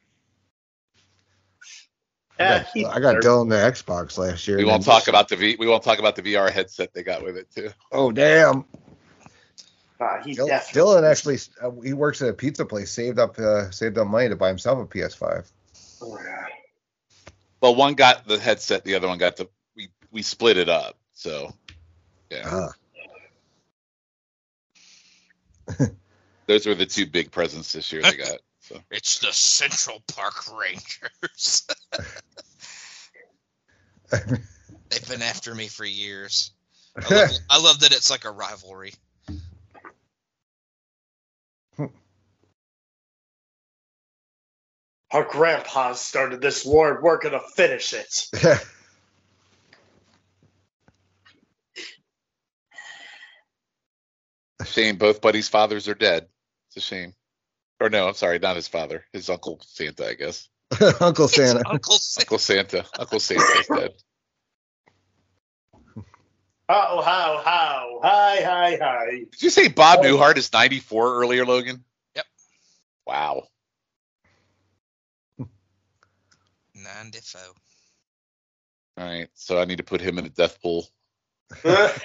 Speaker 7: Eh,
Speaker 3: I
Speaker 7: he-
Speaker 3: got, I got Dylan the Xbox last year.
Speaker 4: We
Speaker 3: and
Speaker 4: won't
Speaker 3: then-
Speaker 4: talk about the v, we won't talk about the VR headset they got with it too.
Speaker 3: Oh damn!
Speaker 7: uh, he
Speaker 3: Dylan,
Speaker 7: definitely-
Speaker 3: Dylan actually, uh, he works at a pizza place. Saved up, uh, saved up money to buy himself a PS5.
Speaker 7: Oh, yeah.
Speaker 4: Well, one got the headset, the other one got the. We we split it up. So yeah,
Speaker 3: Ah,
Speaker 4: those were the two big presents this year they got. So
Speaker 5: It's the Central Park Rangers. They've been after me for years. I love, I love that it's like a rivalry.
Speaker 7: Our grandpa started this war and we're gonna finish it.
Speaker 4: shame both buddies' fathers are dead. It's a shame. Or no, I'm sorry, not his father. His uncle Santa, I guess.
Speaker 3: Uncle Santa.
Speaker 5: Uncle Sam.
Speaker 4: Uncle Santa. Uncle Santa's dead.
Speaker 7: How, how, how. Hi, hi, hi.
Speaker 4: Did you say Bob Newhart is 94 earlier, Logan?
Speaker 5: Yep.
Speaker 4: Wow.
Speaker 5: Nine defo.
Speaker 4: All right. So I need to put him in a death pool.
Speaker 3: I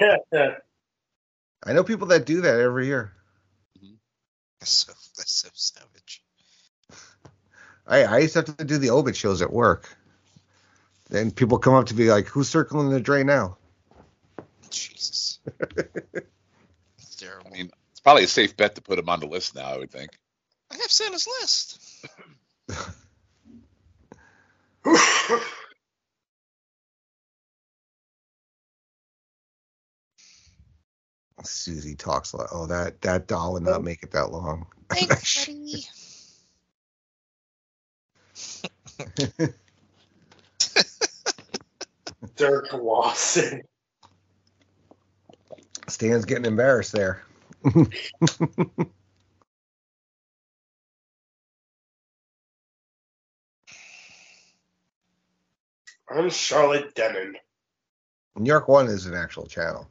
Speaker 3: know people that do that every year.
Speaker 5: That's so that's so savage.
Speaker 3: I, I used to have to do the obit shows at work. Then people come up to be like, "Who's circling the drain now?"
Speaker 5: Jesus. It's terrible.
Speaker 4: I
Speaker 5: I,
Speaker 4: mean, it's probably a safe bet to put him on the list now, I would think.
Speaker 5: have Santa's list.
Speaker 3: Susie talks a lot. Oh, that that doll would not make it that long.
Speaker 5: Thanks, buddy.
Speaker 7: Dirk Lawson.
Speaker 3: Stan's getting embarrassed there.
Speaker 7: I'm Charlotte Denon.
Speaker 3: New York One is an actual channel.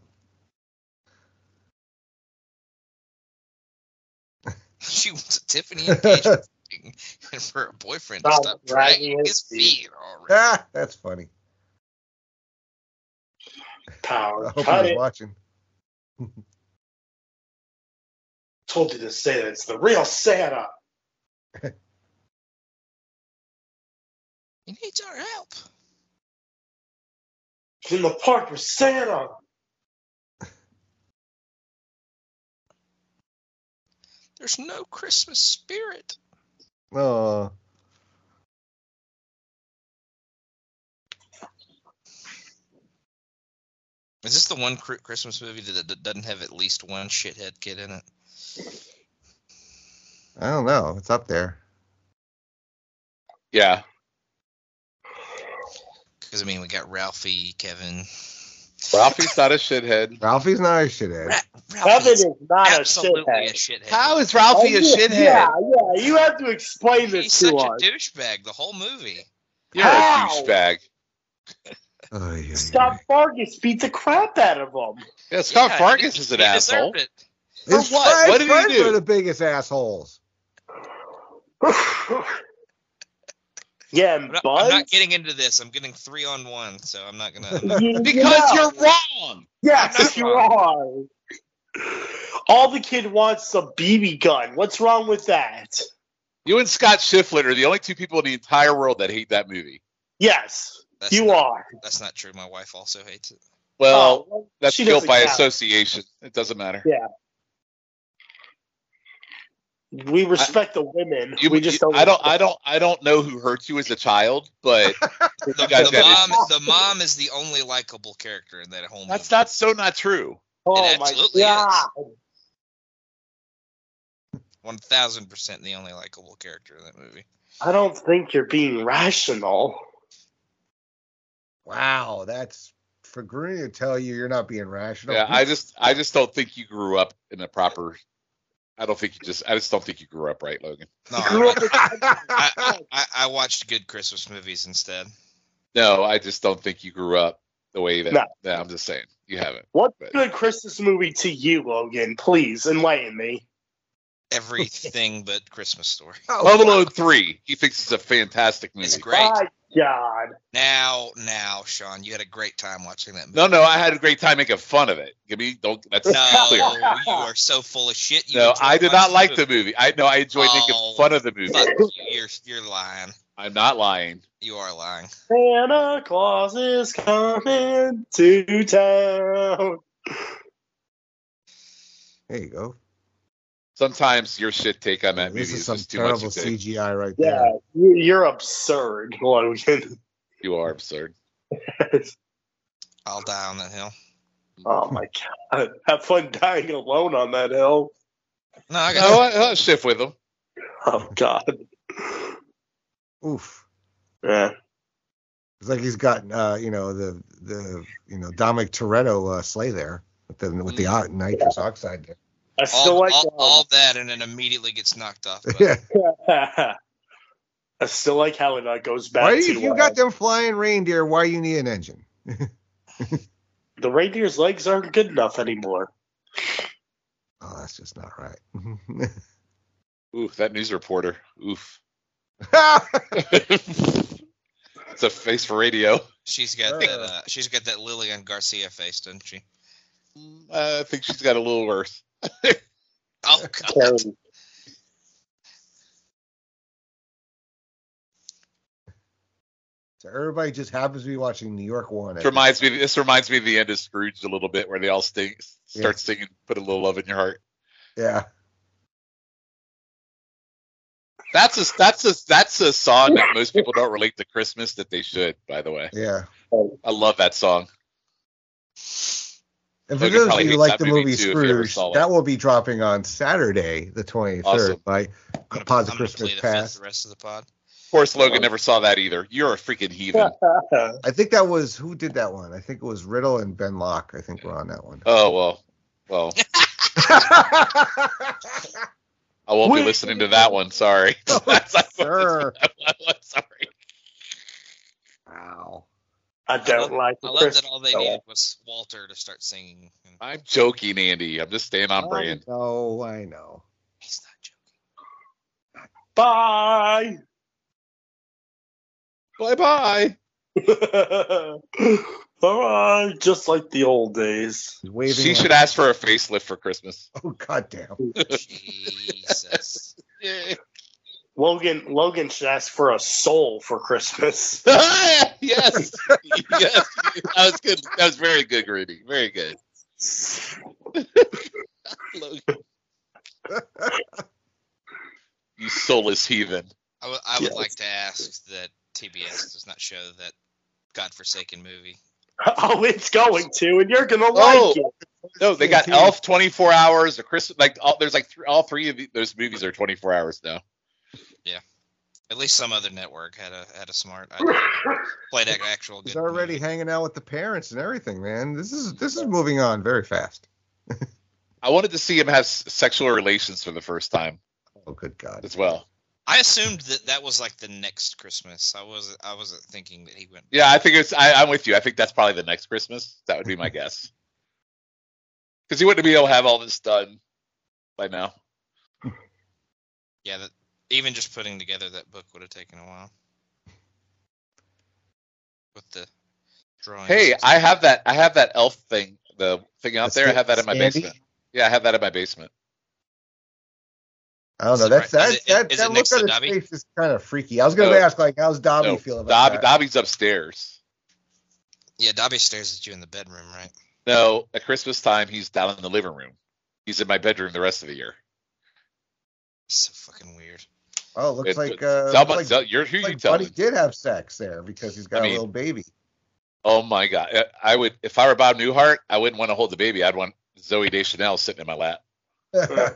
Speaker 5: She wants a Tiffany engagement ring and for her boyfriend to
Speaker 7: Stop
Speaker 5: stop dragging
Speaker 7: dragging
Speaker 5: his
Speaker 7: his
Speaker 5: feet already.
Speaker 3: Ah, that's funny. I
Speaker 7: Power.
Speaker 3: hope
Speaker 7: Cut
Speaker 3: he's
Speaker 7: it.
Speaker 3: watching.
Speaker 7: Told you to say that it's the real Santa.
Speaker 5: He needs our help.
Speaker 7: He's in the park with Santa.
Speaker 5: There's no Christmas spirit.
Speaker 3: Oh,
Speaker 5: Is this the one cr- Christmas movie that that doesn't have at least one shithead kid in it?
Speaker 3: I don't know. It's up there.
Speaker 4: Yeah.
Speaker 5: Because I mean, we got Ralphie, Kevin.
Speaker 4: Ralphie's not a shithead.
Speaker 3: Ralphie's not a shithead.
Speaker 7: Kevin
Speaker 5: Ralphie's
Speaker 7: is not a
Speaker 5: absolutely a
Speaker 7: shithead.
Speaker 5: shithead.
Speaker 4: How is Ralphie a
Speaker 7: Oh, yeah,
Speaker 4: shithead?
Speaker 7: Yeah, yeah. You have to explain
Speaker 5: He's
Speaker 7: this
Speaker 5: such
Speaker 7: to
Speaker 5: a
Speaker 7: us.
Speaker 5: douchebag the whole movie.
Speaker 4: You're
Speaker 7: How?
Speaker 4: a douchebag.
Speaker 3: Oh, yeah,
Speaker 7: Scott Fargus beat the crap out of him.
Speaker 4: Yeah, Scott
Speaker 5: Yeah,
Speaker 4: Fargus
Speaker 5: he-
Speaker 4: is an
Speaker 5: he deserved
Speaker 4: asshole.
Speaker 5: it.
Speaker 4: For
Speaker 3: His
Speaker 4: what?
Speaker 3: friends-
Speaker 4: What did he
Speaker 3: friends
Speaker 4: do?
Speaker 3: Are the biggest assholes.
Speaker 7: yeah, and
Speaker 5: I'm not, I'm
Speaker 7: Buzz.
Speaker 5: not getting into this. I'm getting three on one, so I'm not gonna. I'm not-
Speaker 7: You-
Speaker 4: Because
Speaker 7: yeah.
Speaker 4: you're wrong.
Speaker 5: I'm
Speaker 7: Yes, you
Speaker 5: not
Speaker 7: are. All the kid wants is a BB gun. What's wrong with that?
Speaker 4: You and Scott Shiflin are the only two people in the entire world that hate that movie.
Speaker 7: Yes,
Speaker 5: that's
Speaker 7: you
Speaker 5: not,
Speaker 7: are.
Speaker 5: That's not true. My wife also hates it.
Speaker 4: Well,
Speaker 7: Oh,
Speaker 4: that's
Speaker 7: she
Speaker 4: guilt
Speaker 7: doesn't
Speaker 4: by
Speaker 7: count.
Speaker 4: association. It doesn't matter.
Speaker 7: We respect the women.
Speaker 4: You,
Speaker 7: we just don't.
Speaker 4: I don't. I don't. I don't know who hurt you as a child, but
Speaker 5: The,
Speaker 4: guys
Speaker 5: the
Speaker 4: got
Speaker 5: mom,
Speaker 7: issues.
Speaker 5: the mom is the only likable character in that whole
Speaker 4: that's
Speaker 5: movie.
Speaker 4: not so not true.
Speaker 7: oh
Speaker 5: it
Speaker 7: my
Speaker 5: absolutely
Speaker 7: god!
Speaker 5: One thousand percent the only likable character in that movie.
Speaker 7: I don't think you're being rational.
Speaker 3: Wow, that's for Green to tell you you're not being rational.
Speaker 4: Yeah, I just. I just don't think you grew up in a proper. I don't think you just. I just don't think you grew up right, Logan.
Speaker 5: No,
Speaker 7: You
Speaker 5: I,
Speaker 7: grew up
Speaker 5: watched-
Speaker 7: with-
Speaker 5: I, I, I, I watched good Christmas movies instead.
Speaker 4: No, I just don't think you grew up the way that.
Speaker 7: No.
Speaker 4: no, I'm just saying you haven't.
Speaker 7: What's
Speaker 4: Right.
Speaker 7: a good Christmas movie to you, Logan? Please enlighten me.
Speaker 5: Everything but Christmas Story.
Speaker 3: Oh.
Speaker 4: Home Alone three. He thinks it's a fantastic movie.
Speaker 5: It's great.
Speaker 7: My God.
Speaker 5: Now, now, Sean, you had a great time watching that movie.
Speaker 4: No, no, I had a great time making fun of it. Give me don't. That's
Speaker 5: No,
Speaker 4: not clear.
Speaker 5: you are so full of shit. You
Speaker 4: No,
Speaker 5: enjoyed
Speaker 4: I did not
Speaker 5: watching
Speaker 4: like the movie. I no, I enjoyed
Speaker 5: Oh,
Speaker 4: making fun of the movie.
Speaker 5: Fuck you. You're you're lying.
Speaker 4: I'm not lying.
Speaker 5: You are lying.
Speaker 7: Santa Claus is coming to town.
Speaker 3: there you go.
Speaker 4: Sometimes your shit take on that
Speaker 3: this is
Speaker 4: movie is
Speaker 3: some
Speaker 4: just too much.
Speaker 3: terrible
Speaker 4: You, take.
Speaker 3: CGI right there.
Speaker 7: Yeah, you- you're absurd, Logan.
Speaker 4: you are absurd.
Speaker 5: I'll die on that hill.
Speaker 7: oh my God. Have fun dying alone on that hill.
Speaker 5: No, I got.
Speaker 4: No, I, will shift with him.
Speaker 7: Oh God.
Speaker 3: Oof.
Speaker 7: Yeah.
Speaker 3: It's like he's got uh, you know the the you know Dominic Toretto uh, sleigh there with the with
Speaker 4: Mm.
Speaker 3: the o- nitrous oxide. There.
Speaker 7: I
Speaker 5: all,
Speaker 7: still like
Speaker 5: all-
Speaker 7: that.
Speaker 5: all that and then immediately gets knocked off. by-
Speaker 3: Yeah.
Speaker 7: I still like how it uh, goes back
Speaker 3: Why
Speaker 7: to
Speaker 3: you, you
Speaker 7: uh,
Speaker 3: got them flying reindeer? Why you need an engine?
Speaker 7: The reindeer's legs aren't good enough anymore.
Speaker 3: Oh, that's just not right.
Speaker 4: Oof, that news reporter. Oof. it's a face for radio.
Speaker 5: She's got
Speaker 3: Uh.
Speaker 5: that. Uh, she's got that Lillian Garcia face, doesn't she?
Speaker 4: Uh, I think she's got a little worse.
Speaker 5: Oh God!
Speaker 7: Terrible.
Speaker 3: so everybody just happens to be watching New York one.
Speaker 4: This reminds me. This reminds me of the end of Scrooge a little bit, where they all sing, start singing, "Put a little love in your heart."
Speaker 3: Yeah.
Speaker 4: That's a that's a that's a song that most people don't relate to Christmas that they should. By the way,
Speaker 3: Yeah.
Speaker 4: I love that song.
Speaker 3: And
Speaker 4: Logan
Speaker 3: for those of
Speaker 4: probably
Speaker 3: you who
Speaker 4: hates
Speaker 3: like
Speaker 4: that
Speaker 3: the
Speaker 4: movie
Speaker 3: movie
Speaker 4: too, if you ever
Speaker 3: Scrooge,
Speaker 4: saw it.
Speaker 3: that will be dropping on Saturday, the 23rd,
Speaker 4: Awesome.
Speaker 3: by
Speaker 5: I'm
Speaker 3: Pause
Speaker 5: gonna
Speaker 3: the Christmas
Speaker 5: plead a fifth
Speaker 3: Past.
Speaker 5: The rest of the pod.
Speaker 4: Of course, Logan never saw that either. You're a freaking heathen.
Speaker 3: I think that was who did that one? I think it was Riddle and Ben Locke. I think we're on that one.
Speaker 4: Oh well, well, I won't be
Speaker 7: Wait.
Speaker 4: listening to that one. Sorry.
Speaker 3: Sir.
Speaker 4: Sorry.
Speaker 3: Wow.
Speaker 7: I don't like
Speaker 5: I
Speaker 7: the
Speaker 5: love that
Speaker 7: Christmas.
Speaker 5: all they
Speaker 7: song.
Speaker 5: needed was Walter to start singing. And
Speaker 4: I'm joking, Andy. I'm just staying on brand.
Speaker 3: Oh, I know.
Speaker 5: he's not joking.
Speaker 7: Bye.
Speaker 4: Bye bye.
Speaker 7: Bye. Just like the old days.
Speaker 3: He's waving.
Speaker 4: She
Speaker 3: at-
Speaker 4: should ask for a facelift for Christmas.
Speaker 3: Oh, goddamn.
Speaker 5: Jesus.
Speaker 4: Yeah.
Speaker 7: Logan Logan should ask for a soul for Christmas.
Speaker 4: yes. yes. That was good. That was very good, Rudy. Very good. Logan. you soulless heathen.
Speaker 5: I would- I would
Speaker 7: Yes.
Speaker 5: like to ask that TBS does not show that godforsaken movie.
Speaker 7: oh, it's going to, and you're gonna
Speaker 4: Oh.
Speaker 7: like it.
Speaker 4: No, they got Elf 24 hours. Or Christmas, like all, there's like three, all three of the, those movies are 24 hours now.
Speaker 5: At least some other network had a had a smart. I played an actual.
Speaker 3: He's
Speaker 5: good
Speaker 3: already
Speaker 5: movie.
Speaker 3: hanging out with the parents and everything, man. This is this is moving on very fast.
Speaker 4: I wanted to see him have s- sexual relations for the first time
Speaker 3: Oh, good God.
Speaker 4: as well.
Speaker 5: I assumed that that was like the next Christmas. I wasn't. I wasn't thinking that he went.
Speaker 4: Yeah, I think it's. I, I'm with you. I think that's probably the next Christmas. That would be my guess. Because he wouldn't be able to have all this done by now.
Speaker 5: Yeah, that even just putting together that book would have taken a while. With the drawing.
Speaker 4: Hey, I have that. I have that elf thing. The thing out there. I have that in my
Speaker 3: Sandy?
Speaker 4: basement. Yeah, I have that in my basement.
Speaker 3: I don't know.
Speaker 5: Is it right-
Speaker 3: That's that
Speaker 5: is it-
Speaker 3: that,
Speaker 5: is it
Speaker 3: that look
Speaker 5: next
Speaker 3: on
Speaker 5: to
Speaker 3: his
Speaker 5: Dobby?
Speaker 3: face is kind of freaky. I was gonna
Speaker 4: No.
Speaker 3: ask like, how's Dobby
Speaker 4: No,
Speaker 3: feel about
Speaker 4: Dobby,
Speaker 3: that?
Speaker 4: Dobby's upstairs.
Speaker 5: Yeah, Dobby stares at you in the bedroom, right?
Speaker 4: No, at Christmas time he's down in the living room. He's in my bedroom the rest of the year.
Speaker 5: So fucking weird.
Speaker 3: Oh, looks
Speaker 4: It-
Speaker 3: like uh,
Speaker 4: Tell my-
Speaker 3: looks
Speaker 4: tell-
Speaker 3: like,
Speaker 4: you're who
Speaker 3: looks
Speaker 4: you
Speaker 3: like
Speaker 4: telling.
Speaker 3: Buddy did have sex there because he's got
Speaker 4: I
Speaker 3: a
Speaker 4: mean-
Speaker 3: little baby.
Speaker 4: Oh my god! I- I would if I were Bob Newhart, I wouldn't want to hold the baby. I'd want Zoe Deschanel sitting in my lap.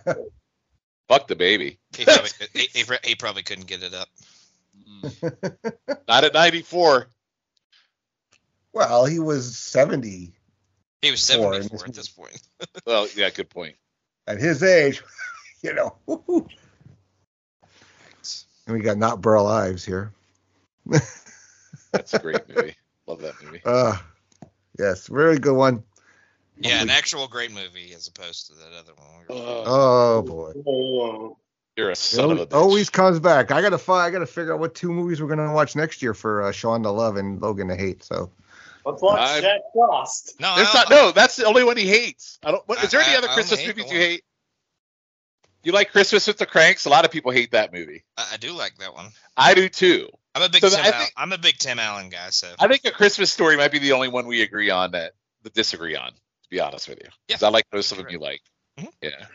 Speaker 4: Fuck the baby.
Speaker 5: He probably, he, he, he probably couldn't get it up.
Speaker 4: Not at 94.
Speaker 3: well, he was seventy
Speaker 5: He was
Speaker 3: Four,
Speaker 5: seventy four
Speaker 3: isn't
Speaker 5: at
Speaker 3: he?
Speaker 5: this point.
Speaker 4: Well, yeah, good point.
Speaker 3: at his age, you know. woo-hoo. And we got not Burl Ives here.
Speaker 4: That's a great movie. Love that movie.
Speaker 3: Uh yes, very good one.
Speaker 5: Yeah, an actual great movie as opposed to that other one. We were-
Speaker 3: Oh boy.
Speaker 7: Oh.
Speaker 4: You're a son of
Speaker 3: always,
Speaker 4: a bitch.
Speaker 3: always comes back. I gotta find, I gotta figure out what two movies we're gonna watch next year for uh, Sean to love and Logan to hate. So
Speaker 7: Let's watch
Speaker 4: I'm-
Speaker 7: Jack Frost.
Speaker 5: No,
Speaker 4: There's
Speaker 5: I
Speaker 4: not.
Speaker 5: don't-
Speaker 4: No, that's the only one he hates. I don't. What, is there
Speaker 5: I-
Speaker 4: any
Speaker 5: I-
Speaker 4: other
Speaker 5: I only
Speaker 4: Christmas
Speaker 5: hate the
Speaker 4: movies you
Speaker 5: one.
Speaker 4: hate? You like Christmas with the Cranks? A lot of people hate that movie.
Speaker 5: I, I do like that one.
Speaker 4: I do too.
Speaker 5: I'm a big
Speaker 4: So
Speaker 5: Tim.
Speaker 4: I
Speaker 5: Al-
Speaker 4: think-
Speaker 5: I'm a big Tim Allen guy. So
Speaker 4: I think A Christmas Story might be the only one we agree on that, that disagree on. To be honest with you, 'Cause
Speaker 5: Yeah.
Speaker 4: I like most of them
Speaker 5: Right.
Speaker 4: you like.
Speaker 5: Mhm.
Speaker 4: Yeah,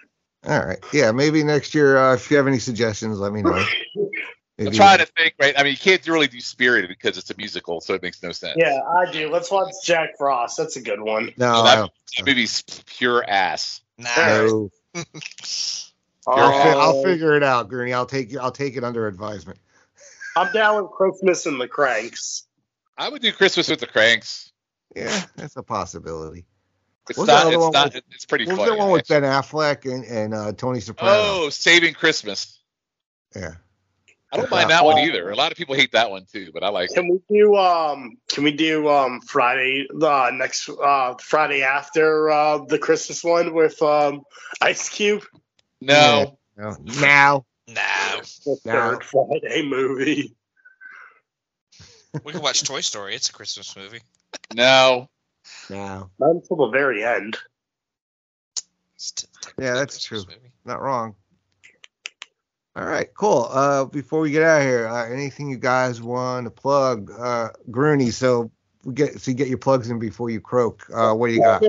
Speaker 3: all right, yeah, maybe next year. Uh, if you have any suggestions, let me know.
Speaker 4: I'm
Speaker 3: Maybe-
Speaker 4: trying to think. Right? I mean, you can't really do Spirited because it's a musical, so it makes no sense.
Speaker 7: Yeah, I do. Let's watch Jack Frost. That's a good one.
Speaker 3: No,
Speaker 4: Well,
Speaker 3: Oh, I
Speaker 4: that-
Speaker 3: don't.
Speaker 4: That movie's pure ass.
Speaker 5: nah,
Speaker 3: No. I'll, fi- I'll
Speaker 7: Oh,
Speaker 3: figure it out, Gurney. I'll take you. I'll take it under advisement.
Speaker 7: I'm down with Christmas and the Cranks.
Speaker 4: I would do Christmas with the Cranks.
Speaker 3: Yeah, that's a possibility.
Speaker 4: It's
Speaker 3: What's that
Speaker 4: not.
Speaker 3: other
Speaker 4: It's
Speaker 3: one
Speaker 4: not.
Speaker 3: with-
Speaker 4: it's pretty
Speaker 3: What was
Speaker 4: funny.
Speaker 3: that one with
Speaker 4: actually.
Speaker 3: Ben Affleck and, and uh, Tony Soprano?
Speaker 4: oh, Saving Christmas.
Speaker 3: Yeah,
Speaker 4: Oh, I don't mind that one either. A lot of people hate that one too, but I like it.
Speaker 7: Can we do um can we do um Friday uh, next uh Friday after uh the Christmas one with um Ice Cube?
Speaker 4: No,
Speaker 3: No. Now.
Speaker 5: No,
Speaker 7: The
Speaker 3: No.
Speaker 7: third Friday movie.
Speaker 5: we can watch Toy Story. It's a Christmas movie.
Speaker 4: no.
Speaker 3: Now.
Speaker 7: Not until the very end.
Speaker 5: It's t-
Speaker 3: Yeah, that's
Speaker 5: Christmas
Speaker 3: true.
Speaker 5: movie.
Speaker 3: Not wrong. All right, cool. Uh, before we get out of here, uh, anything you guys want to plug, uh, Grooney? So we get so you get your plugs in before you croak. Uh, what do you got?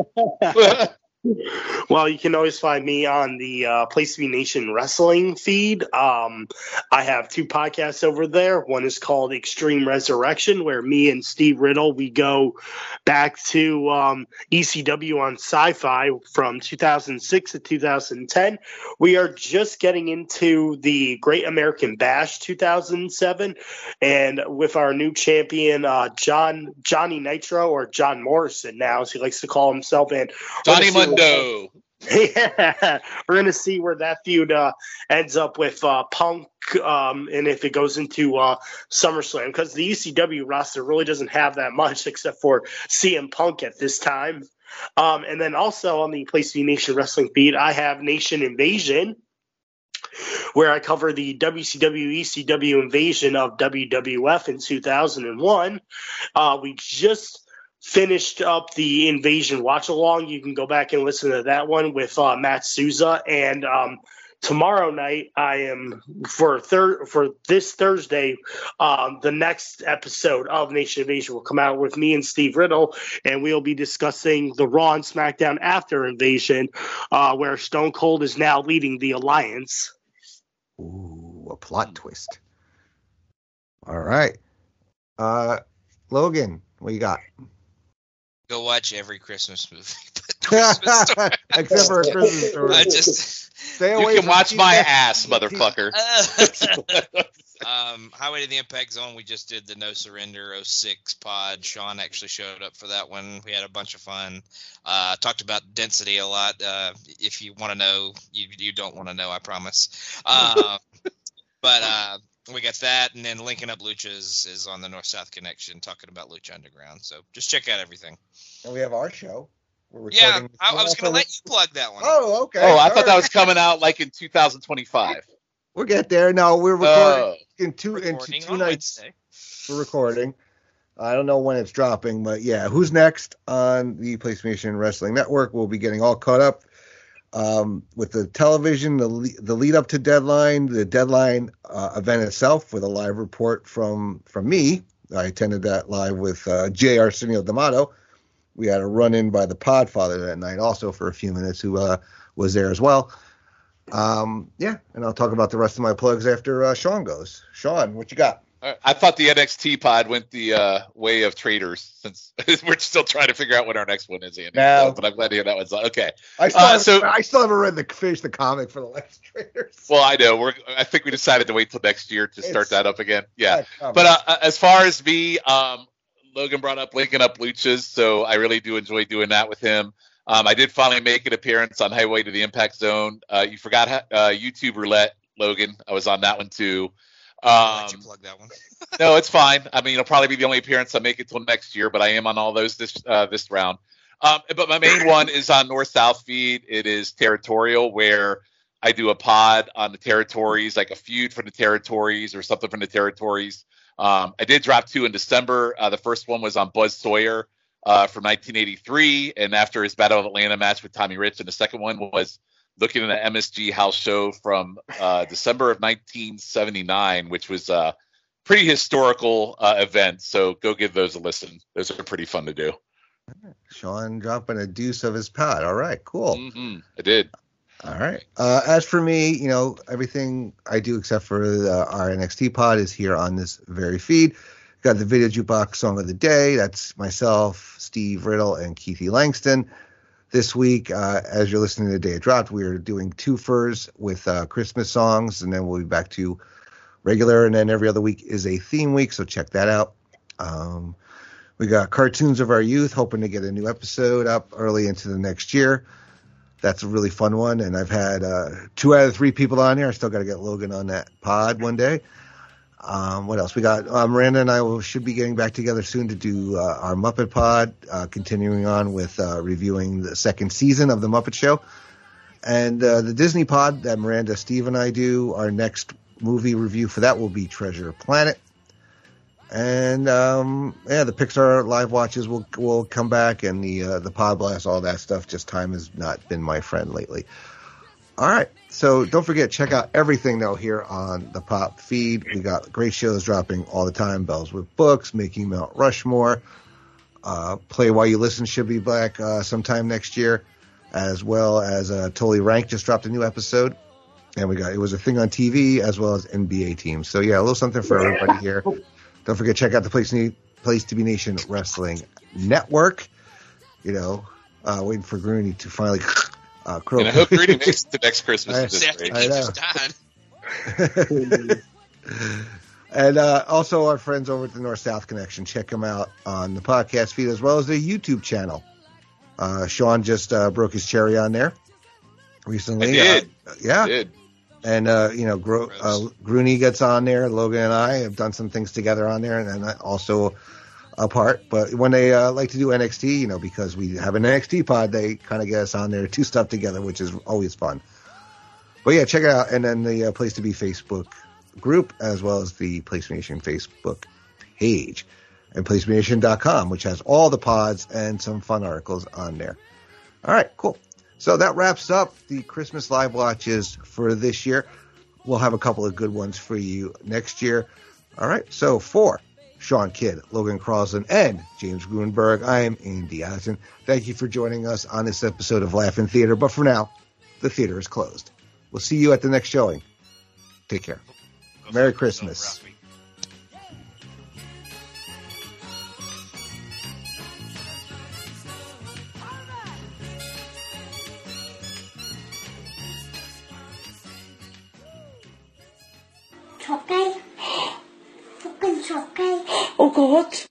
Speaker 7: well, you can always find me on the uh, Place to Be Nation wrestling feed. Um, I have two podcasts over there. One is called Extreme Resurrection, where me and Steve Riddle we go back to um, ECW on Sci-Fi from 2006 to 2010. We are just getting into the Great American Bash 2007, and with our new champion uh, John Johnny Nitro or John Morrison now, as he likes to call himself, and
Speaker 4: Johnny
Speaker 7: Let's see what-
Speaker 4: Mundo.
Speaker 7: yeah, we're gonna see where that feud uh, ends up with uh, Punk, um, and if it goes into uh, SummerSlam, because the ECW roster really doesn't have that much except for CM Punk at this time. Um, and then also on the Place to Be Nation wrestling feed, I have Nation Invasion, where I cover the WCW ECW E invasion of WWF in 2001. Uh, we just finished up the Invasion watch along. You can go back and listen to that one with uh, Matt Souza. And um, tomorrow night, I am for third for this Thursday. Um, the next episode of Nation Invasion will come out with me and Steve Riddle, and we'll be discussing the Raw and SmackDown after Invasion, uh, where Stone Cold is now leading the Alliance.
Speaker 3: Ooh, a plot twist. All right, uh, Logan, what you got?
Speaker 5: Go watch every Christmas movie. But Christmas Story.
Speaker 3: Except for a Christmas story.
Speaker 5: I just.
Speaker 3: Stay away
Speaker 4: You can
Speaker 3: from
Speaker 4: watch my
Speaker 3: Peter.
Speaker 4: ass, motherfucker.
Speaker 5: um, Highway to the Impact Zone. We just did the No Surrender 06 pod. Sean actually showed up for that one. We had a bunch of fun. Uh, talked about density a lot. Uh, if you want to know, you, you don't want to know. I promise. Uh, but uh, we got that, and then linking up luchas is on the North South Connection, talking about Lucha Underground. So just check out everything.
Speaker 3: And we have our show. We're
Speaker 5: Yeah,
Speaker 3: recording-
Speaker 5: I, I was gonna let you plug that one.
Speaker 3: Oh, okay.
Speaker 4: Oh, I
Speaker 3: All
Speaker 4: thought that was coming out like in 2025.
Speaker 3: We'll get there. No, we're recording
Speaker 4: Oh,
Speaker 3: in two in two,
Speaker 5: Uh, Recording Oh,
Speaker 3: two
Speaker 5: on
Speaker 3: nights.
Speaker 5: Wednesday.
Speaker 3: We're recording. I don't know when it's dropping, but yeah, who's next on the PlayStation Wrestling Network? We'll be getting all caught up um, with the television, the le- the lead up to deadline, the deadline uh, event itself, with a live report from from me. I attended that live with uh, J. Arsenio D'Amato. We had a run in by the Podfather that night, also for a few minutes, who uh, was there as well. Um, yeah, and I'll talk about the rest of my plugs after uh, Sean goes. Sean, what you got?
Speaker 4: All right. I thought the NXT pod went the uh, way of traders since we're still trying to figure out what our next one is, Andy.
Speaker 3: No.
Speaker 4: So, but I'm glad to hear that one's on. Okay.
Speaker 3: I still,
Speaker 4: Uh,
Speaker 3: haven't-
Speaker 4: so-
Speaker 3: I still haven't read the finished the comic for the last traders.
Speaker 4: Well, I know. We're. I think we decided to wait till next year to
Speaker 3: It's-
Speaker 4: start that up again. Yeah.
Speaker 3: That
Speaker 4: But
Speaker 3: comic.
Speaker 4: uh, as far as me, um, Logan brought up linking up luchas, so I really do enjoy doing that with him. Um, I did finally make an appearance on Highway to the Impact Zone. Uh, you forgot uh, YouTube Roulette, Logan. I was on that one too.
Speaker 5: I'll
Speaker 4: Um,
Speaker 5: let you plug that one.
Speaker 4: no, it's fine. I mean, it'll probably be the only appearance I make until next year, but I am on all those this uh, this round. Um, but my main one is on North South feed. It is territorial, where I do a pod on the territories, like a feud from the territories or something from the territories. Um, I did drop two in December. Uh, the first one was on Buzz Sawyer uh, from 1983, and after his Battle of Atlanta match with Tommy Rich, and the second one was looking at an MSG house show from uh, December of 1979, which was. Uh, pretty historical uh, event. So go give those a listen. Those are pretty fun to do.
Speaker 3: Sean dropping a deuce of his pod. All right, cool.
Speaker 4: hmm I did.
Speaker 3: All right. Uh, as for me, you know, everything I do except for the, our NXT pod is here on this very feed. Got the video jukebox song of the day. That's myself, Steve Riddle, and Keithy Langston. This week, uh, as you're listening to the day it dropped, we are doing twofers with uh, Christmas songs, and then we'll be back to regular. And then every other week is a theme week, so check that out. Um, we got cartoons of our youth, hoping to get a new episode up early into the next year that's a really fun one. And I've had uh, two out of three people on here. I still got to get Logan on that pod one day. Um, what else we got? Uh, Miranda and I will, should be getting back together soon to do uh, our Muppet Pod, uh, continuing on with uh, reviewing the second season of the Muppet Show, and uh, the Disney Pod that Miranda, Steve, and I do. Our next movie review for that will be Treasure Planet, and um, yeah, the Pixar live watches will will come back, and the uh, the Pod Blast, all that stuff. Just time has not been my friend lately. All right. So don't forget, check out everything though here on the Pop feed. We got great shows dropping all the time. Bells with Books, Making Mount Rushmore, uh, Play While You Listen should be back uh, sometime next year, as well as uh, Totally Rank just dropped a new episode. And we got it was a thing on TV as well as NBA teams. So yeah, a little something for everybody here. Don't forget, check out the Place, ne- Place to Be Nation Wrestling Network. You know, uh, waiting for Grooney to finally uh, croak.
Speaker 4: And I hope Greedy makes it to next Christmas.
Speaker 3: I-
Speaker 4: at this
Speaker 5: After
Speaker 4: rate.
Speaker 5: he
Speaker 3: I know.
Speaker 5: just died.
Speaker 3: and uh, also our friends over at the North South Connection. Check them out on the podcast feed as well as their YouTube channel. Uh, Sean just uh, broke his cherry on there recently.
Speaker 4: I did.
Speaker 3: Uh, yeah,
Speaker 4: Dude,
Speaker 3: and uh, you know, Gro-
Speaker 5: Gross.
Speaker 3: uh, Grooney gets on there. Logan and I have done some things together on there, and then also apart. But when they uh, like to do NXT, you know, because we have an NXT pod, they kind of get us on there to stuff together, which is always fun. But yeah, check it out, and then the uh, place to be Facebook group as well as the Place to Be Nation Facebook page and placemation.com, which has all the pods and some fun articles on there. All right, cool. So that wraps up the Christmas live watches for this year. We'll have a couple of good ones for you next year. All right. So for Sean Kidd, Logan Crosland, and James Grunberg, I am Andy Addison. Thank you for joining us on this episode of Laughing Theater. But for now, the theater is closed. We'll see you at the next showing. Take care. Merry Christmas.
Speaker 8: chocolate. Chocolate, chocolate. Oh God.